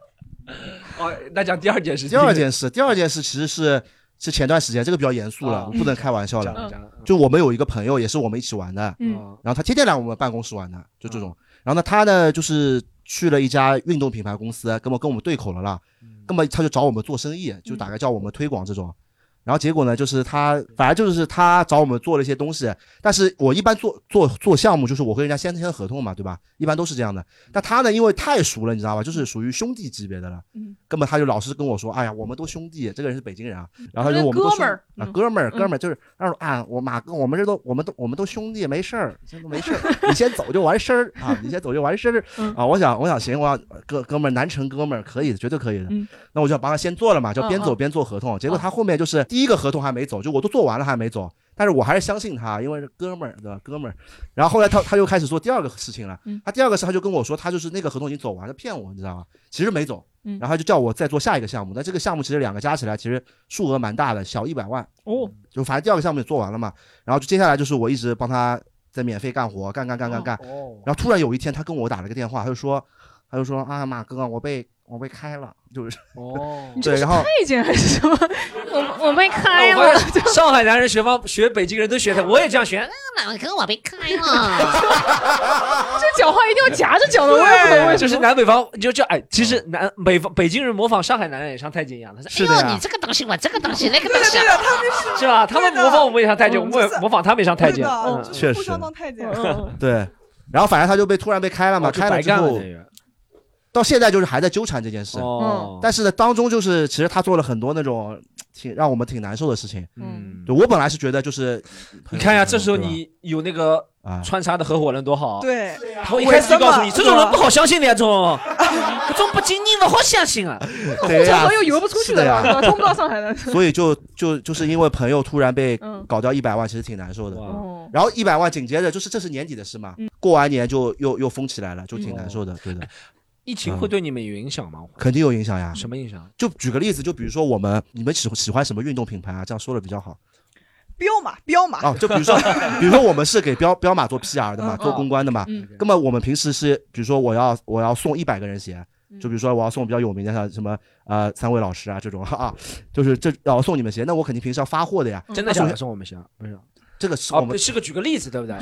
Speaker 8: 哦，那讲第二件事
Speaker 5: 第
Speaker 8: 情。
Speaker 5: 二件事，第二件事其实是是前段时间，这个比较严肃了，不能开玩笑了。就我们有一个朋友，也是我们一起玩的，
Speaker 4: 嗯
Speaker 8: 哦
Speaker 5: 然后他天天来我们办公室玩的，就这种。然后呢，他呢就是去了一家运动品牌公司，跟我跟我们对口了啦。
Speaker 4: 嗯
Speaker 5: 那么他就找我们做生意，就大概叫我们推广这种。然后结果呢，就是他反正就是他找我们做了一些东西，但是我一般做做做项目，就是我和人家先签合同嘛，对吧？一般都是这
Speaker 4: 嗯
Speaker 5: 样的。但他呢，因为太熟了，你知道吧？就是属于兄弟级别的了。
Speaker 4: 嗯，
Speaker 5: 根本他就老是跟我说，哎呀，我们都兄弟，这个人是北京人啊，然后他
Speaker 4: 那
Speaker 5: 说我们都
Speaker 4: 嗯哥们儿
Speaker 5: 兄啊，哥们儿，哥
Speaker 4: 嗯
Speaker 5: 们儿，就是他说啊，我马哥，我们这都，我们都，我们都兄弟，没事儿， 这都没事儿，你先走就完事儿啊，你先走就完事儿
Speaker 4: 嗯
Speaker 5: 啊。我想，我想行，我要哥哥们儿，南城哥们儿，可以的，绝对可以的
Speaker 4: 嗯。
Speaker 5: 那我就帮他先做了嘛，就边
Speaker 4: 嗯
Speaker 5: 走
Speaker 4: 嗯
Speaker 5: 边做合同。结果他后面就是第一个合同还没走，就我都做完了还没走，但是我还是相信他，因为是哥们儿，对吧？哥们儿。然后后来他他又开始做第二个事情了
Speaker 4: 嗯，
Speaker 5: 他第二个事他就跟我说，他就是那个合同已经走完了，骗我，你知道吗？其实没走。
Speaker 4: 嗯
Speaker 5: 然后他就叫我再做下一个项目，但这个项目其实两个加起来其实数额蛮大的，小一百万。嗯
Speaker 4: 哦，
Speaker 5: 就反正第二个项目也做完了嘛，然后就接下来就是我一直帮他在免费干活，干干
Speaker 2: 啊
Speaker 5: 干干干，
Speaker 2: 哦
Speaker 5: 然后突然有一天他跟我打了个电话，他就说，他就说啊马哥，我被我被开了，就是
Speaker 2: 哦
Speaker 4: 你
Speaker 5: 对，
Speaker 4: 这个是
Speaker 5: 然后
Speaker 4: 太监还是什么？我我被
Speaker 3: 哎
Speaker 4: 开
Speaker 2: 我
Speaker 4: 了
Speaker 2: 发，现上海男人学方学北京人都学他，我也这样学。
Speaker 4: 哪跟我被开 了？这讲话一定要夹着 讲的，我也不懂为
Speaker 2: 对，啊
Speaker 4: 什
Speaker 2: 就
Speaker 4: 么。
Speaker 2: 是南北方，就就哎，其实南北方北京人模仿上海男人也像太监一样，他说：“
Speaker 4: 是的
Speaker 2: 哎
Speaker 4: 呀
Speaker 2: 呦，你这个东西，我这个东西，那个
Speaker 4: 对
Speaker 2: 东
Speaker 4: 的
Speaker 2: 西啊。”
Speaker 4: 对的他们是
Speaker 2: 是吧？他们
Speaker 4: 对的
Speaker 2: 模仿我们也像太监，我们也
Speaker 4: 嗯
Speaker 2: 模仿他们也像太监。嗯
Speaker 5: 嗯确实
Speaker 3: 当太监。
Speaker 5: 对，然后反正他就被突然被开了嘛，
Speaker 2: 哦就
Speaker 5: 开了
Speaker 2: 白
Speaker 5: 之
Speaker 2: 干了
Speaker 5: 后
Speaker 2: 这个，
Speaker 5: 到现在就是还在纠缠这件事。
Speaker 2: 哦嗯
Speaker 5: 但是呢，当中就是其实他做了很多那种挺让我们挺难受的事情。
Speaker 2: 嗯，
Speaker 5: 就我本来是觉得就是，
Speaker 2: 你看呀，这时候你有那个
Speaker 5: 啊
Speaker 2: 穿插的合伙人多好。，啊
Speaker 3: 对，
Speaker 2: 他会一开始就告诉你，这种人不好相信的呀，这种
Speaker 4: 这种不经历的好相信啊，
Speaker 5: 对呀
Speaker 4: 好像又游不出去
Speaker 5: 是的
Speaker 4: 了，
Speaker 5: 呀
Speaker 4: 是吧？通不到上海 的。
Speaker 5: 所以就就就是因为朋友突然被
Speaker 4: 嗯
Speaker 5: 搞掉一百万，其实挺难受的。
Speaker 2: 嗯
Speaker 4: 哦
Speaker 5: 然后一百万紧接着就是这是年底的事嘛，过完年就又又封起来了，就挺难受的，对的。
Speaker 2: 哎疫情会对你们有影响吗？
Speaker 5: 肯定有影响呀。
Speaker 2: 什么影响？
Speaker 5: 就举个例子，就比如说我们你们喜喜欢什么运动品牌啊？这样说的比较好。
Speaker 3: 彪马，彪马。
Speaker 5: 哦，就比如说，比如 说我们是给彪彪马做 PR 的嘛，
Speaker 3: 嗯
Speaker 5: 做公关的嘛
Speaker 3: 嗯。
Speaker 5: 那么我们平时是，比如说我要我要送一百个人鞋，
Speaker 3: 嗯
Speaker 5: 就比如说我要送比较有名的像什么呃三位老师啊这种啊，就是这要送你们鞋，那我肯定平时要发货的呀。
Speaker 2: 真
Speaker 5: 那
Speaker 2: 的假
Speaker 5: 首
Speaker 2: 的？
Speaker 5: 先
Speaker 2: 送我们啊香？不是。
Speaker 5: 这个是
Speaker 2: 哦
Speaker 5: 我们
Speaker 2: 是个举个例子，对 不对？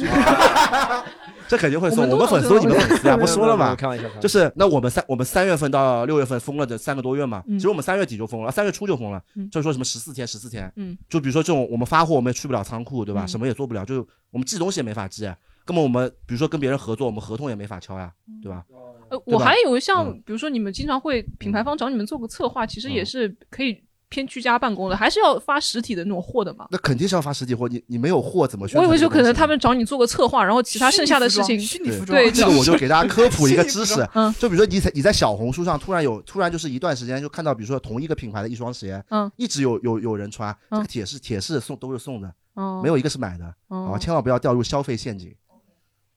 Speaker 5: 这肯定会送，
Speaker 2: 我
Speaker 5: 我们
Speaker 2: 们都
Speaker 5: 粉
Speaker 2: 懂
Speaker 5: 丝都是你们粉丝啊，
Speaker 2: 没
Speaker 5: 不
Speaker 2: 有
Speaker 5: 说了
Speaker 2: 没有没
Speaker 5: 嘛。
Speaker 2: 有开玩笑开玩笑
Speaker 5: 就是那我们三我们三月份到六月份封了这三个多月嘛，
Speaker 2: 嗯
Speaker 5: 其实我们三月底就封了，三月初就封了
Speaker 2: 嗯，
Speaker 5: 就是说什么十四天十四天，
Speaker 2: 嗯
Speaker 5: 就比如说这种我们发货我们也去不了仓库，对吧？
Speaker 2: 嗯
Speaker 5: 什么也做不了，就我们寄东西也没法寄，啊根本我们比如说跟别人合作，我们合同也没法敲呀，对吧？
Speaker 4: 呃，
Speaker 5: 对
Speaker 4: 我
Speaker 5: 吧嗯
Speaker 4: 还有像，比如说你们经常会品牌方找你们做个策划，其实也是可以偏居家办公的，还是要发实体的那种货的嘛。
Speaker 5: 那肯定是要发实体货，你你没有货怎么宣
Speaker 4: 我以
Speaker 5: 传
Speaker 4: 为
Speaker 5: 这
Speaker 4: 就
Speaker 5: 个东西？
Speaker 4: 可能他们找你做个策划，然后其他剩下的事情，对，
Speaker 5: 这个我就给大家科普一个知
Speaker 4: 虚拟
Speaker 5: 识
Speaker 4: 服装 嗯，
Speaker 5: 就比如说你在你在小红书上突然有突然就是一段时间就看到，比如说同一个品牌的一双鞋，
Speaker 4: 嗯
Speaker 5: 一直有有有人穿，这
Speaker 4: 嗯
Speaker 5: 个铁是铁是送都是送的
Speaker 4: 哦，
Speaker 5: 没有一个是买的，
Speaker 4: 哦
Speaker 5: 啊，千万不要掉入消费陷阱。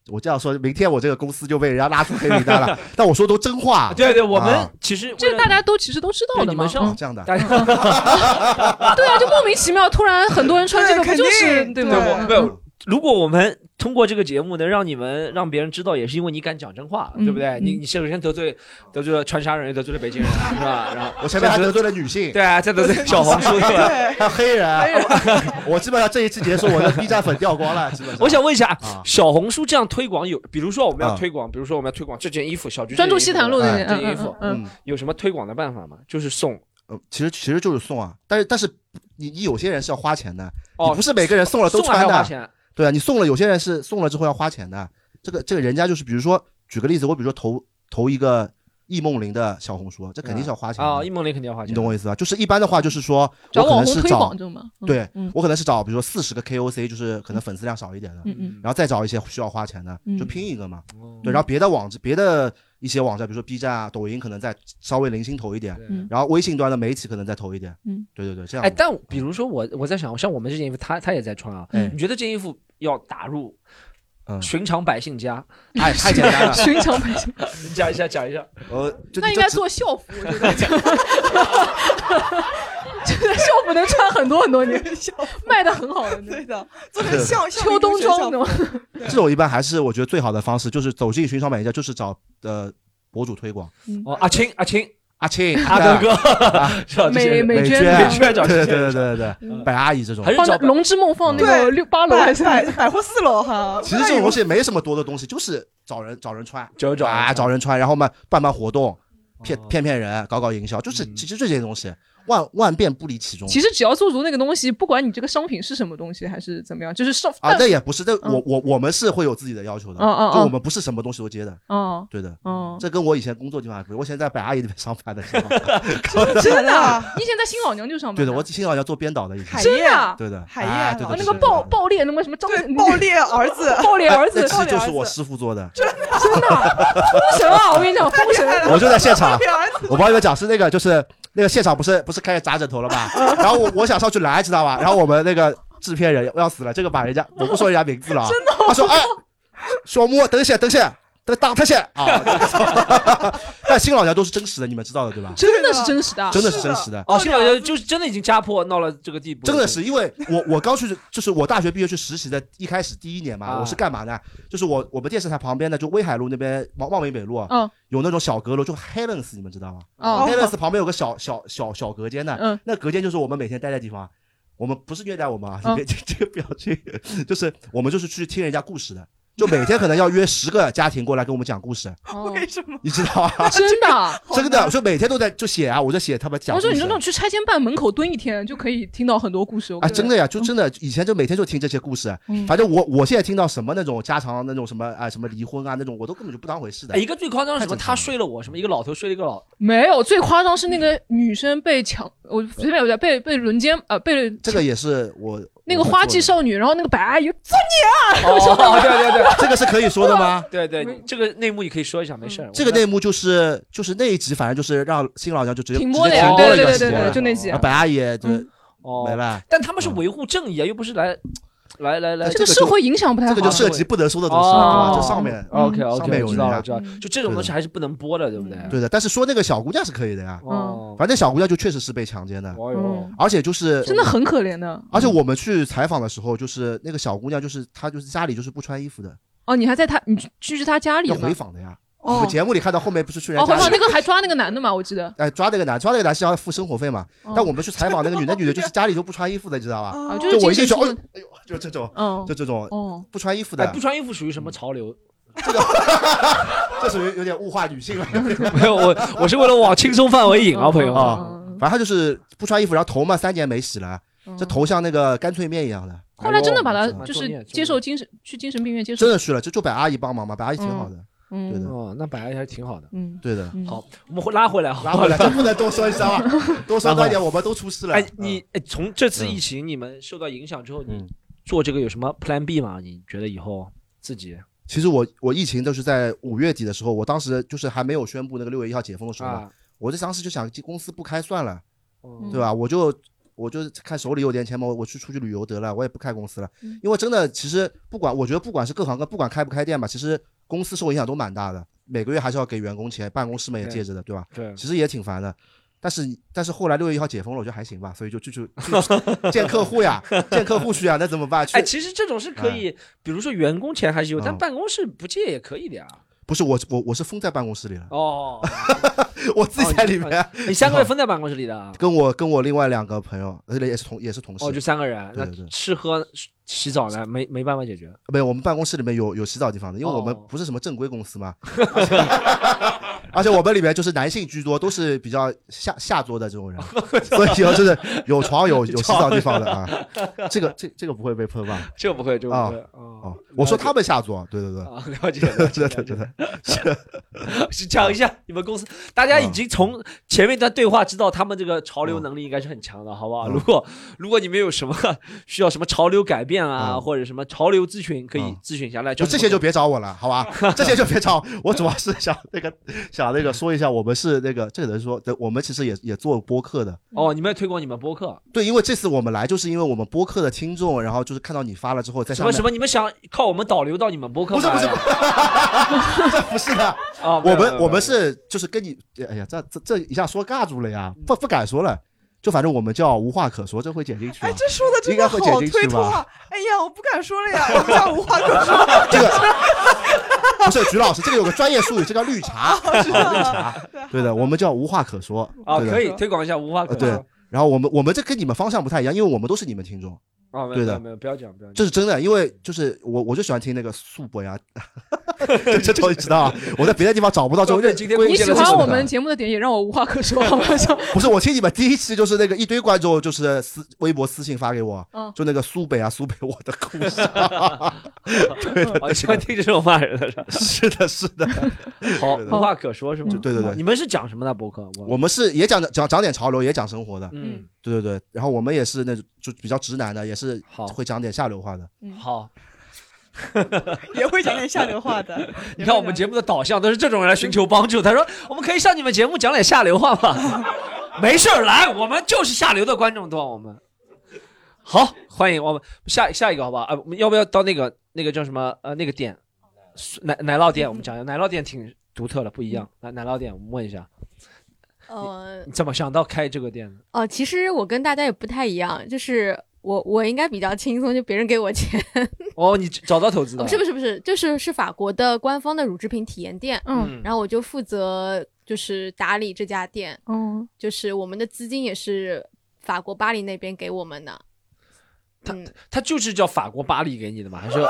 Speaker 5: 我这样说，明天我这个公司就被人家拉出黑名单 了。但我说都真话。
Speaker 2: 对对，我们
Speaker 5: 啊
Speaker 2: 其实
Speaker 4: 这个大家都其实都知道的嘛。嗯
Speaker 5: 这样的，
Speaker 4: 对啊，就莫名其妙，突然很多人穿这个，不就是对吗？
Speaker 2: 我不，如果我们通过这个节目能让你们让别人知道，也是因为你敢讲真话，
Speaker 4: 嗯
Speaker 2: 对不对？
Speaker 4: 嗯
Speaker 2: 你你首先得罪得罪了川沙人，又得罪了北京人，啊是吧？然后
Speaker 5: 我前面还得罪了女性，
Speaker 2: 对啊，再 得罪小红书，对吧？
Speaker 5: 还有黑人。啊 我基本上这一期结束，我的 B 站粉掉光了，基本上。
Speaker 2: 我想问一下
Speaker 5: 啊，
Speaker 2: 小红书这样推广有，比如说我们要
Speaker 5: 啊
Speaker 2: 推广，比如说我们要推广这件衣服，小军
Speaker 4: 专注
Speaker 2: 这件
Speaker 4: 西坦路
Speaker 2: 衣服啊
Speaker 4: 那件
Speaker 2: 这件衣服，
Speaker 4: 嗯嗯嗯嗯，
Speaker 2: 有什么推广的办法吗？就是送，
Speaker 5: 呃，其实其实就是送啊，但是但是你你有些人是要花钱的，
Speaker 2: 哦
Speaker 5: 你不是每个人送了都穿
Speaker 2: 送了还要
Speaker 5: 的，
Speaker 2: 花钱
Speaker 5: 对啊，你送了有些人是送了之后要花钱的，这个这个人家就是比如说举个例子，我比如说投投一个易梦玲的小红书，这肯定是要花钱的。
Speaker 2: 啊！易梦玲肯定要花钱，
Speaker 5: 你懂我意思吧？就是一般的话，就是说
Speaker 4: 找
Speaker 5: 我可
Speaker 4: 网
Speaker 5: 能
Speaker 4: 红
Speaker 5: 是
Speaker 4: 推
Speaker 5: 找
Speaker 4: 广这种嘛嗯
Speaker 5: 对
Speaker 4: 嗯
Speaker 5: 我可能是找比如说四十个 KOC，就是可能粉丝量少一点的，
Speaker 4: 嗯嗯
Speaker 5: 然后再找一些需要花钱的，
Speaker 4: 嗯
Speaker 5: 就拼一个嘛。
Speaker 2: 哦
Speaker 5: 对，然后别的网站、别的一些网站，比如说 B 站啊、抖音，可能再稍微零星投一点
Speaker 4: 嗯，
Speaker 5: 然后微信端的媒体可能再投一点。
Speaker 4: 嗯，
Speaker 5: 对对对，这样。
Speaker 2: 哎，但我比如说我我在想，像我们这件衣服，他他也在穿啊。
Speaker 5: 嗯
Speaker 2: 你觉得这件衣服要打入寻常百姓家？
Speaker 5: 哎太简单了
Speaker 4: 寻常百姓，
Speaker 2: 你 讲一下，讲一下。
Speaker 5: 呃，
Speaker 4: 那应该做校服，我觉得。 这 校服能穿很多很 多年， 卖的很好的，对
Speaker 3: 的，
Speaker 4: 做
Speaker 5: 成校
Speaker 4: 秋冬装的吗？
Speaker 5: 这种一般还是我觉得最好的方式，就是走进寻常百姓家，就是找呃博主推广。
Speaker 4: 嗯
Speaker 2: 哦，阿青，阿青，
Speaker 5: 阿青，
Speaker 2: 阿德哥
Speaker 5: 啊，
Speaker 2: 是吧这些
Speaker 4: 美
Speaker 2: 人
Speaker 4: 美
Speaker 5: 美
Speaker 4: 娟
Speaker 5: 娟，啊
Speaker 4: 啊美娟
Speaker 2: 找
Speaker 5: 对
Speaker 2: 这些
Speaker 5: 对
Speaker 2: 人
Speaker 5: 对对对，白阿姨这种，
Speaker 4: 嗯放在《龙之梦》放那个六八楼还
Speaker 3: 百
Speaker 4: 是
Speaker 3: 百百货四楼哈。
Speaker 5: 其实这种东西没什么多的东西，就是找人找人穿，
Speaker 2: 找
Speaker 5: 找啊找人穿，然后嘛办办活动，骗骗骗人，搞搞营销，就是其实这些东西万万变不离其宗。
Speaker 4: 其实只要做足那个东西，不管你这个商品是什么东西还是怎么样，就是上
Speaker 5: 啊，
Speaker 4: 这
Speaker 5: 这也不是，这我我我们是会有自己的要求的，
Speaker 4: 嗯嗯
Speaker 5: 就
Speaker 4: 嗯
Speaker 5: 我们不是什么东西都接的，
Speaker 4: 嗯
Speaker 5: 对的，
Speaker 4: 嗯，
Speaker 5: 这跟我以前工作地方还不一样，我以前在百阿姨那边上班的时候
Speaker 4: 真的啊，你以前在新老娘就哦上班，
Speaker 5: 对的，我幸好要做编导的以前，
Speaker 4: 真的啊
Speaker 5: 对的，
Speaker 4: 海
Speaker 5: 燕，
Speaker 4: 燕
Speaker 5: 对
Speaker 4: 啊
Speaker 5: 的，
Speaker 4: 那个
Speaker 5: 对的
Speaker 4: 爆爆裂，那个什么张
Speaker 3: 爆 裂儿子
Speaker 4: 爆裂儿子
Speaker 5: 哎，那其实就是我师傅做的，
Speaker 3: 哎
Speaker 4: 封神啊！我跟你 讲，封神，
Speaker 5: 我就在现场，我帮你们讲是那个，就是那个现场不是不是开始砸枕头了吗？然后我我想上去拦，知道吧？然后我们那个制片人要死了，这个把人家我不说人家名字了啊，
Speaker 4: 真的
Speaker 5: 他说哎，小莫等一下等一下，等打他先啊！ 但新老娘都是真实的，你们知道的对吧？
Speaker 4: 真的是真实的，
Speaker 5: 真的是真实的
Speaker 2: 哦，新老爷就是真的已经家破闹了这个地步，
Speaker 5: 真的是因为我我刚去就是我大学毕业去实习的，一开始第一年嘛，
Speaker 2: 啊
Speaker 5: 我是干嘛呢？就是我我们电视台旁边的就威海路那边望望梅北路，啊
Speaker 4: 嗯，
Speaker 5: 有那种小阁楼，就 Helens 你们知道吗？
Speaker 4: 哦
Speaker 5: Helens 旁边有个小小小小隔间的，
Speaker 4: 嗯，
Speaker 5: 那隔间就是我们每天待的地方。我们不是虐待我们啊，
Speaker 4: 嗯
Speaker 5: 你别这这个不要去，就是我们就是去听人家故事的，就每天可能要约十个家庭过来跟我们讲故事，
Speaker 4: 为什
Speaker 3: 么？
Speaker 5: 你知道啊？
Speaker 4: 真的啊
Speaker 5: 真的，我说每天都在就写啊，我在写他们讲
Speaker 4: 我
Speaker 5: 故事。
Speaker 4: 说你就那种去拆迁办门口蹲一天，就可以听到很多故事。我
Speaker 5: 啊，
Speaker 4: 跟你
Speaker 5: 真的呀，
Speaker 2: 嗯
Speaker 5: 就真的，以前就每天就听这些故事。啊
Speaker 4: 嗯
Speaker 5: 反正我我现在听到什么那种家常那种什么啊、什么离婚啊那种，我都根本就不当回事的。
Speaker 2: 哎一个最夸张是什么？他睡了我，什么一个老头睡了一个老，
Speaker 4: 没有，最夸张是那个女生被强，我随便有点被被轮奸，呃，被
Speaker 5: 这个也是 我
Speaker 4: 那个花季少女，然后那个白阿姨做你 啊，
Speaker 2: 哦，对对对，
Speaker 5: 这个是可以说的 吗？
Speaker 2: 对对，你嗯这个内幕你可以说一下，没事儿。
Speaker 5: 这个内幕就是就是那一集，反正就是让新老娘就直接
Speaker 2: 停播的
Speaker 5: 直接
Speaker 2: 呀
Speaker 5: 停播了
Speaker 2: 对
Speaker 5: 一段
Speaker 2: 对
Speaker 5: 时
Speaker 2: 对
Speaker 5: 间
Speaker 2: 对
Speaker 5: 了
Speaker 2: 就那集嗯哦
Speaker 5: 啊白阿姨就没了。哎
Speaker 2: 但他们是维护正义啊，又不是来来来来，
Speaker 4: 这个社会影响不太好。
Speaker 5: 嗯这个就涉及不得说的东西，对
Speaker 2: 哦
Speaker 5: 吧？嗯这上面嗯
Speaker 2: OK
Speaker 5: 上面
Speaker 2: OK，
Speaker 5: 有
Speaker 2: 我知道了，
Speaker 5: 人
Speaker 2: 我知道
Speaker 5: 家嗯
Speaker 2: 了，就这种东西还是不能播的，对不对？
Speaker 5: 对的，但是说那个小姑娘是可以的呀。
Speaker 4: 嗯
Speaker 2: 哦
Speaker 5: 反正小姑娘就确实是被强奸的，
Speaker 4: 呦
Speaker 5: 而且就是
Speaker 4: 真的很可怜的。
Speaker 5: 而且我们去采访的时候，就是那个小姑娘，就是她就是家里就是不穿衣服的，
Speaker 4: 哦，你还在他，你去去她家里
Speaker 5: 要
Speaker 4: 吗？
Speaker 5: 回访的呀。
Speaker 4: 哦
Speaker 5: 我 们节目里看到后面不是去人
Speaker 4: 哦，
Speaker 5: 家
Speaker 4: 回
Speaker 5: 家
Speaker 4: 访
Speaker 5: 里
Speaker 4: 那个还抓那个男的嘛，我记得。
Speaker 5: 哎，抓那个男，抓那个男是要付生活费嘛？
Speaker 4: 哦
Speaker 5: 但我们去采访那个女的，女的就是家里就不穿衣服的，你知道吧？
Speaker 2: 哦就是
Speaker 5: 我一进去，
Speaker 2: 精神
Speaker 5: 哎呦
Speaker 2: 出，
Speaker 5: 哎呦，就这种，
Speaker 2: 嗯
Speaker 5: 就这种，
Speaker 4: 哦，
Speaker 5: 不穿衣服
Speaker 2: 哎，
Speaker 5: 的，
Speaker 2: 不穿衣服属于什么潮流？
Speaker 5: 这属于有点物化女 性了。
Speaker 2: 没有，我我是为了往轻松范围
Speaker 4: 哦
Speaker 2: 引啊，朋友
Speaker 5: 啊。反正她就是不穿衣服，然后头嘛三年没洗了，这头像那个干脆面一样的。
Speaker 4: 哦后来真的把他
Speaker 5: 哎呦
Speaker 4: 就是接受精神去精神病院接受
Speaker 5: 真。的去了，这就白阿姨帮忙嘛，白阿姨挺好的，
Speaker 4: 嗯
Speaker 5: 对的。
Speaker 2: 哦，那白阿姨还是挺好的。
Speaker 4: 嗯，
Speaker 5: 对的。
Speaker 2: 好，我们会拉回来，
Speaker 5: 拉回来，这不能多说一声啊， 多说多一点，我们都出事了。嗯
Speaker 2: 哎，你哎，从这次疫情你们受到影响之后，你做这个有什么 Plan B 吗？你觉得以后自己
Speaker 5: 其实我我疫情都是在五月底的时候，我当时就是还没有宣布那个六月一号解封的时候嘛，
Speaker 2: 啊
Speaker 5: 我就当时就想公司不开算了，
Speaker 2: 嗯
Speaker 5: 对吧？我就我就看手里有点钱嘛，我我去出去旅游得了，我也不开公司了，
Speaker 2: 嗯
Speaker 5: 因为真的其实不管我觉得不管是各行各不管开不开店吧，其实公司受影响都蛮大的，每个月还是要给员工钱，办公室嘛也借着的，对吧？
Speaker 2: 对
Speaker 5: 其实也挺烦的。但是但是后来六月一号解封了，我觉得还行吧，所以就就就就见客户呀，见客户去呀，啊那怎么办？去 哎
Speaker 2: 哎，其实这种是可以，比如说员工钱还是有，但
Speaker 5: 嗯
Speaker 2: 办公室不借也可以 的呀。
Speaker 5: 不是我我我是封在办公室里了，
Speaker 2: 哦，
Speaker 5: 我自己在里面。
Speaker 2: 你三 个人分在办公室里的啊？
Speaker 5: 跟我跟我另外两个朋友，而且也是同也是同事。
Speaker 2: 哦，就三个人，
Speaker 5: 对
Speaker 2: 那
Speaker 5: 对对。
Speaker 2: 吃喝洗澡呢，没没办法解决。
Speaker 5: 没有，我们办公室里面有有洗澡地方的，因为我
Speaker 2: 哦
Speaker 5: 们不是什么正规公司嘛， 而且我们里面就是男性居多，都是比较下下作的这种人，所以有就是有床有有洗澡地方的 啊，这个这这个不会被喷吧？
Speaker 2: 这不会，这不
Speaker 5: 啊
Speaker 2: 会。
Speaker 5: 哦，我说他们下作，对对对，
Speaker 2: 啊，了解了解
Speaker 5: 真的真的，
Speaker 2: 是讲一
Speaker 5: 啊
Speaker 2: 下你们公司，大家已经从前面一段对话知道他们这个潮流能力应该是很强的，
Speaker 5: 啊
Speaker 2: 好不好？如果如果你们有什么需要什么潮流改变啊，或者什么潮流咨询，可以咨询一下来。
Speaker 5: 啊就这些就别找我了，好 吧？这些就别找我，我主要是想那个想那个说一下，我们是那个这个人说，对我们其实也也做播客的，
Speaker 2: 哦，你们要推广你们播客，
Speaker 5: 对，因为这次我们来就是因为我们播客的听众，然后就是看到你发了之后，在
Speaker 2: 什
Speaker 5: 上
Speaker 2: 么
Speaker 5: 面
Speaker 2: 什么，你们想靠我们导流到你们播客？不是不是，
Speaker 5: 这不是 的
Speaker 2: 啊，没
Speaker 5: 我
Speaker 2: 有没有
Speaker 5: 们
Speaker 2: 没有
Speaker 5: 我们是就是跟你，哎呀，这这这一下说尬住了
Speaker 3: 嗯
Speaker 5: 呀，不不敢说了，就反正我们叫无话可说，这会剪进去吧。
Speaker 3: 哎，这说的真
Speaker 5: 应该
Speaker 3: 的
Speaker 5: 会剪
Speaker 3: 好
Speaker 5: 进去
Speaker 3: 推脱
Speaker 5: 吧
Speaker 3: 啊！？哎呀，我不敢说了呀，我们家无话可说。
Speaker 5: 这个 不是徐老师，这个有个专业术语，这叫 绿茶，绿茶。对的，我们叫无话可说
Speaker 2: 啊，
Speaker 5: 对的
Speaker 2: 可以推广一下无话可
Speaker 5: 呃对
Speaker 2: 说。。
Speaker 5: 然后我们我们这跟你们方向不太一样，因为我们都是你们听众。
Speaker 2: 哦，没
Speaker 5: 对
Speaker 2: 有没
Speaker 5: 的
Speaker 2: 有没有，不要讲不要讲，
Speaker 5: 这是真的，因为就是我我就喜欢听那个素播呀， 这这东西知道啊，我在别的地方找不到这种认真。
Speaker 4: 你喜欢我们节目的点也让我无话可说，好吧？
Speaker 5: 不是，我听你们第一期就是那个一堆观众就是私微博私信发给我，
Speaker 4: 嗯
Speaker 5: 就那个苏北啊苏北我的故事，对
Speaker 2: 好喜欢哦听这种骂人的是吧？
Speaker 5: 是的，是的，
Speaker 2: 好
Speaker 5: 对
Speaker 2: 无
Speaker 5: 的
Speaker 2: 话可说是吗？
Speaker 5: 对对对
Speaker 2: 你们是讲什么的博客？
Speaker 5: 我们是也讲讲讲点潮流，也讲生活的，
Speaker 2: 嗯，
Speaker 5: 对对对，然后我们也是那种就比较直男的，也是会讲点下流话的，
Speaker 2: 好，
Speaker 3: 也会讲点下流话的。
Speaker 2: 你看我们节目的导向都是这种人来寻求帮助。他说：“我们可以上你们节目讲点下流话吗？” 没事儿，来，我们就是下流的观众多。我们好，欢迎我们下下一个，好吧？啊，我们要不要到那个那个叫什么？呃，那个店，奶奶酪店，我们讲一下奶酪店挺独特的，不一样。奶奶酪店，我们问一下，
Speaker 13: 呃
Speaker 2: 你，怎么想到开这个店的？
Speaker 13: 哦，其实我跟大家也不太一样，就是我我应该比较轻松，就别人给我钱，
Speaker 2: 哦，你找到投资的？
Speaker 13: 不是不是不是，就是是法国的官方的乳制品体验店，
Speaker 4: 嗯
Speaker 13: 然后我就负责就是打理这家店，
Speaker 4: 嗯，
Speaker 13: 就是我们的资金也是法国巴黎那边给我们的，嗯
Speaker 2: 他就是叫法国巴黎给你的吗？还 是
Speaker 13: 就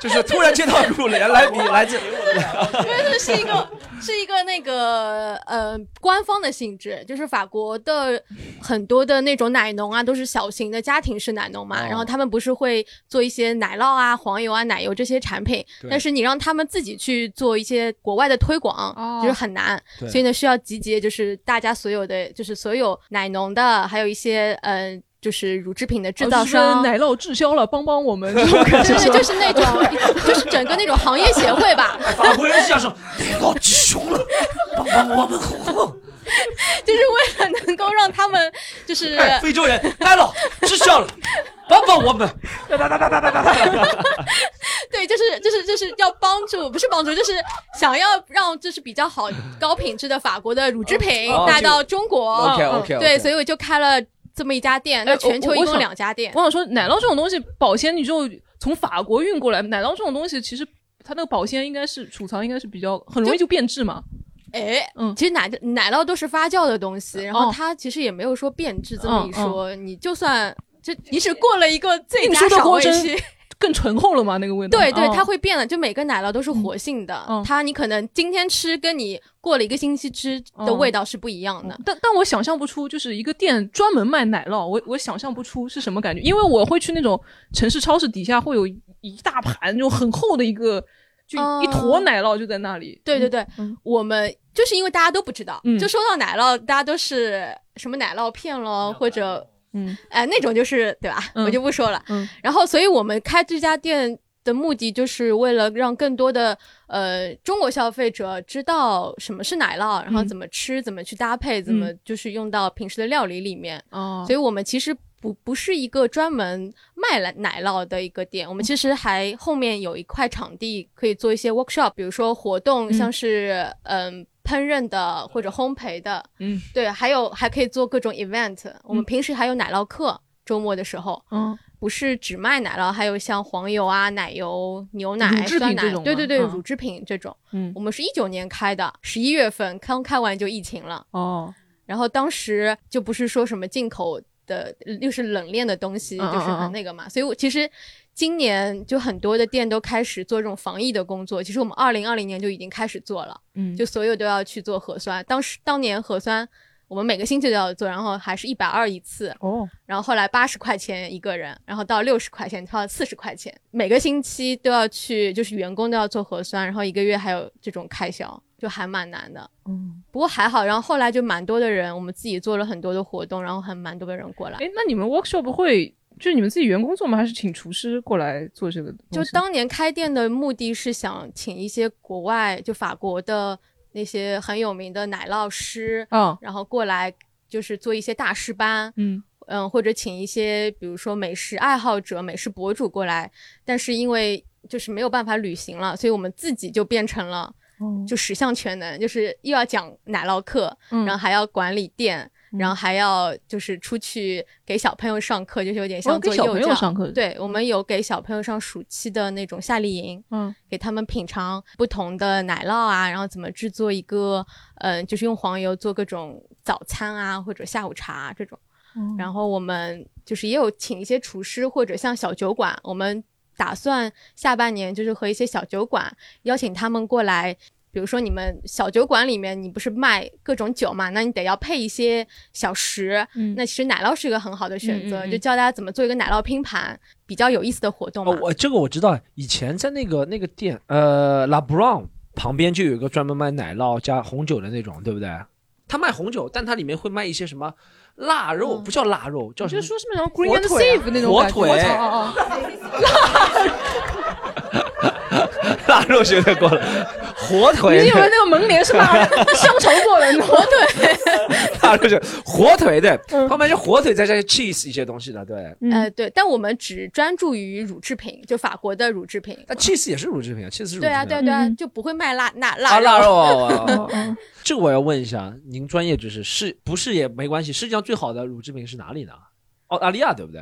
Speaker 2: 就是突然接到入联来你来 这？
Speaker 13: 因为这是 一个是一个那个呃官方的性质，就是法国的很多的那种奶农啊，都是小型的家庭式奶农嘛，
Speaker 6: 哦
Speaker 13: 然后他们不是会做一些奶酪啊、黄油啊、奶油这些产品
Speaker 6: 对，
Speaker 13: 但是你让他们自己去做一些国外的推广，就是很难，
Speaker 6: 哦对
Speaker 13: 所以呢需要集结就是大家所有的就是所有奶农的，还有一些呃。就是乳制品的 制造
Speaker 4: 哦
Speaker 13: 商、
Speaker 4: 就是奶酪滞销了，帮帮我们。对对
Speaker 13: 对就是那 种，就是整个那种行业协会吧。
Speaker 4: 哎
Speaker 2: 法国人想说，奶酪鸡胸了，帮帮我们哄哄。
Speaker 13: 就是为了能够让他们就是、
Speaker 2: 哎，非洲人，奶酪滞销了，帮帮我们。哒哒哒哒哒哒哒。
Speaker 13: 对，就是就是就是要帮助，不是帮助，就是想要让就是比较好高品质的法国的乳制品
Speaker 4: 哦
Speaker 13: 带
Speaker 4: 这个
Speaker 13: 到中国。
Speaker 4: OK，OK，OK
Speaker 13: 嗯对，所以我就开了这么一家店，那
Speaker 4: 哎
Speaker 13: 全球
Speaker 4: 我
Speaker 13: 一
Speaker 4: 我
Speaker 13: 共
Speaker 4: 想
Speaker 13: 两家店
Speaker 4: 我。想说，奶酪这种东西保鲜，你就从法国运过来，奶酪这种东西其实它那个保鲜应该是储藏应该是比较很容易就变质嘛。
Speaker 13: 哎，其实奶奶酪都是发酵的东西，然后
Speaker 4: 哦
Speaker 13: 它其实也没有说变质这么
Speaker 4: 嗯
Speaker 13: 一说，你就算就你只过了一个最
Speaker 4: 运
Speaker 13: 佳
Speaker 4: 输的
Speaker 13: 赏
Speaker 4: 过
Speaker 13: 味
Speaker 4: 程
Speaker 13: 期。
Speaker 4: 更醇厚了嘛，那个味道。
Speaker 13: 对对，
Speaker 4: 哦
Speaker 13: 它会变的，就每个奶酪都是活性的，
Speaker 4: 嗯
Speaker 13: 它你可能今天吃跟你过了一个星期吃的
Speaker 4: 嗯
Speaker 13: 味道是不一样的。
Speaker 4: 但但我想象不出，就是一个店专门卖奶酪，我我想象不出是什么感觉，因为我会去那种城市超市底下会有一大盘就很厚的一个，就一坨奶酪就在那里。
Speaker 13: 嗯对对对，我们就是因为大家都不知道，
Speaker 4: 嗯
Speaker 13: 就说到奶酪，大家都是什么奶酪片咯，或者
Speaker 4: 嗯，
Speaker 13: 哎那种就是对吧？
Speaker 4: 嗯
Speaker 13: 我就不说了。
Speaker 4: 嗯
Speaker 13: 然后，所以我们开这家店的目的就是为了让更多的呃中国消费者知道什么是奶酪，然后
Speaker 4: 嗯
Speaker 13: 怎么吃，怎么去搭配，怎么
Speaker 4: 嗯
Speaker 13: 就是用到平时的料理里面。
Speaker 4: 哦
Speaker 13: 所以我们其实。不不是一个专门卖奶奶酪的一个店，我
Speaker 4: 嗯
Speaker 13: 们其实还后面有一块场地可以做一些 workshop，比如说活动，
Speaker 4: 嗯
Speaker 13: 像是嗯烹饪的或者烘焙的，
Speaker 4: 嗯
Speaker 13: 对，还有还可以做各种 event。我们平时还有奶酪课，周末的时候，
Speaker 4: 嗯，
Speaker 13: 不是只卖奶酪，还有像黄油啊、奶油、牛
Speaker 4: 乳
Speaker 13: 奶、
Speaker 4: 制品
Speaker 13: 酸
Speaker 4: 这
Speaker 13: 奶
Speaker 4: 种，
Speaker 13: 对
Speaker 4: 吗
Speaker 13: 对对，
Speaker 4: 嗯
Speaker 13: 乳制品这种。
Speaker 4: 嗯
Speaker 13: 我们是一九年开的，十一月份刚开完就疫情了。
Speaker 4: 哦，
Speaker 13: 然后当时就不是说什么进口的，呃又是冷链的东西，
Speaker 4: 嗯嗯
Speaker 13: 就是
Speaker 4: 嗯
Speaker 13: 很
Speaker 4: 嗯
Speaker 13: 那个嘛。所以我其实今年就很多的店都开始做这种防疫的工作。其实我们二零二零年就已经开始做了，
Speaker 4: 嗯
Speaker 13: 就所有都要去做核酸。当时当年核酸。我们每个星期都要做，然后还是一百二一次
Speaker 4: 哦，
Speaker 13: 然后后来八十块钱一个人，然后到六十块钱，到四十块钱，每个星期都要去，就是员工都要做核酸，然后一个月还有这种开销，就还蛮难的。
Speaker 4: 嗯，
Speaker 13: 不过还好，然后后来就蛮多的人，我们自己做了很多的活动，然后还蛮多的人过来。
Speaker 4: 哎，那你们 workshop 会就是你们自己员工做吗？还是请厨师过来做这个东西？
Speaker 13: 就当年开店的目的是想请一些国外，就法国的那些很有名的奶酪师，
Speaker 4: 嗯
Speaker 13: 然后过来就是做一些大师班，
Speaker 4: 嗯
Speaker 13: 嗯，或者请一些比如说美食爱好者、美食博主过来，但是因为就是没有办法旅行了，所以我们自己就变成了
Speaker 4: 哦
Speaker 13: 就十项全能，就是又要讲奶酪课，
Speaker 4: 嗯
Speaker 13: 然后还要管理店，然后还要就是出去给小朋友上课，就是有点像
Speaker 4: 哦给
Speaker 13: 做
Speaker 4: 小
Speaker 13: 幼
Speaker 4: 朋友
Speaker 13: 教。
Speaker 4: 上课
Speaker 13: 对，我们有给小朋友上暑期的那种夏令营，
Speaker 4: 嗯，
Speaker 13: 给他们品尝不同的奶酪啊，然后怎么制作一个，嗯、就是用黄油做各种早餐啊或者下午茶、这种。
Speaker 4: 哦嗯
Speaker 13: 然后我们就是也有请一些厨师或者像小酒馆，我们打算下半年就是和一些小酒馆邀请他们过来。比如说你们小酒馆里面，你不是卖各种酒嘛？那你得要配一些小食。
Speaker 4: 嗯
Speaker 13: 那其实奶酪是一个很好的选择，
Speaker 8: 嗯嗯嗯
Speaker 13: 就教大家怎么做一个奶酪拼盘，比较有意思的活动嘛。
Speaker 8: 哦，我这个我知道，以前在那个那个店，呃，La Brown 旁边就有一个专门卖奶酪加红酒的那种，对不对？
Speaker 2: 他卖红酒，但他里面会卖一些什么腊肉，不叫腊肉，叫什么？
Speaker 4: 就说是不是像 Green
Speaker 2: 火
Speaker 4: and
Speaker 2: 腿啊
Speaker 4: Save 那种
Speaker 2: 火
Speaker 4: 感觉
Speaker 2: 腿
Speaker 4: 哦
Speaker 2: 腊肉学得 过来，火
Speaker 4: 哦哦，你
Speaker 2: 腿，
Speaker 4: 以为那个门帘是 拿香肠做的呢？火腿，。
Speaker 2: 腊肉是火腿对，
Speaker 13: 嗯
Speaker 2: 旁边是火腿再加些 cheese 一些东西的，对。啊
Speaker 13: 呃，对，但我们只专注于乳制品，就法国的乳制品。
Speaker 2: 那 cheese 也是乳制品啊，cheese 是乳制品。
Speaker 13: 对啊，对啊，对啊，就不会卖腊腊腊
Speaker 2: 啊，腊肉 啊！
Speaker 13: 肉。
Speaker 2: 哇这个我要问一下，您专业知识是不是也没关系？世界上最好的乳制品是哪里呢？澳大利亚对不对？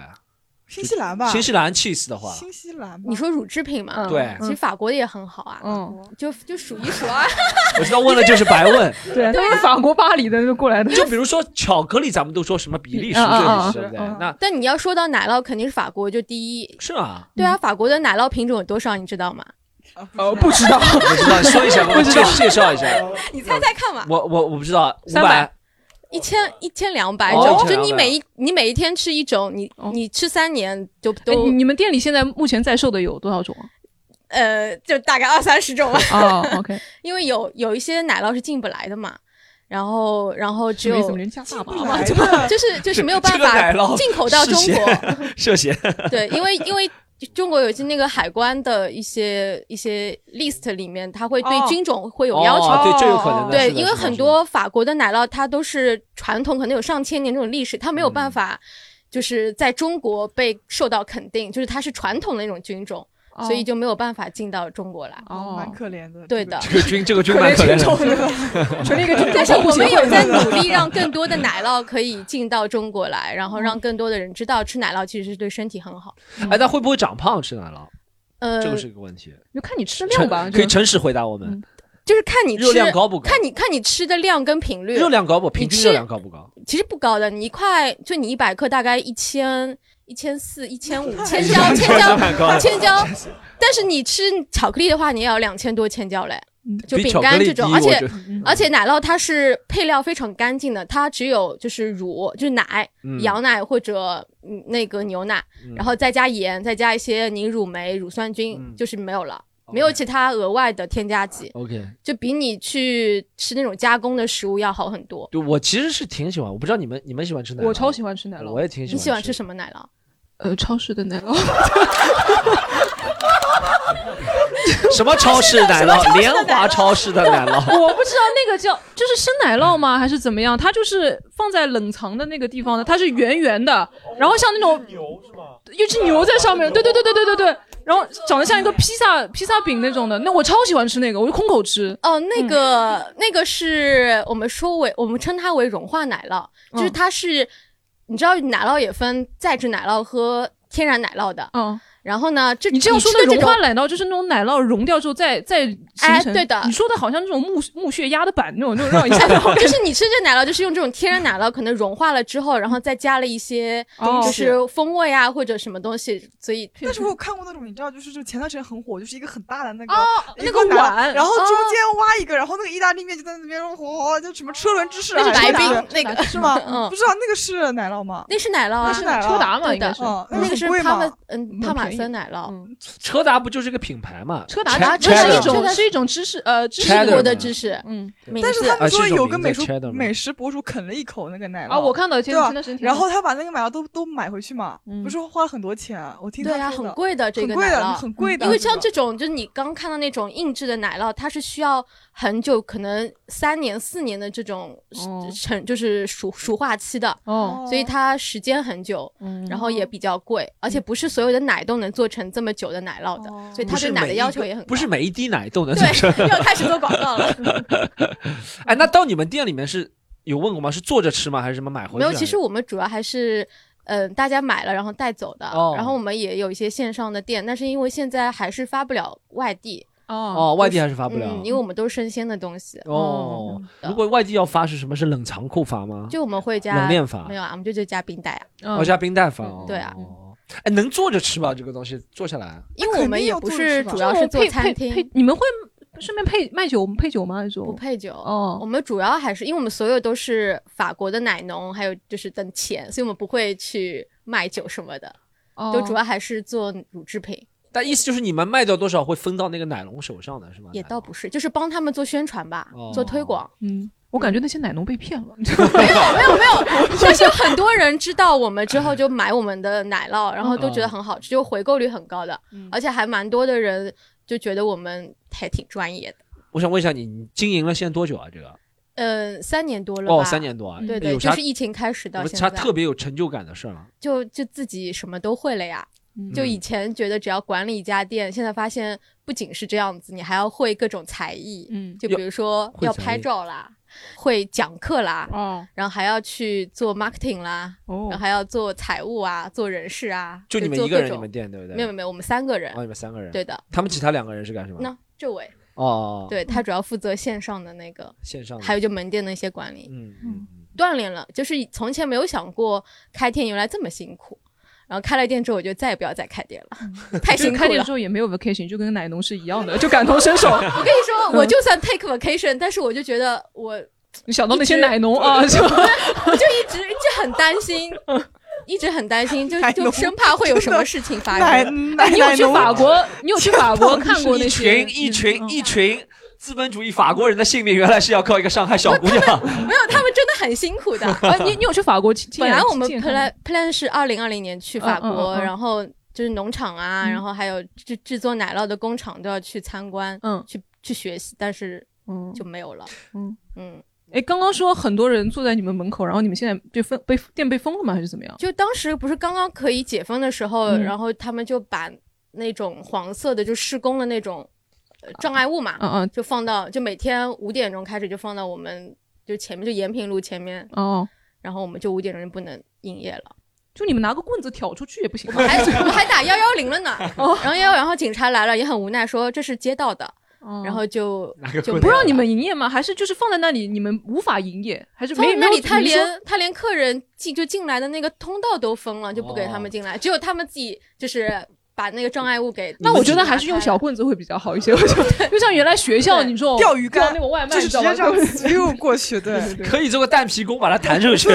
Speaker 3: 新西兰吧，
Speaker 2: 新西兰 cheese 的话，
Speaker 3: 新西兰吧，
Speaker 13: 你说乳制品嘛？
Speaker 2: 嗯对
Speaker 13: 其实法国的也很好啊，嗯，就就数啊一数二。
Speaker 2: 我知道问了就是白 问
Speaker 4: 对，都是法国巴黎的过来的。
Speaker 2: 就比如说巧克力，咱们都说什么比利时
Speaker 13: 嗯
Speaker 4: 啊啊啊
Speaker 2: 对不对？
Speaker 4: 啊
Speaker 2: 那
Speaker 13: 但你要说到奶酪，肯定是法国就第一。
Speaker 2: 是吗？
Speaker 13: 对啊，法国的奶酪品种有多少，你知道吗？
Speaker 2: 呃，
Speaker 8: 哦不知道，
Speaker 2: 不知道，说一下 吧，
Speaker 8: 不知道
Speaker 2: 介介绍 一下。
Speaker 13: 你猜猜看嘛，
Speaker 2: 我我我不知道，五
Speaker 13: 300，一千一千两百
Speaker 2: 哦
Speaker 13: 种，就你
Speaker 2: 1200
Speaker 13: 每一你每一天吃一种，你你吃三年就都
Speaker 4: 哎你你们店里现在目前在售的有多少种啊？
Speaker 13: 呃，就大概二三十种吧。
Speaker 4: 哦，OK
Speaker 13: 因为有有一些奶酪是进不来的嘛。然后，然后只有
Speaker 4: 什么意思我们连加大麻进不来
Speaker 13: 就就是就是没有办
Speaker 2: 这个奶
Speaker 13: 法
Speaker 2: 酪
Speaker 13: 进口到中国。
Speaker 2: 涉嫌
Speaker 13: 对，因为因为中国有些那个海关的一些一些 list 里面，它会对
Speaker 2: 哦
Speaker 13: 菌种会有要求。
Speaker 2: 哦对这有可能的
Speaker 13: 对，
Speaker 2: 是的
Speaker 13: 因为
Speaker 2: 是的
Speaker 13: 很
Speaker 2: 是的
Speaker 13: 多法国的奶酪它都是传统，可能有上千年这种历史，它没有办法
Speaker 2: 嗯
Speaker 13: 就是在中国被受到肯定，就是它是传统的那种菌种，
Speaker 3: 哦
Speaker 13: 所以就没有办法进到中国来。
Speaker 3: 哦，蛮可怜的。
Speaker 13: 对的，
Speaker 2: 这个菌这个菌蛮可怜的
Speaker 3: 成立一个
Speaker 13: 但是我们有在努力让更多的奶酪可以进到中国来，然后让更多的人知道吃奶酪其实是对身体很好。
Speaker 2: 哎，那会不会长胖吃奶酪？
Speaker 13: 呃，
Speaker 2: 这个是一个问题。
Speaker 13: 就看你吃
Speaker 2: 诚可以诚实回答我
Speaker 13: 嗯
Speaker 2: 们。
Speaker 13: 就是看你吃
Speaker 2: 热量高不高
Speaker 13: 看你看你吃的量跟频率。
Speaker 2: 热量高不？平
Speaker 13: 你
Speaker 2: 均
Speaker 13: 吃
Speaker 2: 热量高不 高？
Speaker 13: 其实不高的，你一块就你一百克大概一千。一千四、一千五、千焦、千
Speaker 2: 蛮高
Speaker 13: 焦、
Speaker 2: 的
Speaker 13: 千焦，但是你吃巧克力的话，你也要两千多千焦嘞，
Speaker 4: 嗯
Speaker 13: 就
Speaker 2: 比
Speaker 13: 饼
Speaker 2: 巧克
Speaker 13: 干
Speaker 2: 力
Speaker 13: 这种，
Speaker 2: 低
Speaker 13: 而
Speaker 2: 我
Speaker 13: 且
Speaker 2: 觉得
Speaker 13: 而且奶酪它是配料非常干净的，它只有就是乳，就是奶，
Speaker 2: 嗯
Speaker 13: 羊奶或者嗯那个牛奶，
Speaker 2: 嗯
Speaker 13: 然后再加盐，再加一些凝乳酶、乳酸菌，就是没有了，
Speaker 2: 哦
Speaker 13: 没有其他额外的添加剂。
Speaker 2: OK，
Speaker 13: 就比你去吃那种加工的食物要好很多。
Speaker 2: 对我其实是挺喜欢，我不知道你们你们喜欢吃奶酪吗？
Speaker 4: 我超喜欢吃奶酪，
Speaker 2: 我也挺喜欢
Speaker 13: 你喜欢吃什么奶酪？
Speaker 4: 呃，超市的奶酪，
Speaker 2: 什么超市奶
Speaker 4: 什么超
Speaker 2: 酪？
Speaker 4: 市的
Speaker 2: 莲花超市的奶 酪。
Speaker 4: 我不知道那个叫就是生奶酪吗，还是怎么样？它就是放在冷藏的那个地方的，它是圆圆的，然后像那种
Speaker 9: 牛是吗？
Speaker 4: 有只牛在上面，对对对对对对对，然后长得像一个披萨披萨饼那种的，那我超喜欢吃那个，我就空口吃。嗯
Speaker 13: 哦，那个、那个是我们说为我们称它为融化奶酪，
Speaker 4: 嗯
Speaker 13: 就是它是，你知道奶酪也分再制奶酪和天然奶酪的，
Speaker 4: 嗯，
Speaker 13: 然后呢，这
Speaker 4: 你这样说
Speaker 13: 吃的
Speaker 4: 融
Speaker 13: 种
Speaker 4: 化奶酪就是那种奶酪融掉之后再再
Speaker 13: 哎
Speaker 4: 形成，
Speaker 13: 对的
Speaker 4: 你说的好像那种木木屑压的板那种那种让一下那种感
Speaker 13: 就
Speaker 4: 觉，
Speaker 13: 是你吃这奶酪，就是用这种天然奶酪，可能融化了之后，然后再加了一些
Speaker 3: 哦
Speaker 13: 就是风味啊或者什么东西，所以
Speaker 3: 但是我有看过那种，你知道，就是就前段时间很火，就是一个很大的那个
Speaker 13: 哦
Speaker 3: 一
Speaker 13: 那个
Speaker 3: 奶酪
Speaker 13: 碗
Speaker 3: 然后中
Speaker 13: 哦
Speaker 3: 间挖一个，然后那个意大利面就在那边哗，就什么车轮芝士啊
Speaker 13: 那是
Speaker 3: 还是
Speaker 13: 白
Speaker 3: 什么
Speaker 13: 冰那个
Speaker 3: 是吗？
Speaker 13: 嗯
Speaker 3: 不知道那个是奶酪吗？
Speaker 13: 那是奶酪啊，
Speaker 3: 那是奶酪
Speaker 13: 车达嘛，
Speaker 3: 对
Speaker 13: 应该
Speaker 3: 的
Speaker 13: 是
Speaker 3: 嗯
Speaker 13: 那个是
Speaker 3: 很贵
Speaker 13: 帕
Speaker 3: 吗
Speaker 13: 玛嗯帕玛森奶酪，
Speaker 2: 车达不就是个品牌嘛？
Speaker 4: 车达
Speaker 2: 车
Speaker 4: 这是一
Speaker 2: 车
Speaker 4: 种
Speaker 2: 达
Speaker 4: 是一种知识呃知识
Speaker 2: Cheddar
Speaker 4: 国
Speaker 2: 嘛
Speaker 4: 知
Speaker 13: 识，
Speaker 4: 嗯，
Speaker 3: 但是他
Speaker 2: 啊
Speaker 3: 们说
Speaker 2: 这种
Speaker 3: 有个
Speaker 2: 名
Speaker 3: 美
Speaker 2: 字
Speaker 3: 术
Speaker 2: Cheddar 吗
Speaker 3: 美食博主啃了一口那个奶酪
Speaker 4: 啊我看到
Speaker 3: 对
Speaker 4: 天
Speaker 3: 吧
Speaker 4: 真的是挺
Speaker 3: 然
Speaker 4: 好
Speaker 3: 后他把那个奶酪都都买回去嘛，不是花了很多钱啊，我听
Speaker 13: 嗯对
Speaker 3: 呀，
Speaker 13: 啊，很贵
Speaker 3: 的，
Speaker 13: 的这个
Speaker 3: 很贵
Speaker 13: 奶
Speaker 3: 的，
Speaker 13: 酪，嗯
Speaker 3: 很贵的，
Speaker 13: 因为像这种，就是你刚看到那种硬质的奶酪，它是需要很久，可能三年、四年的这种成、就是熟熟化期的。
Speaker 4: 哦
Speaker 13: 所以它时间很久，然后也比较贵，而且不是所有的奶都能做成这么久的奶酪的，所以它
Speaker 2: 不是
Speaker 13: 对奶
Speaker 2: 每
Speaker 13: 的
Speaker 2: 一
Speaker 13: 要
Speaker 2: 个
Speaker 13: 求也很高。
Speaker 2: 不是每一滴奶都能
Speaker 13: 对
Speaker 2: 做成
Speaker 13: 又开始做广告了。
Speaker 2: 哎，那到你们店里面是有问过吗？是坐着吃吗？还是什么买回去
Speaker 13: 没
Speaker 2: 啊？
Speaker 13: 有，其实我们主要还是。嗯，大家买了然后带走的，
Speaker 2: 哦
Speaker 13: 然后我们也有一些线上的店，但是因为现在还是发不了外地
Speaker 2: 哦外地还是发不了
Speaker 13: 嗯因为我们都是生鲜的东西
Speaker 2: 哦，如果外地要发是什么？是冷藏库发吗？
Speaker 13: 嗯就我们会加
Speaker 2: 冷链法
Speaker 13: 没有啊，我们就就加冰袋啊，
Speaker 2: 哦加冰袋发哦。
Speaker 13: 对啊，
Speaker 2: 哎，能坐着吃吗？这个东西坐下来，
Speaker 13: 因为我们也不是主要是做餐厅，
Speaker 4: 哦配配你们会顺便配卖酒？我们配酒吗？还是说
Speaker 13: 不配酒？哦，我们主要还是因为我们所有都是法国的奶农，还有就是等钱，所以我们不会去卖酒什么的，
Speaker 4: 哦
Speaker 13: 就主要还是做乳制品。
Speaker 2: 但意思就是你们卖掉多少会分到那个奶农手上的是吗？
Speaker 13: 也倒不是，就是帮他们做宣传吧，
Speaker 2: 哦
Speaker 13: 做推广。
Speaker 4: 嗯，我感觉那些奶农被骗了。
Speaker 13: 没有没有，就是有很多人知道我们之后就买我们的奶酪，然后都
Speaker 2: 嗯
Speaker 13: 觉得很好吃，就回购率很高的，而且还蛮多的人就觉得我们还挺专业的。
Speaker 2: 我想问一下你，你经营了现在多久啊？这个
Speaker 13: 嗯，三年多了吧？
Speaker 2: 哦，三年多啊，
Speaker 13: 对
Speaker 2: 哎
Speaker 13: 对，
Speaker 2: 有
Speaker 13: 就
Speaker 2: 啥
Speaker 13: 是疫情开始到
Speaker 2: 有
Speaker 13: 现
Speaker 2: 啥
Speaker 13: 在，
Speaker 2: 特别有成就感的事儿吗？
Speaker 13: 就就自己什么都会了呀。
Speaker 4: 嗯
Speaker 13: 就
Speaker 2: 嗯
Speaker 13: 以前觉得只要管理一家店，现在发现不仅是这样子，你还要会各种才艺，
Speaker 4: 嗯
Speaker 13: 就比如说
Speaker 4: 会
Speaker 13: 要
Speaker 4: 才
Speaker 13: 拍
Speaker 4: 艺
Speaker 13: 照啦，会讲课啦，
Speaker 4: 哦，
Speaker 13: 然后还要去做 marketing 啦，
Speaker 4: 哦
Speaker 13: 然后还要做财务啊，做人事啊，
Speaker 2: 就你们
Speaker 13: 做
Speaker 2: 一个
Speaker 13: 各
Speaker 2: 人
Speaker 13: 种
Speaker 2: 你们店对不对
Speaker 13: 没有没有没有，我们三个人
Speaker 2: 哦，，你们三个人，
Speaker 13: 对的
Speaker 2: 他们其他两个人是干什么？
Speaker 13: 那这位。
Speaker 2: 哦，
Speaker 4: 嗯
Speaker 13: 对他主要负责线上的那个
Speaker 2: 线上的
Speaker 13: 还有就门店的一些管理，
Speaker 2: 嗯
Speaker 13: 嗯，锻炼了，就是从前没有想过开店原来这么辛苦，然后开了店之后我就再也不要再开店
Speaker 4: 嗯
Speaker 13: 了，太辛苦了。
Speaker 4: 开店之后也没有 vacation，就跟奶农是一样的，就感同 身受。
Speaker 13: 我跟你说，我就算 take vacation，但是我就觉得我
Speaker 4: 嗯你想到那些奶农 啊，是吧？
Speaker 13: 我就一直一直很担 心，一直很担心，就就生怕会有什么事情发生。
Speaker 4: 奶哎你有去法国？你有去法国看过那
Speaker 2: 一
Speaker 4: 些哦
Speaker 2: 群？一群一群资本主义法国人的性命，原来是要靠一个上海小姑 娘。
Speaker 13: 没有，他们真的很辛苦的。
Speaker 4: 啊，你你有去法国 亲？亲
Speaker 13: 本
Speaker 4: 眼
Speaker 13: 来我们
Speaker 4: 亲眼看
Speaker 13: plan plan 是二零二零年去法
Speaker 4: 嗯嗯
Speaker 13: 国，
Speaker 4: 嗯嗯
Speaker 13: 然后就是农场啊，
Speaker 4: 嗯
Speaker 13: 然后还有制制作奶酪的工厂都要去参观，
Speaker 4: 嗯，
Speaker 13: 去去学习，但是
Speaker 4: 嗯
Speaker 13: 就没有了，
Speaker 4: 嗯
Speaker 13: 嗯。
Speaker 4: 哎，刚刚说很多人坐在你们门口，然后你们现在被封被店被封了吗？还是怎么样？
Speaker 13: 就当时不是刚刚可以解封的时候，
Speaker 4: 嗯
Speaker 13: 然后他们就把那种黄色的就施工的那种呃障碍物嘛，
Speaker 4: 嗯嗯
Speaker 13: 就放到就每天五点钟开始就放到我们就前面就延平路前面，
Speaker 4: 哦，
Speaker 13: 然后我们就五点钟就不能营业了。
Speaker 4: 就你们拿个棍子挑出去也不行吗？啊
Speaker 13: 还 我们还打幺幺零了呢，然后幺然后警察来了也很无奈说这是街道的，
Speaker 4: 哦
Speaker 13: 然后就
Speaker 4: 拿
Speaker 13: 就
Speaker 4: 不让你们营业吗？还是就是放在那里你们无法营业？还是
Speaker 13: 放
Speaker 4: 没
Speaker 13: 在
Speaker 4: 有
Speaker 13: 那里，他
Speaker 4: 没有怎么
Speaker 13: 连他连客人进就进来的那个通道都封了，就不给他们进来，只有他们自己就是把那个障碍物给。
Speaker 4: 那我觉得还是用小棍子会比较好一些， 我觉得就像原来学校你这种钓鱼竿那种外 卖，
Speaker 3: 就是
Speaker 4: 你知道
Speaker 3: 直
Speaker 4: 吧
Speaker 3: 接这样子溜过去，对
Speaker 2: 可以做个蛋皮工把它弹出去。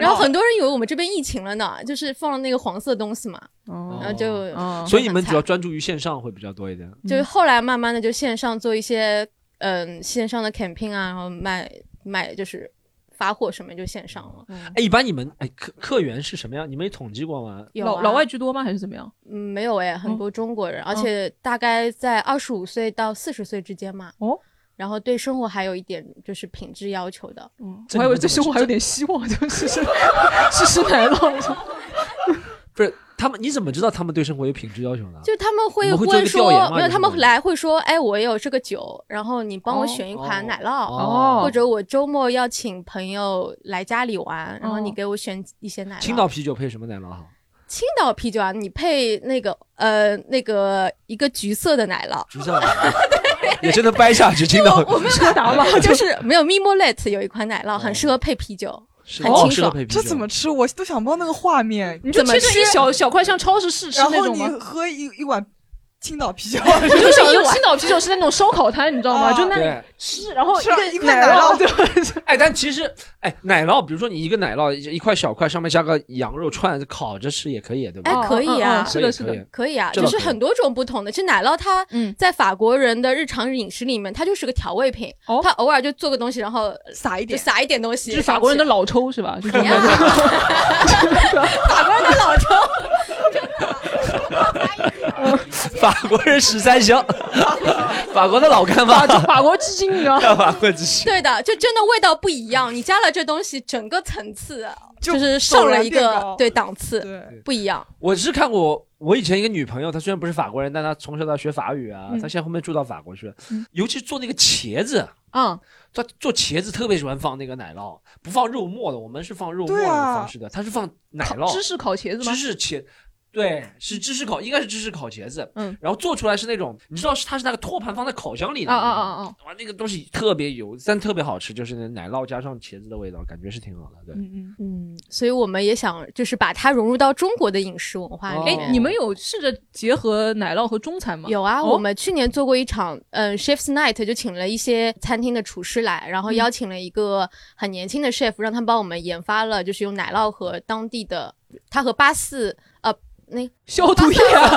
Speaker 13: 然后很多人以为我们这边疫情了呢，就是放了那个黄色东西嘛，
Speaker 4: 哦
Speaker 13: 然后就、
Speaker 2: 所以你们主要专注于线上会比较多一点。
Speaker 4: 嗯
Speaker 13: 就是后来慢慢的就线上做一些嗯、线上的 campaign 啊，然后卖卖就是发货什么就线上
Speaker 4: 哦
Speaker 13: 了，
Speaker 2: 哎，一般你们哎客客源是什么样？你们有统计过吗？
Speaker 13: 有
Speaker 4: 老
Speaker 13: 啊
Speaker 4: 老外居多吗？还是怎么样？嗯
Speaker 13: 嗯，没有哎，很多中国人，而且大概在二十五岁到四十岁之间嘛。
Speaker 4: 哦。
Speaker 13: 然后对生活还有一点就是品质要求的。
Speaker 4: 嗯我还以为这生活还有点希望，就是 是是吃 奶酪。
Speaker 2: 不是他们，你怎么知道他们对生活有品质要求呢？
Speaker 13: 就他们
Speaker 2: 你
Speaker 13: 会
Speaker 2: 们会做一
Speaker 13: 问
Speaker 2: 个
Speaker 13: 说
Speaker 2: 调研，吗
Speaker 13: 没有，
Speaker 2: 就是
Speaker 13: 他们来会说，哎，我有这个酒，然后你
Speaker 4: 哦
Speaker 13: 帮我选一款奶酪，
Speaker 2: 哦
Speaker 13: 或者我周末要请朋友来家里玩，然后你
Speaker 2: 哦
Speaker 13: 给我选一些奶酪。
Speaker 2: 青岛啤酒配什么奶酪好？
Speaker 13: 青岛啤酒啊，你配那个呃那个一个橘色的奶酪，
Speaker 2: 橘色奶酪也真的掰下 去，青岛
Speaker 13: 我没有
Speaker 2: 柯达 吗
Speaker 13: 就是没有 Mimolet 有一款奶酪很适合配啤酒，
Speaker 2: 是
Speaker 13: 很
Speaker 2: 哦
Speaker 13: 清
Speaker 2: 适合
Speaker 13: 爽
Speaker 2: 配。啤
Speaker 3: 哦这怎么吃？我都想到那个画面，
Speaker 13: 你就
Speaker 3: 怎么
Speaker 13: 切成一小小块像超市试吃
Speaker 3: 然
Speaker 13: 那
Speaker 3: 后
Speaker 13: 种
Speaker 3: 你
Speaker 13: 吗
Speaker 3: 喝一一碗青岛 啤酒，
Speaker 4: 我就想到青岛啤酒是啊在那种烧烤摊，你知道
Speaker 13: 啊
Speaker 4: 吗？就那里
Speaker 2: 对
Speaker 4: 吃，然后
Speaker 3: 吃了
Speaker 4: 一
Speaker 3: 一
Speaker 4: 个
Speaker 3: 块奶
Speaker 4: 酪，对，
Speaker 2: 哎，但其实，哎，奶酪，比如说你一个奶酪一块小块，上面加个羊肉串，烤着吃也可以，对吧？
Speaker 13: 哎，可以
Speaker 4: 哦
Speaker 13: 啊，
Speaker 2: 嗯可以可以
Speaker 13: 可以啊，
Speaker 2: 这
Speaker 13: 就
Speaker 2: 倒
Speaker 13: 是
Speaker 2: 可以
Speaker 13: 很多种不同的。其实奶酪它在法国人的日常饮食里面，它就是个调味品，它偶尔就做个东西，然后
Speaker 3: 撒一
Speaker 13: 点，撒一点东西。
Speaker 4: 就是法国人的老抽是吧？就是
Speaker 13: 哎呀 法国人的老抽，
Speaker 2: 法国人十三香， 法国的老干妈，
Speaker 4: 法 国 鸡精，你知道
Speaker 2: 吗？法国鸡精，
Speaker 13: 对的，就真的味道不一样。你加了这东西，整个层次就是上
Speaker 3: 陡然
Speaker 13: 了一
Speaker 3: 变
Speaker 13: 个
Speaker 3: 高
Speaker 13: 对档次
Speaker 3: 对，
Speaker 13: 不一样。
Speaker 2: 我是看过我以前一个女朋友，她虽然不是法国人，但她从小到学法语啊，
Speaker 13: 嗯
Speaker 2: 她现在后面住到法国去了
Speaker 13: 嗯。
Speaker 2: 尤其做那个茄子，
Speaker 4: 嗯，
Speaker 2: 做做茄子特别喜欢放那个奶酪，不放肉末的，我们是放肉末
Speaker 4: 对
Speaker 2: 的
Speaker 4: 啊
Speaker 2: 方式的，它是放奶酪。
Speaker 4: 芝士烤茄子吗？
Speaker 2: 芝士茄，对，是芝士烤，应该是芝士烤茄子。
Speaker 4: 嗯
Speaker 2: 然后做出来是那种，你知道是它是那个托盘放在烤箱里的。
Speaker 4: 啊啊啊
Speaker 6: 哦
Speaker 4: 啊！
Speaker 2: 哇，那个东西特别油，但特别好吃，就是那奶酪加上茄子的味道，感觉是挺好的。对，
Speaker 13: 嗯嗯，所以我们也想就是把它融入到中国的饮食文化里
Speaker 4: 哎、
Speaker 13: 面。
Speaker 4: 你们有试着结合奶酪和中餐吗？
Speaker 13: 有啊，
Speaker 4: 哦
Speaker 13: 我们去年做过一场，嗯，Chef's Night 就请了一些餐厅的厨师来，然后
Speaker 4: 嗯
Speaker 13: 邀请了一个很年轻的 chef，让他帮我们研发了，就是用奶酪和当地的，他和巴四呃那
Speaker 4: 消毒液啊，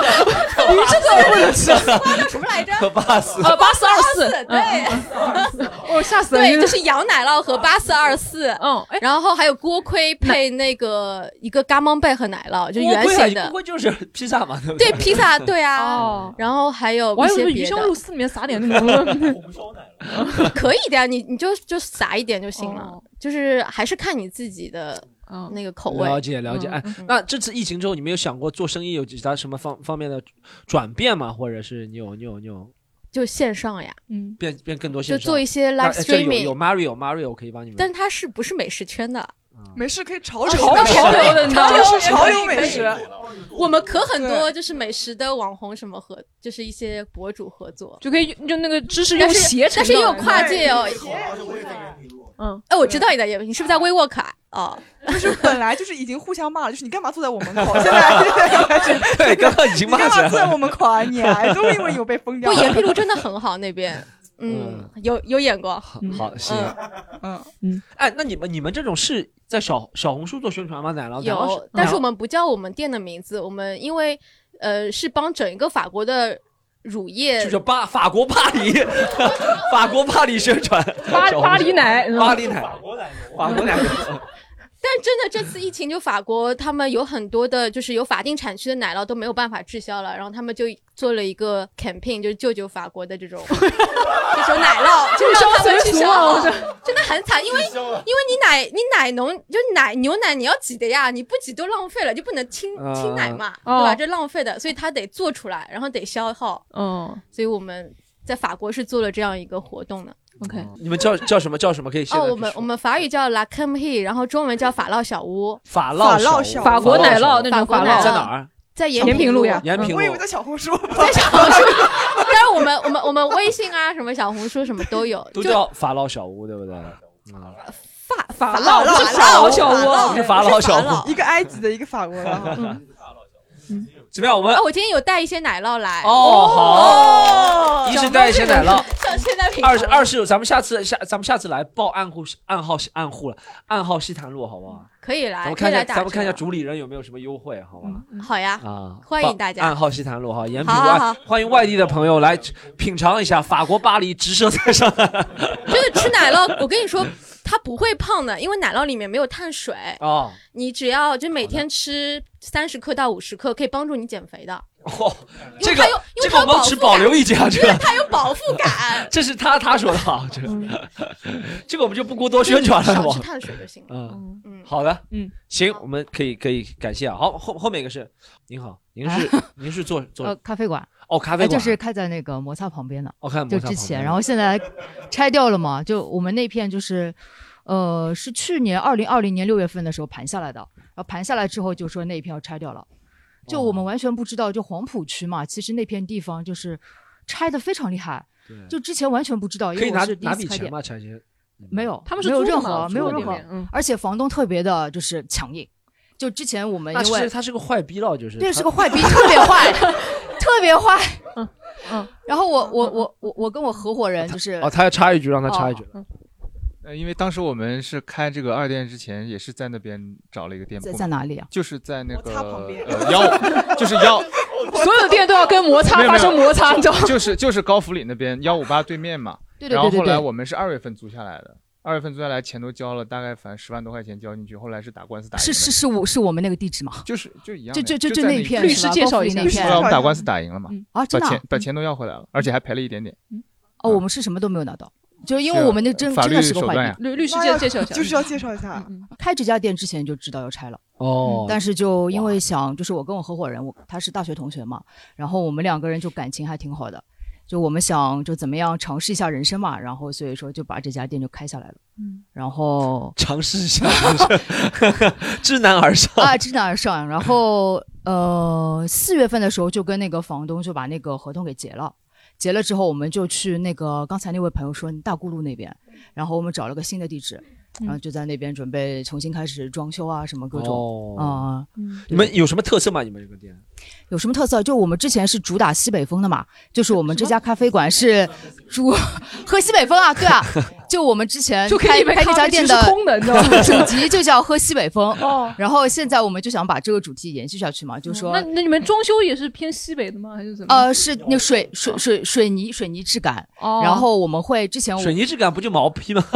Speaker 13: 你
Speaker 4: 这个
Speaker 13: 我 叫什么来着？
Speaker 4: 和
Speaker 2: 巴斯
Speaker 13: 呃
Speaker 4: 啊，巴斯二 四，
Speaker 13: 对，
Speaker 4: 哦，吓死了！哦
Speaker 13: 对，就是羊奶酪和八四二四，嗯，
Speaker 4: 哎
Speaker 13: 然后还有锅盔配那个一个嘎蒙贝和奶酪，就圆形的
Speaker 2: 不，过啊就是披萨嘛，对不
Speaker 13: 对
Speaker 2: 对，
Speaker 13: 披 萨，对啊，
Speaker 4: 哦
Speaker 13: 然后还有
Speaker 4: 我还
Speaker 13: 一
Speaker 4: 以
Speaker 13: 些
Speaker 4: 为
Speaker 13: 别
Speaker 4: 鱼
Speaker 13: 的
Speaker 4: 香肉丝里面撒点那种
Speaker 13: 可以的呀，你你就就撒一点就行了，
Speaker 4: 哦
Speaker 13: 就是还是看你自己的那个 口味。嗯
Speaker 2: 了解了
Speaker 4: 嗯
Speaker 2: 解。哎，那这次疫情之后，你们有想过做生意有其他什么方方面的转变吗？或者是你有你有你有
Speaker 13: 就线上呀，嗯，
Speaker 2: 变变更多线上？
Speaker 13: 就做一些 live
Speaker 2: 那哎这有
Speaker 13: streaming
Speaker 2: 有 Mario Mario 可以帮你们。
Speaker 13: 但它是不是美食圈的？
Speaker 3: 没事，可以
Speaker 4: 哦
Speaker 3: 潮
Speaker 13: 流
Speaker 3: 流美
Speaker 13: 啊
Speaker 3: 食
Speaker 13: 潮流的，你知道吗
Speaker 3: 这是潮流美食。
Speaker 13: 我们和很多就是美食的网红什么合，就是一些博主合作，
Speaker 4: 就可以用那个芝士
Speaker 13: 但
Speaker 4: 用
Speaker 13: 是
Speaker 4: 斜
Speaker 13: 但
Speaker 4: 成的，
Speaker 13: 是也有跨界哦。
Speaker 4: 嗯，
Speaker 13: 哎，我知道你的，你是不是在 WeWork 啊？哦，
Speaker 3: 就是本来就是已经互相骂了，就是你干嘛坐在我门口？现在
Speaker 2: 对，刚刚已经
Speaker 3: 你干
Speaker 2: 骂起
Speaker 3: 嘛
Speaker 2: 来
Speaker 3: 坐在我门口啊？你啊，都因为有被封掉。
Speaker 13: 不，延平路真的很好，那边，嗯，有有演过。
Speaker 2: 好，行。
Speaker 3: 嗯
Speaker 4: 嗯，
Speaker 2: 哎，那你们你们这种是在小小红书做宣传吗？奶酪啊奶酪
Speaker 13: 有，但是我们不叫我们店的名字，我们因为呃是帮整个法国的乳业
Speaker 2: 就叫巴法国巴黎， 法国巴黎宣传，
Speaker 4: 巴
Speaker 2: 小红书
Speaker 4: 巴黎奶，嗯
Speaker 2: 巴黎奶，法国奶油，法国奶油。
Speaker 13: 嗯但真的这次疫情，就法国他们有很多的，就是有法定产区的奶酪都没有办法滞销了，然后他们就做了一个 campaign，就是救救法国的这种这种 奶
Speaker 4: 哦
Speaker 13: 酪， 就是让他们去消
Speaker 4: 滞销随
Speaker 13: 耗
Speaker 4: 俗啊，
Speaker 13: 真的很惨，因为因为你奶你奶农就奶牛奶你要挤的呀，你不挤都浪费了，就不能清
Speaker 4: 啊
Speaker 13: 清奶嘛，
Speaker 4: 哦
Speaker 13: 对吧？这浪费的，所以它得做出来，然后得消耗，
Speaker 4: 嗯
Speaker 13: 所以我们在法国是做了这样一个活动的。
Speaker 4: ，OK，
Speaker 2: 你们叫叫什么叫什么？可以现
Speaker 13: 哦，
Speaker 2: 在
Speaker 13: 我们我们法语叫 La c a m h e 然后中文叫法酪小屋。
Speaker 2: 法法酪小屋
Speaker 4: 法国奶酪那种
Speaker 13: 法
Speaker 4: 法
Speaker 13: 国
Speaker 4: 酪
Speaker 2: 在哪儿？
Speaker 13: 在延
Speaker 4: 延平
Speaker 13: 路啊
Speaker 4: 路呀
Speaker 2: 延平路
Speaker 3: 我以为在小红书，
Speaker 13: 在小红书，但是我们我们我们微信啊，什么小红书什么都有，
Speaker 2: 都
Speaker 13: 就
Speaker 2: 叫法酪小屋，对嗯不对？
Speaker 13: 法
Speaker 3: 法
Speaker 13: 不
Speaker 3: 酪
Speaker 13: 是
Speaker 3: 法
Speaker 13: 法
Speaker 3: 酪
Speaker 13: 小
Speaker 3: 法
Speaker 13: 窝，
Speaker 2: 是法老小屋
Speaker 3: 一个 埃及的，一个法国的。
Speaker 2: 怎么样？我们
Speaker 13: 啊，我今天有带一些奶酪来哦
Speaker 2: 哦好一是带一些奶酪
Speaker 13: 像现在品
Speaker 2: 二是二是，咱们下次下咱们下次来报暗户暗号暗户了，暗号西坛路好不好？
Speaker 13: 可以
Speaker 2: 咱
Speaker 13: 来，
Speaker 2: 们
Speaker 13: 可
Speaker 2: 看
Speaker 13: 以
Speaker 2: 一下
Speaker 13: 来打
Speaker 2: 咱们看一下
Speaker 13: 折
Speaker 2: 主理人有没有什么优惠，好吧？
Speaker 13: 嗯好呀，
Speaker 2: 啊，
Speaker 13: 欢迎大家
Speaker 2: 报暗号西坛路哈，延平
Speaker 13: 好好好
Speaker 2: 外欢迎外地的朋友来品尝一下法国巴黎直射在上海。
Speaker 13: 真的吃奶酪，我跟你说， 它不会胖的，因为奶酪里面没有碳水，
Speaker 2: 哦，
Speaker 13: 你只要就每天吃三十克到五十克，可以帮助你减肥的。
Speaker 2: 这个
Speaker 13: 因为
Speaker 2: 这
Speaker 13: 它
Speaker 2: 个
Speaker 13: 有
Speaker 2: 我们持保留意见啊，这
Speaker 13: 因为
Speaker 2: 个
Speaker 13: 它有饱腹感。
Speaker 2: 这是他他说的啊，这个
Speaker 6: 嗯
Speaker 2: 这个我们就不过多宣传了，好不
Speaker 13: 少
Speaker 2: 好
Speaker 13: 吃碳水就行了。
Speaker 2: 嗯嗯，好的，
Speaker 4: 嗯，
Speaker 2: 行，我们可以可以感谢啊。好，后后面一个是，您好，您是您 是做做
Speaker 6: 呃，咖啡馆。
Speaker 2: 哦咖啡
Speaker 6: 哎
Speaker 2: 馆
Speaker 6: 就是开在那个摩擦旁边的。
Speaker 2: 哦开在摩
Speaker 6: 就
Speaker 2: 擦
Speaker 6: 之
Speaker 2: 旁
Speaker 6: 前，
Speaker 2: 边
Speaker 6: 然后现在拆掉了嘛。就我们那片就是，呃，是去年二零二零年六月份的时候盘下来的，然后盘下来之后就说那一片要拆掉了。就
Speaker 2: 哦
Speaker 6: 我们完全不知道，就黄浦区嘛，其实那片地方就是拆的非常厉害
Speaker 2: 对。
Speaker 6: 就之前完全不知道，因
Speaker 2: 可以
Speaker 6: 为我
Speaker 2: 拿
Speaker 6: 是第一
Speaker 2: 拿笔
Speaker 6: 次开
Speaker 2: 钱
Speaker 6: 店
Speaker 2: 吗？，拆迁
Speaker 6: 没有，
Speaker 4: 他们是
Speaker 6: 没有
Speaker 4: 租的
Speaker 6: 任
Speaker 4: 嘛
Speaker 6: 何
Speaker 4: 租
Speaker 6: 没有
Speaker 4: 的
Speaker 6: 任
Speaker 4: 店
Speaker 6: 何
Speaker 4: 面嗯，
Speaker 6: 而且房东特别的就是强硬。就之前我们
Speaker 2: 那
Speaker 6: 因
Speaker 2: 其
Speaker 6: 为
Speaker 2: 实他是个坏逼了，就是
Speaker 6: 对，
Speaker 2: 他
Speaker 6: 是个坏逼，特别坏，特别坏。嗯嗯。然后我我我我我跟我合伙人就是
Speaker 2: 哦，他要插一句，让他插一句。
Speaker 12: 呃，因为当时我们是开这个二店之前，也是在那边找了一个店铺
Speaker 6: 在
Speaker 12: 嘛，
Speaker 6: 在哪里啊
Speaker 12: 就是在那个
Speaker 6: 旁边
Speaker 12: 呃幺，就是幺，
Speaker 4: 所有店都要跟摩擦
Speaker 12: 没有
Speaker 4: 发生
Speaker 12: 没有
Speaker 4: 摩擦，你知道吗？
Speaker 12: 就是就是高福里那边幺五八对面嘛。
Speaker 4: 对对对
Speaker 12: 然后
Speaker 4: 对
Speaker 12: 后来
Speaker 4: 对
Speaker 12: 我们是二月份租下来的，二月份租下来钱都交了，大概反正十万多块钱交进去，后来是打官司打赢
Speaker 6: 是
Speaker 12: 了。
Speaker 6: 是是我是我们那个地址嘛？
Speaker 12: 就是就一样
Speaker 6: 就
Speaker 12: 的
Speaker 6: 就
Speaker 12: 就
Speaker 6: 就
Speaker 12: 在
Speaker 6: 那
Speaker 12: 那一
Speaker 6: 片
Speaker 12: 片
Speaker 6: 是
Speaker 12: 律
Speaker 6: 吧
Speaker 12: 师介
Speaker 6: 高
Speaker 12: 绍
Speaker 6: 福
Speaker 12: 一
Speaker 6: 里
Speaker 12: 下
Speaker 6: 那
Speaker 12: 律师
Speaker 6: 片
Speaker 12: 介绍我们打官司打赢了嘛
Speaker 6: 啊，真
Speaker 12: 把
Speaker 6: 的啊
Speaker 12: 钱把钱都要回来了，而且还赔了一点点。
Speaker 6: 哦，我们是什么都没有拿到，就是因为
Speaker 12: 是
Speaker 6: 我们那真
Speaker 12: 法
Speaker 6: 真
Speaker 12: 律
Speaker 6: 的是个
Speaker 12: 手段
Speaker 6: 坏
Speaker 12: 呀
Speaker 6: 逼。
Speaker 4: 律律师介介绍一下，
Speaker 3: 就是要介绍一下。
Speaker 6: 开这家店之前就知道要拆了。嗯
Speaker 2: 哦
Speaker 6: 但是就因为想，就是我跟我合伙人，我他是大学同学嘛，然后我们两个人就感情还挺好的，就我们想就怎么样尝试一下人生嘛，然后所以说就把这家店就开下来了。
Speaker 14: 嗯，
Speaker 6: 然后
Speaker 2: 尝试一下， 知难而上
Speaker 6: 啊，知难而上。然后呃，四月份的时候就跟那个房东就把那个合同给结了。结了之后，我们就去那个刚才那位朋友说大沽路那边，然后我们找了个新的地址，
Speaker 14: 嗯
Speaker 6: 然后就在那边准备重新开始装修啊，什么各种
Speaker 2: 哦
Speaker 6: 啊、
Speaker 2: 你们有什么特色吗？你们这个店？
Speaker 6: 有什么特色？就我们之前是主打西北风的嘛，就是我们这家咖啡馆是主 喝西北风啊，对啊，就我们之前
Speaker 4: 就可以
Speaker 6: 开
Speaker 4: 以为
Speaker 6: 开这
Speaker 4: 咖
Speaker 6: 家
Speaker 4: 啡
Speaker 6: 店
Speaker 4: 其实是空的你知道 吗
Speaker 6: 主题 就叫喝西北 风哦，然后现在我们就想把这个主题延续下去嘛，就说、
Speaker 4: 那那你们装修也是偏西北的吗？还是怎么？
Speaker 6: 呃是那个水水水水泥水泥质感，
Speaker 4: 嗯哦
Speaker 6: 然后我们会之前我
Speaker 2: 水泥质感不就毛坯吗？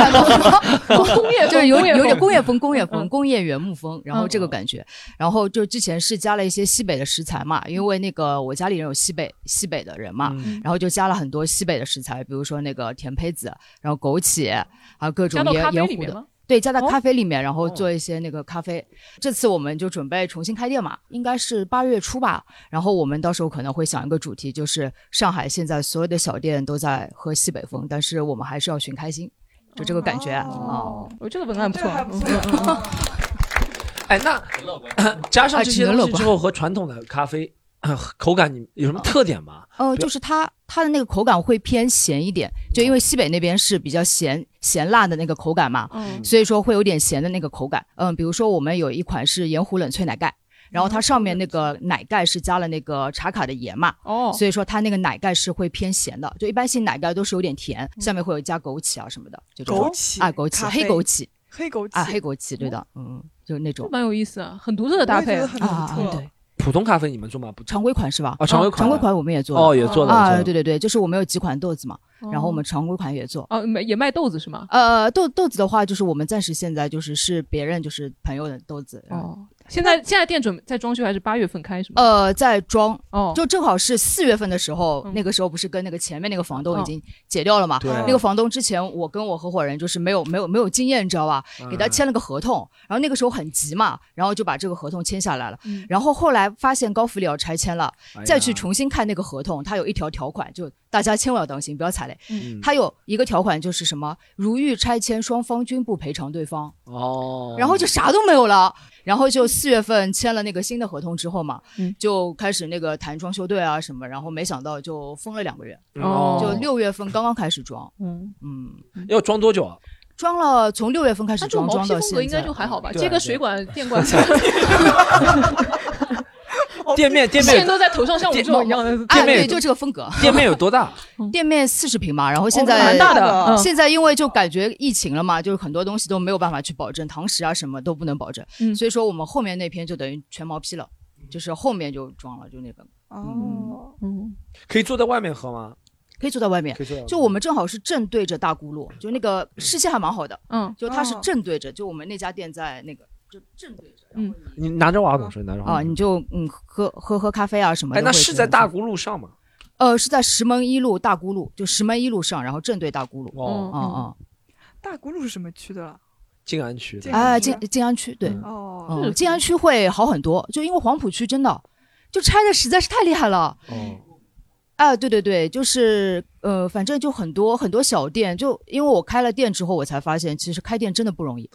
Speaker 4: 工业风
Speaker 6: 就是有
Speaker 4: 工业
Speaker 6: 有点
Speaker 4: 风嗯
Speaker 6: 工业风，工业风，工业原木风，然后这个感觉。然后就之前是加了一些西北的食材嘛，因为那个我家里人有西北西北的人嘛
Speaker 14: 嗯，
Speaker 6: 然后就加了很多西北的食材，比如说那个甜胚子，然后枸杞，还有各种
Speaker 14: 加到咖
Speaker 6: 盐
Speaker 14: 啡
Speaker 6: 盐
Speaker 14: 里
Speaker 6: 湖
Speaker 14: 面
Speaker 6: 的
Speaker 14: 吗。哦
Speaker 6: 对，加到咖啡里面，然后做一些那个咖啡。这次我们就准备重新开店嘛，应该是八月初吧。然后我们到时候可能会想一个主题，就是上海现在所有的小店都在喝西北风，但是我们还是要寻开心，就这个感觉啊。
Speaker 14: 哦
Speaker 4: 我这个文案不错，嗯
Speaker 2: 哎，那加上这些
Speaker 6: 啊只能乐
Speaker 2: 东西
Speaker 6: 观
Speaker 2: 之后，和传统的咖啡呃口感，你有什么特点吗？
Speaker 6: 呃，
Speaker 2: 比如
Speaker 6: 就是它它的那个口感会偏咸一点，就因为西北那边是比较咸咸辣的那个口感嘛，
Speaker 14: 嗯
Speaker 6: 所以说会有点咸的那个口感。嗯，比如说我们有一款是盐湖冷萃奶盖。然后它上面那个奶盖是加了那个茶卡的盐嘛，
Speaker 14: 哦
Speaker 6: 所以说它那个奶盖是会偏咸的，就一般性奶盖都是有点甜，下面会有加枸杞啊什么的，就这种
Speaker 3: 嗯枸杞
Speaker 6: 啊枸
Speaker 3: 咖
Speaker 6: 杞
Speaker 3: 啡
Speaker 6: 黑枸杞
Speaker 3: 黑枸杞
Speaker 6: 啊黑枸杞对的，嗯，就是那种
Speaker 4: 蛮有意思啊，很独特的搭配
Speaker 6: 我也觉得很独特啊啊对
Speaker 2: 普通咖啡你们做吗？不
Speaker 6: 常规款是吧？
Speaker 2: 啊常规
Speaker 6: 啊
Speaker 2: 款
Speaker 6: 常规款我们也做
Speaker 2: 哦也做了也做
Speaker 6: 啊，
Speaker 2: 了
Speaker 6: 对对对，就是我们有几款豆子嘛，然后我们
Speaker 4: 哦
Speaker 6: 常规款也做。
Speaker 4: 哦，卖也卖豆子是吗？
Speaker 6: 呃，豆豆子的话，就是我们暂时现在就是是别人就是朋友的豆子，
Speaker 4: 哦，现在现在店准在装修还是八月份开是吗？
Speaker 6: 呃，在装
Speaker 4: 哦，
Speaker 6: 就正好是四月份的时候，那个时候不是跟那个前面那个房东已
Speaker 4: 哦
Speaker 6: 经解掉了嘛？
Speaker 14: 对
Speaker 6: 那个房东之前我跟我合伙人就是没有没有没有经验，你知道吧？
Speaker 14: 嗯
Speaker 6: 给他签了个合同，然后那个时候很急嘛，然后就把这个合同签下来了。
Speaker 14: 嗯
Speaker 6: 然后后来发现高福利要拆迁了
Speaker 14: 哎，呀
Speaker 6: 再去重新看那个合同，它有一条条款，就大家千万要当心，不要踩雷。
Speaker 14: 嗯
Speaker 6: 它有一个条款就是什么，如遇拆迁，双方均不赔偿对方。
Speaker 2: 哦
Speaker 6: 然后就 啥都没有了。然后就四月份签了那个新的合同之后嘛，
Speaker 4: 嗯
Speaker 6: 就开始那个谈装修队啊什么，然后没想到就封了两个月，
Speaker 2: 哦
Speaker 6: 就六月份刚刚开始装，
Speaker 4: 嗯
Speaker 6: 嗯，
Speaker 2: 要装多久啊？
Speaker 6: 装了从六月份开始
Speaker 4: 那这种
Speaker 6: 装，装
Speaker 4: 毛坯
Speaker 6: 到
Speaker 4: 风
Speaker 6: 现
Speaker 4: 格
Speaker 6: 在
Speaker 4: 应该就还好吧？
Speaker 6: 对
Speaker 4: 接个
Speaker 6: 对
Speaker 4: 水 管、电管，
Speaker 2: 店面店
Speaker 4: 线
Speaker 2: 面
Speaker 4: 都在头上，像我们这种一样的
Speaker 6: 啊，
Speaker 2: 店面
Speaker 6: 对，
Speaker 2: 有
Speaker 6: 就这个风格。
Speaker 2: 店面有多 大？
Speaker 6: 店面四十平嘛，然后现
Speaker 4: 嗯哦
Speaker 6: 在、
Speaker 4: 那蛮大的嗯
Speaker 6: 现在因为就感觉疫情了嘛，就是很多东西都没有办法去保证，堂食啊什么都不能保证，
Speaker 4: 嗯
Speaker 6: 所以说我们后面那篇就等于全毛坯了，就是后面就装了，就那个
Speaker 3: 哦，
Speaker 4: 嗯，
Speaker 2: 可以坐在外面喝吗？
Speaker 6: 可以坐在外面
Speaker 2: 可以坐在外面，
Speaker 6: 就我们正好是正对着大沽路，就那个视线还蛮好的，
Speaker 4: 嗯，
Speaker 6: 就它是正对着，就我们那家店在那个就正对着，
Speaker 4: 嗯，
Speaker 2: 你拿着话筒说，拿着话筒。
Speaker 6: 啊，你就嗯喝喝喝咖啡啊什么的
Speaker 2: 哎，
Speaker 6: 会觉得
Speaker 2: 那
Speaker 6: 很舒服。
Speaker 2: 是在大沽路上吗？
Speaker 6: 呃是在石门一路大沽路，就石门一路上，然后正对大沽路，
Speaker 2: 哦
Speaker 6: 嗯嗯。
Speaker 3: 大沽路是什么区的了？
Speaker 2: 静安区的。
Speaker 6: 啊，静静安区对，
Speaker 3: 哦
Speaker 6: 嗯，静安区会好很多，就因为黄浦区真的就拆的实在是太厉害了。
Speaker 9: 哦
Speaker 6: 啊，对对对，就是呃，反正就很多很多小店，就因为我开了店之后，我才发现其实开店真的不容易。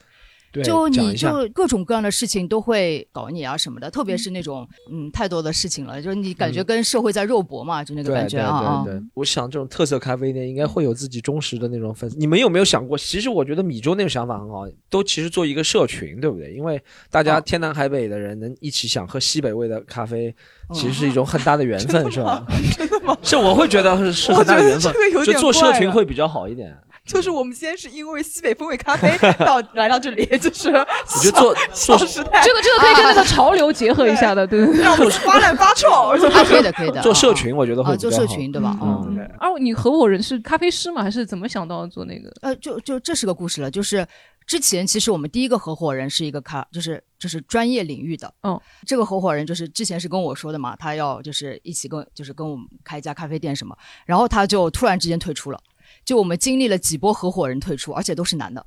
Speaker 14: 对
Speaker 6: 就
Speaker 14: 讲
Speaker 6: 你
Speaker 14: 一下
Speaker 6: 就各种各样的事情都会搞你啊什么的，特别是那种嗯太多的事情了，就是你感觉跟社会在肉搏嘛，就那个
Speaker 2: 对
Speaker 6: 感
Speaker 2: 对
Speaker 6: 觉啊。
Speaker 2: 对对，我想这种特色咖啡店应该会有自己忠实的那种粉丝。你们有没有想过？其实我觉得米粥那个想法很好，都其实做一个社群，对不对？因为大
Speaker 6: 哦
Speaker 2: 家天南海北的人能一起想喝西北味的咖啡，
Speaker 6: 哦
Speaker 2: 其实是一种很大的缘 分，是吧？ 是，我会觉得是是很大的缘分
Speaker 3: 我觉得这个有，
Speaker 2: 就
Speaker 3: 点
Speaker 2: 做社
Speaker 3: 怪
Speaker 2: 群
Speaker 6: 啊
Speaker 3: 了
Speaker 2: 会比较好一点。
Speaker 3: 就是我们今天是因为西北风味咖啡到来到这里，就是我
Speaker 2: 觉得做做
Speaker 3: 时代，
Speaker 4: 这个这个可以跟那个 潮流结合一下的，对对对，
Speaker 3: 让我们发展发 臭
Speaker 6: 啊可以的可以的
Speaker 2: 做社群我觉得会
Speaker 6: 啊
Speaker 2: 比较
Speaker 6: 做
Speaker 2: 好。
Speaker 6: 社群对吧
Speaker 2: 嗯，
Speaker 4: 啊，你合伙人是咖啡师吗？还是怎么想到做那个？
Speaker 6: 呃，就就这是个故事了，就是之前其实我们第一个合伙人是一个咖，就是就是专业领域的，
Speaker 4: 嗯，
Speaker 6: 这个合伙人就是之前是跟我说的嘛，他要就是一起跟就是跟我们开一家咖啡店什么，然后他就突然之间退出了，就我们经历了几波合伙人退出，而且都是男的。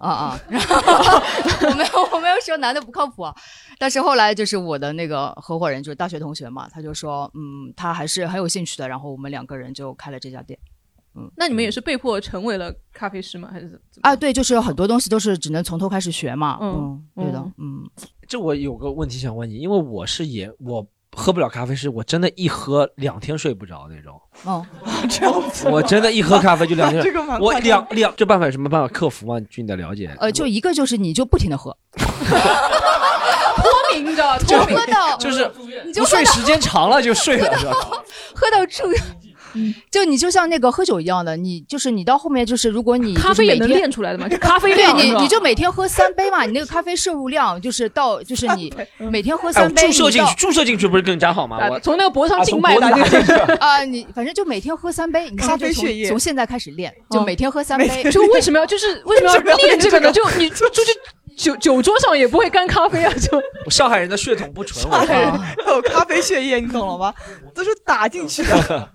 Speaker 6: 啊啊，然后我没有我没有说男的不靠谱啊，但是后来就是我的那个合伙人，就是大学同学嘛，他就说，嗯，他还是很有兴趣的，然后我们两个人就开了这家店。嗯，
Speaker 4: 那你们也是被迫成为了咖啡师吗？还是怎么？
Speaker 6: 啊，对，就是有很多东西都是只能从头开始学嘛。
Speaker 4: 嗯
Speaker 6: 嗯，对的，嗯。
Speaker 2: 这我有个问题想问你，因为我是也我喝不了咖啡是我真的一喝两天睡不着那种。
Speaker 6: 哦，
Speaker 3: 这样 子
Speaker 2: 我真的一喝咖啡就两 天，
Speaker 6: 这个蛮
Speaker 2: 我
Speaker 6: 夸张
Speaker 2: 两两这办法有什么办法克服吗？据你的了解，
Speaker 6: 呃，就一个就是你就不停的 喝，
Speaker 4: 脱敏，你知道吧？
Speaker 6: 就
Speaker 4: 脱敏
Speaker 6: 喝到
Speaker 2: 就是
Speaker 6: 你就
Speaker 2: 不睡
Speaker 6: 喝到
Speaker 2: 时间长了就睡了，是吧？哎
Speaker 6: 喝到 住院。嗯就你就像那个喝酒一样的，你就是你到后面就是，如果你
Speaker 4: 咖啡也能练出 来的嘛
Speaker 6: 嘛，
Speaker 4: 就咖啡量
Speaker 6: 对
Speaker 4: 是
Speaker 6: 你
Speaker 4: 吧
Speaker 6: 你就每天喝三杯嘛，你那个咖啡摄入量就是到就是 你每天喝三
Speaker 2: 哎
Speaker 6: 杯，
Speaker 2: 我注射
Speaker 6: 你
Speaker 2: 进
Speaker 6: 到
Speaker 2: 去，注射进去不是更加好吗？我
Speaker 4: 从那个脖子上
Speaker 2: 啊
Speaker 4: 静
Speaker 2: 从
Speaker 4: 脉
Speaker 2: 脖
Speaker 4: 打
Speaker 2: 子
Speaker 4: 进
Speaker 2: 打进去。
Speaker 6: 啊，你反正就每天喝三杯，你现
Speaker 4: 咖
Speaker 6: 在
Speaker 4: 啡
Speaker 6: 就从
Speaker 4: 血液
Speaker 6: 从现在开始练，就每天喝三杯。
Speaker 4: 就为什么要就是为 什么要练这个呢？就你出去酒酒桌上也不会干咖啡啊，就
Speaker 2: 我上海人的血统不纯，
Speaker 3: 上海人
Speaker 2: 我
Speaker 3: 啊有咖啡血液，你懂了吗？都是打进
Speaker 13: 嗯
Speaker 3: 去的。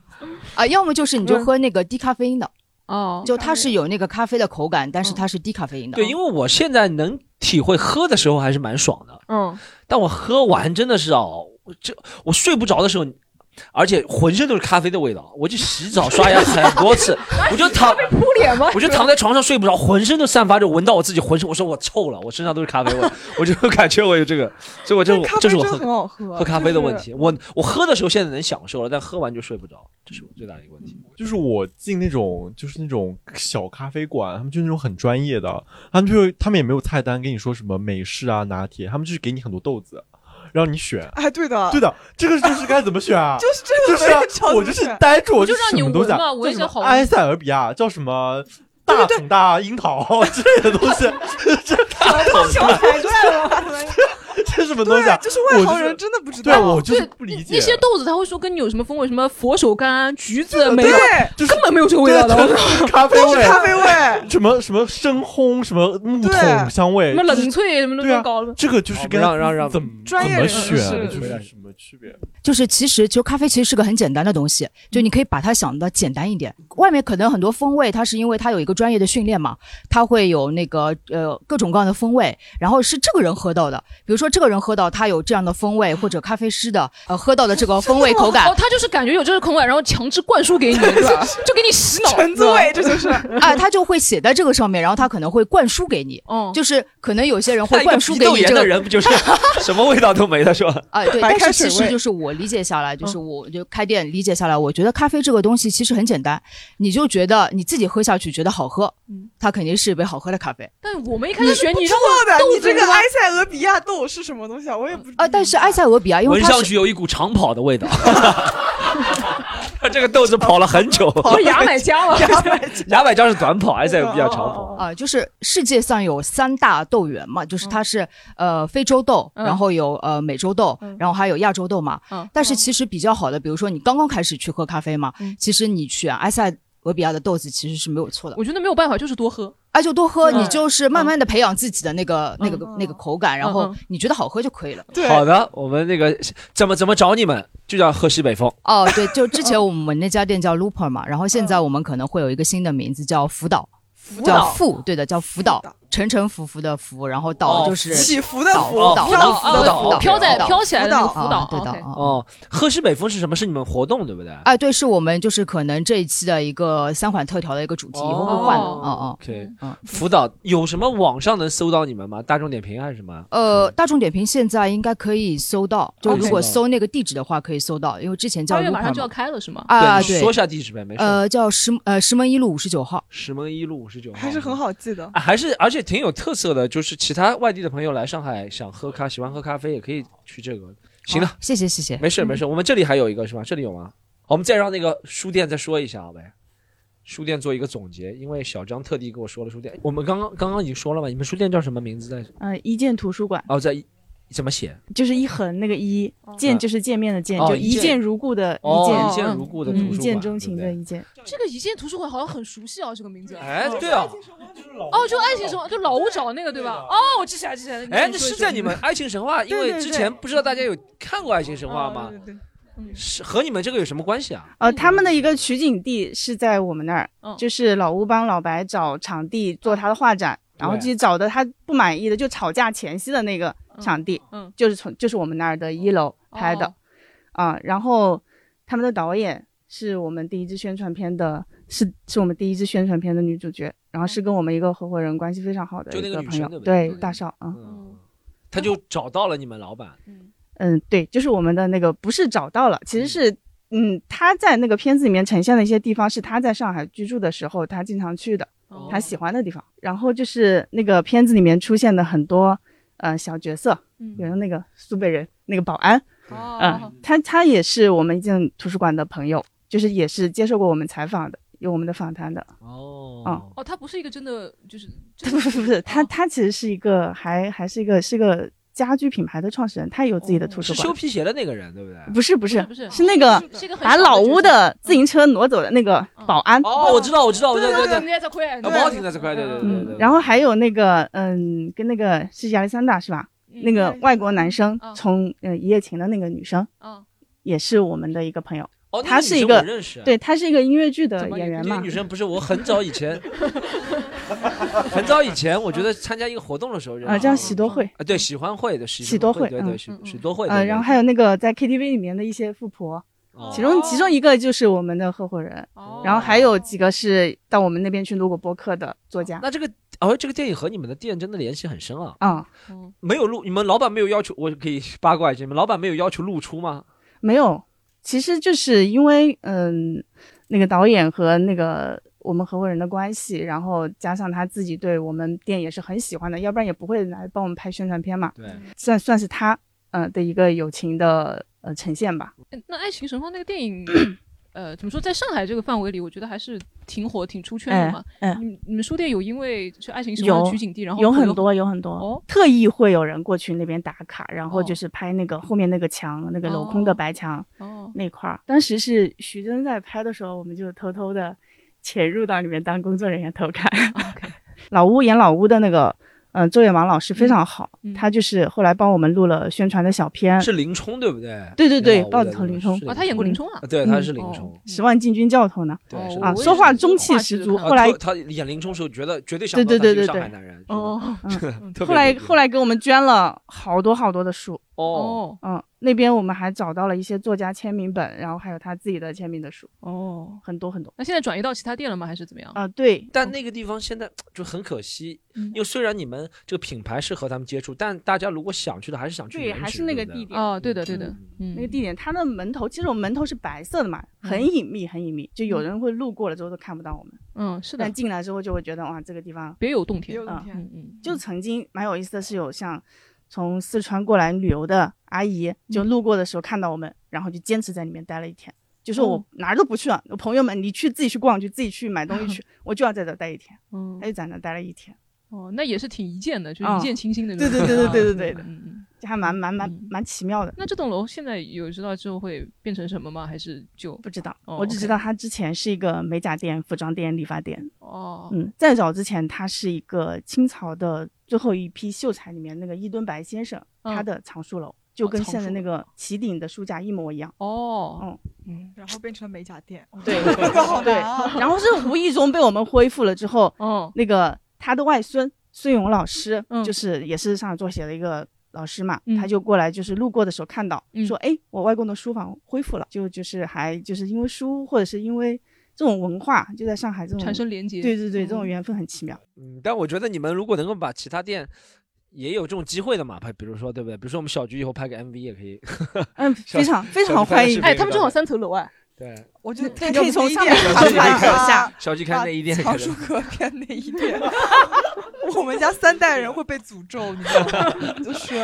Speaker 6: 啊，要么就是你就喝那个低咖啡因的，
Speaker 4: 嗯哦，
Speaker 6: 就它是有那个咖啡的口感，但
Speaker 4: 嗯
Speaker 6: 是它是低咖啡因的。
Speaker 2: 对，因为我现在能体会喝的时候还是蛮爽的，
Speaker 4: 嗯，
Speaker 2: 但我喝完真的是哦，我这我睡不着的时候，而且浑身都是咖啡的味道，我就洗澡刷牙很多次，我就躺
Speaker 4: 铺脸吗？
Speaker 2: 我就躺在床上睡不着，浑身都散发着，闻到我自己浑身，我说我臭了，我身上都是咖啡味，我就 感觉我有这个，所以我这
Speaker 3: 咖啡
Speaker 2: 这是我
Speaker 3: 真
Speaker 2: 喝
Speaker 3: 很好喝
Speaker 2: 喝咖啡的问
Speaker 3: 就
Speaker 2: 题。我我喝的时候现在能享受了，但喝完就睡不着，这是我最大的一个问题。
Speaker 9: 就是我进那种就是那种小咖啡馆，他们就那种很专业的，他们就是他们也没有菜单跟你说什么美式啊拿铁，他们就是给你很多豆子，让你 选。
Speaker 3: 哎，对的，
Speaker 9: 对的，这个就是该怎么选啊？
Speaker 3: 就是这个
Speaker 9: 就是啊
Speaker 3: 没有教
Speaker 9: 我
Speaker 3: 你
Speaker 9: 就是
Speaker 3: 选
Speaker 9: 呆住，
Speaker 3: 我
Speaker 9: 我
Speaker 3: 就让
Speaker 9: 什么
Speaker 3: 你
Speaker 9: 东西啊
Speaker 3: 闻嘛闻一
Speaker 9: 叫
Speaker 3: 下
Speaker 9: 什
Speaker 3: 好
Speaker 9: 么
Speaker 3: 闻
Speaker 9: 埃塞俄比亚叫什么大桶大樱桃之类的东西，这大桶
Speaker 3: 小
Speaker 9: 大
Speaker 3: 海怪了。
Speaker 9: 这什么东西啊？
Speaker 3: 对就是外行人真的不知道
Speaker 9: 对，我就是不理解
Speaker 4: 那些豆子他会说跟你有什么风味，什么佛手柑、啊橘子、梅，
Speaker 9: 对
Speaker 4: 根本没有这个味道的。
Speaker 9: 对
Speaker 4: 我说
Speaker 9: 咖啡味，
Speaker 3: 咖啡味，
Speaker 9: 什么什么深烘，什么木桶
Speaker 4: 对
Speaker 9: 香味，
Speaker 4: 什么
Speaker 9: 就是
Speaker 4: 冷萃什么都
Speaker 9: 对啊
Speaker 4: 搞了哦
Speaker 9: 这个就是跟
Speaker 2: 让让让
Speaker 9: 怎么
Speaker 2: 专业
Speaker 9: 怎么
Speaker 2: 人
Speaker 9: 选
Speaker 2: 士
Speaker 9: 就是什么区别？
Speaker 6: 就是其实就咖啡其实是个很简单的东西，就你可以把它想的简单一点。外面可能很多风味，它是因为它有一个专业的训练嘛，它会有那个呃各种各样的风味，然后是这个人喝到的，比如说这个人喝到他有这样的风味，或者咖啡师的呃喝到的这个风味口感？
Speaker 4: 哦，，他就是感觉有这个口感，然后强制灌输给你，对吧就给你洗脑，对吧
Speaker 6: 啊，他就会写在这个上面，然后他可能会灌输给你，
Speaker 4: 哦，
Speaker 6: 就是可能有些人会
Speaker 2: 那嗯一个
Speaker 6: 灌输
Speaker 2: 皮
Speaker 6: 给
Speaker 2: 豆
Speaker 6: 你这
Speaker 2: 炎
Speaker 6: 个
Speaker 2: 的人不就是 什么味道都没了是吧？
Speaker 6: 啊，对，
Speaker 2: 白
Speaker 6: 但
Speaker 2: 开
Speaker 6: 是
Speaker 2: 水
Speaker 6: 其实
Speaker 2: 味嗯
Speaker 6: 就是我理解下来，就是我就开店理解下来，我觉得咖啡这个东西其实很简单，你就觉得你自己喝下去觉得好喝，
Speaker 2: 嗯
Speaker 6: 它肯定是一杯好喝的咖啡。
Speaker 4: 但我们一开始选
Speaker 3: 不
Speaker 4: 你
Speaker 3: 知
Speaker 4: 这
Speaker 3: 道
Speaker 4: 个
Speaker 3: 的，
Speaker 4: 豆
Speaker 3: 你
Speaker 4: 子
Speaker 3: 这个
Speaker 4: 对吧
Speaker 3: 埃塞俄比亚豆是什么东西啊？我也不知道。
Speaker 6: 啊，但是埃塞俄比亚，因为
Speaker 2: 闻
Speaker 6: 它
Speaker 2: 上
Speaker 6: 是
Speaker 2: 去有一股长跑的味道。 他这个豆子跑了很久，
Speaker 6: 不是牙买加吗
Speaker 2: 牙买 牙买加是短跑，埃塞俄比亚长跑。
Speaker 6: 啊、就是世界上有三大豆源嘛，就是
Speaker 2: 嗯
Speaker 6: 它是、呃非洲豆，
Speaker 14: 嗯
Speaker 6: 然后有呃美洲豆，
Speaker 2: 嗯
Speaker 6: 然后还有亚洲豆嘛。
Speaker 14: 嗯
Speaker 6: 但是其实比较好的，比如说你刚刚开始去喝咖啡嘛，
Speaker 2: 嗯
Speaker 6: 其实你选埃塞俄比亚的豆子其实是没有错的。
Speaker 4: 我觉得没有办法，就是多喝。
Speaker 6: 啊，就多喝，
Speaker 4: 对
Speaker 6: 你就是慢慢的培养自己的那个、那个、那个口感，然后
Speaker 4: 嗯
Speaker 6: 你觉得好喝就可以了。
Speaker 2: 好的，我们那个怎么怎么找你们，就叫喝西北风。
Speaker 6: 哦，对，就之前我们那家店叫 Looper 嘛，然后现在我们可能会有一个新的名字叫福岛，
Speaker 3: 岛
Speaker 6: 叫福，对的，叫福岛，沉沉浮浮的浮，然后岛
Speaker 2: 哦
Speaker 6: 就是
Speaker 2: 起
Speaker 3: 伏的
Speaker 6: 岛
Speaker 3: 浮
Speaker 6: 岛
Speaker 2: 漂
Speaker 6: 岛
Speaker 2: 浮的
Speaker 6: 岛
Speaker 2: 浮
Speaker 6: 岛
Speaker 2: 飘在
Speaker 6: 岛
Speaker 4: 飘起来的那个
Speaker 6: 岛
Speaker 4: 浮岛
Speaker 6: 啊对的
Speaker 4: ，OK
Speaker 6: 啊。
Speaker 2: 哦，喝西北风是什么？是你们活动对不对？
Speaker 6: 啊，对，是我们就是可能这一期的一个三款特调的一个主题，以后会换的，嗯嗯。
Speaker 2: OK，辅导有什么网上能搜到你们吗？大众点评还是什么？
Speaker 6: 呃，大众点评现在应该可以搜到，就
Speaker 2: OK
Speaker 6: 如果搜那个地址的话，可以搜到，因为之前叫
Speaker 4: 八月
Speaker 6: Looper
Speaker 4: 马上就
Speaker 6: 嘛
Speaker 4: 要开了是吗？
Speaker 6: 啊，
Speaker 2: 对
Speaker 6: 对，
Speaker 2: 说一下地址呗没事
Speaker 6: 呃，叫石呃石门一路五十九号，
Speaker 2: 石门一路五十九号，
Speaker 3: 还是很好记的。
Speaker 2: 啊还是而且挺有特色的，就是其他外地的朋友来上海想喝咖，喜欢喝咖啡也可以去这个。行了，
Speaker 6: 谢谢谢谢，
Speaker 2: 没事没事，我们这里还有一个是吧？这里有吗？好我们再让那个书店再说一下呗。书店做一个总结，因为小张特地跟我说了书店。我们刚刚刚刚已经说了嘛，你们书店叫什么名字在？
Speaker 10: 呃，一建图书馆
Speaker 2: 哦，在怎么写？
Speaker 10: 就是一横那个一，见就是见面的见，
Speaker 2: 哦
Speaker 10: 就
Speaker 2: 一
Speaker 10: 一
Speaker 2: 见
Speaker 10: 见如故的
Speaker 2: 哦
Speaker 10: 一见，
Speaker 2: 一见如故的
Speaker 10: 嗯
Speaker 2: 图书
Speaker 10: 一
Speaker 2: 馆
Speaker 10: 见钟情的一见。
Speaker 4: 这个一见图书馆好像很熟悉啊，这个名字。
Speaker 2: 哎，对啊，
Speaker 4: 哦，就爱情神话，就老吴找那个对吧？哦，我记起来，记起来。
Speaker 2: 哎，
Speaker 4: 你
Speaker 2: 那
Speaker 4: 说一
Speaker 2: 是
Speaker 4: 说
Speaker 2: 在你们《爱情神话》，因
Speaker 4: 对
Speaker 2: 为
Speaker 4: 对
Speaker 2: 之
Speaker 4: 对
Speaker 2: 前不知道大家有看过《爱情神话》吗？
Speaker 3: 对
Speaker 2: 是和你们这个有什么关系啊？
Speaker 10: 呃，他们的一个
Speaker 2: 嗯
Speaker 10: 取景地是在我们那儿，就是老吴帮老白找场地做他的画展，然后
Speaker 14: 对
Speaker 10: 自己找的他不满意的，就吵架前夕的那个场地，
Speaker 4: 嗯嗯
Speaker 10: 就是从就是我们那儿的一楼拍的，啊，然后他们的导演是我们第一支宣传片的，是是我们第一支宣传片的女主角，然后是跟我们一个合伙人关系非常好的
Speaker 2: 就那
Speaker 10: 一
Speaker 2: 个女
Speaker 10: 朋友
Speaker 2: 生对，不对
Speaker 10: 对大少啊，
Speaker 2: 他就找到了你们老板，
Speaker 10: 嗯，对，就是我们的那个不是找到了，其实是嗯，他在那个片子里面呈现的一些地方是他在上海居住的时候他经常去的，他喜欢的地方。然后就是那个片子里面出现的很多呃小角色，
Speaker 4: 嗯
Speaker 10: 比如那个苏北人那个保安，嗯、他他也是我们一进图书馆的朋友，就是也是接受过我们采访的，有我们的访谈的。
Speaker 2: 哦
Speaker 10: 嗯，
Speaker 4: 哦，他不是一个真的就是
Speaker 10: 不是不是，他他其实是一个还还是一个是个家居品牌的创始人，他有自己的图书
Speaker 2: 是
Speaker 10: 馆。
Speaker 2: 修皮鞋的那个人，对不对？
Speaker 10: 不是不是
Speaker 2: 不是
Speaker 10: 是那个把老屋的嗯啊自行车挪走的那个保安。
Speaker 2: 哦，我知道，我知道，我知道，
Speaker 4: 对
Speaker 2: 对
Speaker 4: 对对在快
Speaker 2: 啊不好停在这块，对对对对。
Speaker 10: 嗯然后还有那个嗯，跟那个是亚历山大是嗯吧？那个外国男生从呃一夜情的那个女生，也是我们的一个朋友。
Speaker 2: 哦那个
Speaker 10: 他是
Speaker 2: 女
Speaker 10: 一
Speaker 2: 生
Speaker 10: 个
Speaker 2: 我认识啊
Speaker 10: 对，他是一个音乐剧的演员
Speaker 2: 这个
Speaker 10: 嘛
Speaker 2: 女。生不是我很早以 前，很早以前，我觉得参加一个活动的时候认识
Speaker 10: 啊，叫喜多惠。
Speaker 2: 啊，对，喜欢会的喜
Speaker 10: 喜多
Speaker 2: 会，
Speaker 10: 惠
Speaker 2: 对
Speaker 10: 嗯
Speaker 2: 对，哦喜喜多会的那
Speaker 10: 呃，
Speaker 2: 个。
Speaker 10: 然后还有那个在 KTV 里面的一些富婆，其中其中一个就是我们的合伙人，然后还有几个是到我们那边去录过播客的作家。
Speaker 2: 那这个哦，这个电影和你们的店真的联系很深啊。
Speaker 10: 啊，
Speaker 2: 没有露，你们老板没有要求，我可以八卦一下，你们老板没有要求露出吗？
Speaker 10: 没有，其实就是因为嗯，那个导演和那个我们合伙人的关系，然后加上他自己对我们店也是很喜欢的，要不然也不会来帮我们拍宣传片嘛。
Speaker 2: 对，
Speaker 10: 算算是他呃的一个友情的呃呈现吧。
Speaker 4: 哎那《爱情神话》那个电影，呃，怎么说，在上海这个范围里，我觉得还是挺火、挺出圈的嘛。
Speaker 10: 哎哎
Speaker 4: 你们你们书店有因为就《爱情神话》
Speaker 10: 有
Speaker 4: 的取景地，然后哦
Speaker 10: 有
Speaker 4: 可能
Speaker 10: 很多有很多、特意会有人过去那边打卡，然后就是拍那个后面那个墙，那个镂空的白墙、
Speaker 4: 哦
Speaker 10: 那块儿。当时是徐峥在拍的时候，我们就偷偷的潜入到里面当工作人员偷看。
Speaker 4: 哦
Speaker 10: 老吴演老吴的那个，嗯、周远芒老师非常好，
Speaker 4: 嗯
Speaker 10: 他就是后来帮我们录了宣传的小片，
Speaker 2: 是林冲对不对？
Speaker 10: 嗯对对对
Speaker 2: 哦，
Speaker 10: 豹子头林冲
Speaker 4: 啊他演过林冲啊
Speaker 2: 对，他是
Speaker 10: 嗯
Speaker 2: 林冲。
Speaker 10: 十万禁军教头呢，
Speaker 2: 对是
Speaker 10: 啊，
Speaker 2: 的
Speaker 10: 说话中气十足。
Speaker 2: 啊
Speaker 10: 后来
Speaker 2: 特他演林冲的时候，觉得绝对想
Speaker 10: 对
Speaker 2: 不到
Speaker 10: 对
Speaker 2: 他
Speaker 10: 对
Speaker 2: 是
Speaker 10: 对
Speaker 2: 个上
Speaker 10: 对
Speaker 2: 海男人。，
Speaker 10: 哦， 嗯
Speaker 2: 特别
Speaker 10: 后来
Speaker 2: 牛逼
Speaker 10: 后来给我们捐了好多好多的书
Speaker 2: 哦，
Speaker 10: 嗯，那边我们还找到了一些作家签名本，然后还有他自己的签名的书
Speaker 4: 哦，
Speaker 10: 很多很多
Speaker 4: 那现在转移到其他店了吗？还是怎么样？
Speaker 10: 啊，对，
Speaker 2: 但那个地方现在就很可惜，
Speaker 10: 嗯
Speaker 2: 因为虽然你们这个品牌是和他们接触，但大家如果想去的，还是想去
Speaker 10: 对，
Speaker 2: 原
Speaker 10: 还
Speaker 2: 址
Speaker 10: 是那个
Speaker 2: 对不对
Speaker 10: 地点
Speaker 4: 哦对的对的嗯
Speaker 10: 那个地点，它的门头其实我们门头是白色的嘛，很隐秘很隐秘，就有人会路过了之后都看不到我们。
Speaker 4: 嗯，是的
Speaker 10: 但，进来之后就会觉得哇，这个地方
Speaker 4: 别有洞天，
Speaker 10: 啊
Speaker 4: 嗯嗯，
Speaker 10: 就曾经蛮有意思的是，有像从四川过来旅游的阿姨，
Speaker 4: 嗯
Speaker 10: 就路过的时候看到我们，然后就坚持在里面待了一天，就说我
Speaker 4: 哦
Speaker 10: 哪儿都不去了，我朋友们你去自己去逛去，自己去买 东西去，我就要在这儿待一天，
Speaker 4: 嗯，
Speaker 10: 他就在那儿待了一天，
Speaker 4: 哦，那也是挺一见的，就
Speaker 10: 啊
Speaker 4: 一见倾心的那
Speaker 10: 对
Speaker 4: 种。
Speaker 10: 对对对对对对
Speaker 4: 啊
Speaker 10: 的，就还蛮蛮蛮蛮奇妙的。
Speaker 4: 嗯那这栋楼现在有知道之后会变成什么吗？还是就不
Speaker 10: 知道？
Speaker 4: 我
Speaker 10: 我只知道它之前是一个美甲店、服装店、理发店，
Speaker 4: 哦，
Speaker 10: 嗯，再早之前，他是一个清朝的最后一批秀才里面那个伊敦白先生，他
Speaker 4: 嗯
Speaker 10: 的藏书楼就
Speaker 3: 哦
Speaker 10: 跟
Speaker 3: 藏
Speaker 10: 现在
Speaker 3: 书
Speaker 10: 那个旗顶的书架一模一样。
Speaker 4: 哦，
Speaker 10: 嗯
Speaker 3: 然后变成了美甲店，
Speaker 10: 对
Speaker 3: 这个好
Speaker 10: 对
Speaker 3: 难啊。，
Speaker 10: 然后是无意中被我们恢复了之后，
Speaker 4: 嗯，
Speaker 10: 那个他的外孙孙勇老师，就是也是上海作协的一个。老师嘛，
Speaker 4: 嗯
Speaker 10: 他就过来，就是路过的时候看到，说：“哎，我外公的书房恢复了。”就就是还就是因为书，或者是因为这种文化，就在上海这种
Speaker 4: 产生连结
Speaker 10: 对对对，这种
Speaker 4: 嗯
Speaker 10: 缘分很奇妙。
Speaker 2: 嗯，但我觉得你们如果能够把其他店也有这种机会的嘛，拍，比如说对不对？比如说我们小菊以后拍个 MV 也可以。
Speaker 10: 嗯，
Speaker 2: 小
Speaker 10: 非
Speaker 2: 小
Speaker 10: 常非
Speaker 2: 菊拍个
Speaker 10: 常欢
Speaker 2: 视
Speaker 10: 迎。
Speaker 2: 频给大家
Speaker 4: 三层楼哎，
Speaker 2: 对，
Speaker 3: 我觉得
Speaker 10: 可以可以从上面
Speaker 3: 小
Speaker 10: 爬
Speaker 3: 区
Speaker 10: 爬
Speaker 3: 看
Speaker 10: 一下
Speaker 2: 小菊看内衣店
Speaker 3: 藏
Speaker 2: 可
Speaker 3: 书
Speaker 2: 能
Speaker 3: 阁边那一店， 我们家三代人会被诅咒，你知道吗？就是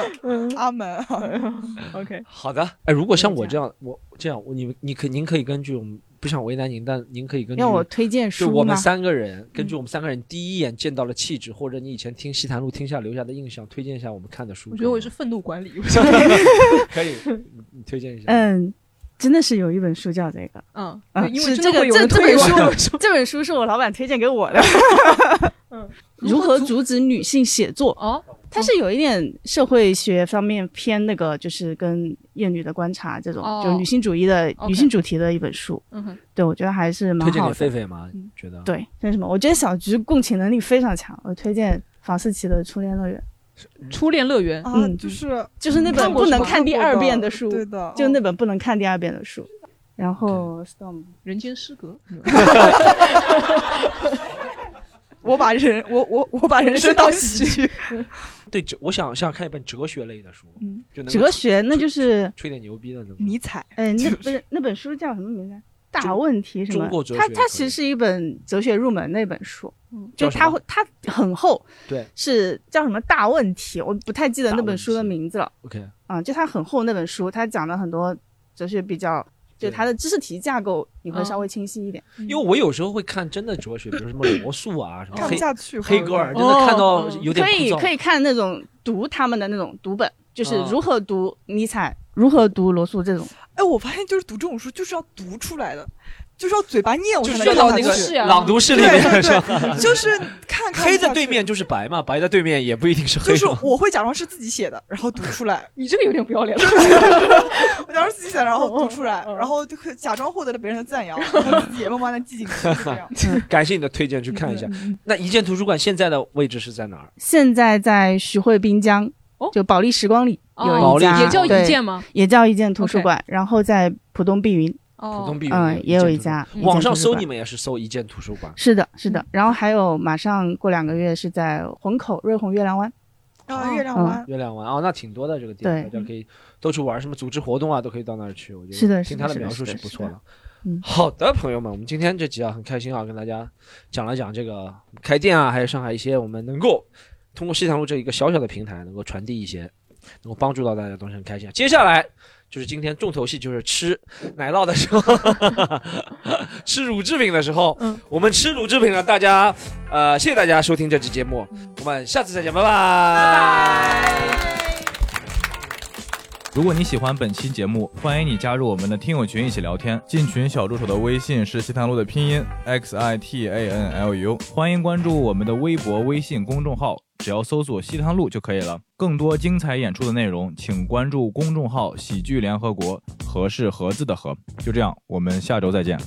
Speaker 3: 阿门啊。
Speaker 4: OK，
Speaker 2: 好的，哎，如果像我这样，我这样，我你们你可您可以根据我们不想为难您，但您可以根据
Speaker 10: 让我推荐书
Speaker 2: 就我们
Speaker 10: 吗嗯
Speaker 2: 三个人，根据我们三个人第一眼见到的气质，或者你以前听西坛路听下留下的印象，推荐一下我们看的书
Speaker 4: 我。觉得我是愤怒管理，
Speaker 2: 可以，你你推荐一下。
Speaker 10: 嗯，真的是有一本书叫这个，
Speaker 4: 嗯
Speaker 10: 嗯，
Speaker 4: 因
Speaker 10: 是
Speaker 4: 为
Speaker 10: 这
Speaker 4: 真的
Speaker 10: 个
Speaker 4: 会有
Speaker 10: 这
Speaker 4: 人
Speaker 10: 这
Speaker 4: 推
Speaker 10: 本
Speaker 4: 广
Speaker 10: 书，这本书是我老板推荐给我的。如何阻止女性写作？
Speaker 4: 哦，
Speaker 10: 它是有一点社会学方面偏那个，就是跟厌女的观察这种，
Speaker 2: 哦
Speaker 10: 就是女性主义的
Speaker 2: OK
Speaker 10: 女性主题的一本书。
Speaker 4: 嗯哼，
Speaker 10: 对，我觉得还是蛮
Speaker 2: 推荐
Speaker 10: 好
Speaker 2: 给
Speaker 10: 的。嗯
Speaker 2: 狒狒吗？觉得
Speaker 10: 对，那什么，我觉得小菊共情能力非常强，我推荐房思琪的《初恋乐园》。嗯
Speaker 4: 初恋乐园
Speaker 3: 啊，就是
Speaker 10: 就是那本不能看第二遍的书，
Speaker 3: 对的，
Speaker 10: 就
Speaker 4: 哦
Speaker 10: 那本不能看第二遍的书。然后 Storm
Speaker 4: 人间失格，
Speaker 3: 我把人，我我我把人生当喜剧。
Speaker 2: 对，哲我想想看一本哲学类的书，
Speaker 10: 嗯
Speaker 2: 就能够
Speaker 10: 哲学那就是
Speaker 2: 吹点牛逼的那种。
Speaker 3: 尼采，
Speaker 10: 嗯，那不是那本书叫什么名字？大问题什么？
Speaker 2: 中国哲学
Speaker 10: 它
Speaker 2: 可
Speaker 10: 它
Speaker 2: 以
Speaker 10: 其实是一本哲学入门那本书，
Speaker 2: 叫
Speaker 10: 就
Speaker 2: 什
Speaker 10: 它
Speaker 2: 么
Speaker 10: 会它很厚，
Speaker 2: 对
Speaker 10: 是叫什么大问题？我不太记得那本书的名字了。
Speaker 2: ，OK，
Speaker 10: 嗯，就它很厚那本书，它讲了很多哲学比较，就
Speaker 2: 对
Speaker 10: 它的知识题架构你会
Speaker 2: 嗯
Speaker 10: 稍微清晰一点。
Speaker 2: 因为我有时候会看真的哲学，比如什么罗素啊，什么
Speaker 10: 看不
Speaker 2: 黑
Speaker 10: 下去哦
Speaker 2: 黑格尔，真的看到哦有点
Speaker 10: 嗯可以
Speaker 2: 枯燥
Speaker 10: 可以看那种读他们的那种读本，就是
Speaker 2: 啊
Speaker 10: 如何读尼采，如何读罗素这种。
Speaker 3: 哎，我发现就是读这种书就是要读出来的，就是要嘴巴念，我才
Speaker 2: 就是
Speaker 3: 能
Speaker 2: 要
Speaker 3: 看
Speaker 2: 到那
Speaker 3: 下
Speaker 2: 个啊
Speaker 3: 去
Speaker 2: 朗读室里面
Speaker 3: 啊对对
Speaker 2: 是吧
Speaker 3: 对，就是看看
Speaker 2: 黑
Speaker 3: 不下
Speaker 2: 在对
Speaker 3: 去
Speaker 2: 面就是白嘛，白在对面也不一定是黑
Speaker 3: 就
Speaker 2: 嘛。
Speaker 3: 是我会假装是自己写的，然后读出来。
Speaker 4: 你这个有点不要脸了。 嗯
Speaker 3: 我假装自己写的，然后读出来，然后就会假装获得了别人的赞扬，然后自己也慢慢的记进去。
Speaker 2: 感谢你的推荐，去看一下。
Speaker 3: 嗯
Speaker 2: 那一建图书馆现在的位置是在哪儿？
Speaker 10: 现在在徐汇滨江，就保利时光里
Speaker 2: 哦
Speaker 10: 有
Speaker 2: 保
Speaker 10: 一
Speaker 2: 利
Speaker 10: 家，
Speaker 2: 也叫一
Speaker 10: 对
Speaker 2: 建吗
Speaker 10: 也叫一建图书馆，然后在浦东碧云，
Speaker 3: 哦
Speaker 2: 浦东碧云
Speaker 10: 嗯，也有一家
Speaker 2: 建图书。馆网上
Speaker 10: 一建图书
Speaker 2: 搜
Speaker 10: 馆
Speaker 2: 你们也是搜一建图书馆。
Speaker 10: 是的，是
Speaker 2: 嗯
Speaker 10: 的，然后还有马上过两个月是在虹口瑞虹月亮湾，
Speaker 3: 啊，月亮
Speaker 10: 湾，
Speaker 2: 月亮湾啊，那挺多的这个地方，大
Speaker 10: 嗯对
Speaker 2: 家可以都去玩，什么组织活动啊，都可以到那儿去。我觉得
Speaker 10: 是的是的
Speaker 2: 听他的
Speaker 10: 是的
Speaker 2: 描述
Speaker 10: 是的
Speaker 2: 不
Speaker 10: 是
Speaker 2: 错
Speaker 10: 的
Speaker 2: 的。
Speaker 10: 嗯
Speaker 2: 好的，朋友们，我们今天这集啊，很开心啊，跟大家讲了讲这个开店啊，还有上海一些我们能够通过西塘路这一个小小的平台，能够传递一些，能够帮助到大家的东西，很开心啊。接下来就是今天重头戏，就是吃 奶酪的时候，吃乳制品的时候，我们吃乳制品了。大家，呃，谢谢大家收听这期节目，我们下次再见，拜拜。
Speaker 1: 如果你喜欢本期节目，欢迎你加入我们的听友群一起聊天。进群小助手的微信是西塘路的拼音 x i t a n l u，欢迎关注我们的微博、微信公众号，只要搜索“西塘路”就可以了。更多精彩演出的内容，请关注公众号“喜剧联合国”，和是“盒子”的“和”。就这样，我们下周再见。